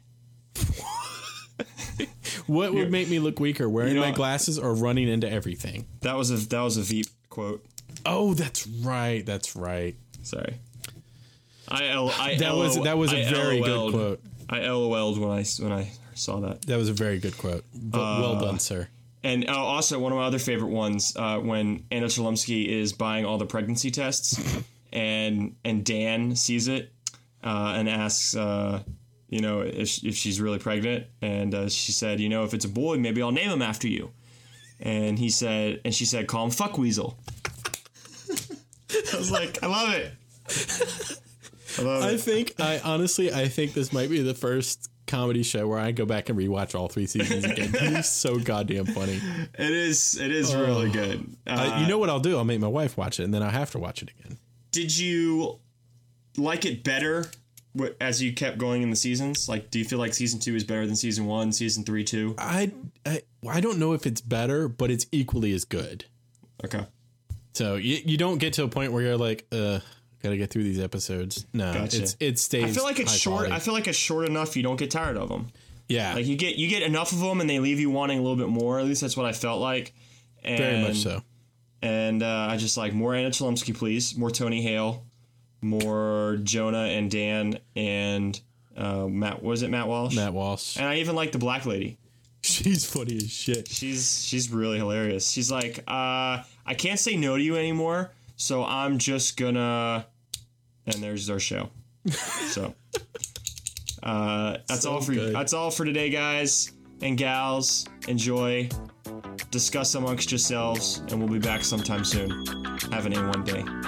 Speaker 2: What would make me look weaker? Wearing
Speaker 1: you know-
Speaker 2: my glasses or running into everything?
Speaker 1: That was a that was a Veep quote.
Speaker 2: Oh, that's right. That's right.
Speaker 1: Sorry. I, L- Oh, I
Speaker 2: That was that was a
Speaker 1: a
Speaker 2: very good quote.
Speaker 1: I LOL'd when I when I saw that.
Speaker 2: That was a very good quote. But
Speaker 1: Uh,
Speaker 2: well done, sir.
Speaker 1: And oh, also one of my other favorite ones uh, when Anna Cholumsky is buying all the pregnancy tests, and and Dan sees it uh, and asks, uh, you know, if, sh- if she's really pregnant, and uh, she said, you know, if it's a boy, maybe I'll name him after you. And he said, and she said, call him Fuck Weasel. I was like, I love it. I love
Speaker 2: I
Speaker 1: it.
Speaker 2: think I honestly I think this might be the first comedy show where I go back and rewatch all three seasons again. (laughs) He's so goddamn funny.
Speaker 1: It is. It is really good. Uh,
Speaker 2: Uh, you know what I'll do? I'll make my wife watch it, and then I have to watch it again.
Speaker 1: did you like it better wh- as you kept going in the seasons? Like, do you feel like season two is better than season one, season three, too?
Speaker 2: I I, I don't know if it's better, but it's equally as good.
Speaker 1: Okay.
Speaker 2: So you, you don't get to a point where you're like, uh, gotta get through these episodes. No,
Speaker 1: Gotcha.
Speaker 2: it's it stays.
Speaker 1: I feel like it's
Speaker 2: high
Speaker 1: short.
Speaker 2: quality.
Speaker 1: I feel like it's short enough. You don't get tired of them.
Speaker 2: yeah,
Speaker 1: Like you get you get enough of them, and they leave you wanting a little bit more. At least that's what I felt like. And,
Speaker 2: very much so.
Speaker 1: And uh, I just like more Anna Chlumsky, please. More Tony Hale. More Jonah and Dan and uh, Matt. Was it Matt Walsh?
Speaker 2: Matt Walsh,
Speaker 1: And I even like the black lady.
Speaker 2: (laughs) she's funny as shit.
Speaker 1: She's she's really hilarious. She's like, uh, I can't say no to you anymore, so I'm just gonna. And there's our show. So, uh, that's all for
Speaker 2: good.
Speaker 1: that's all for today, guys and gals. Enjoy, discuss amongst yourselves, and we'll be back sometime soon. Have an A1 day.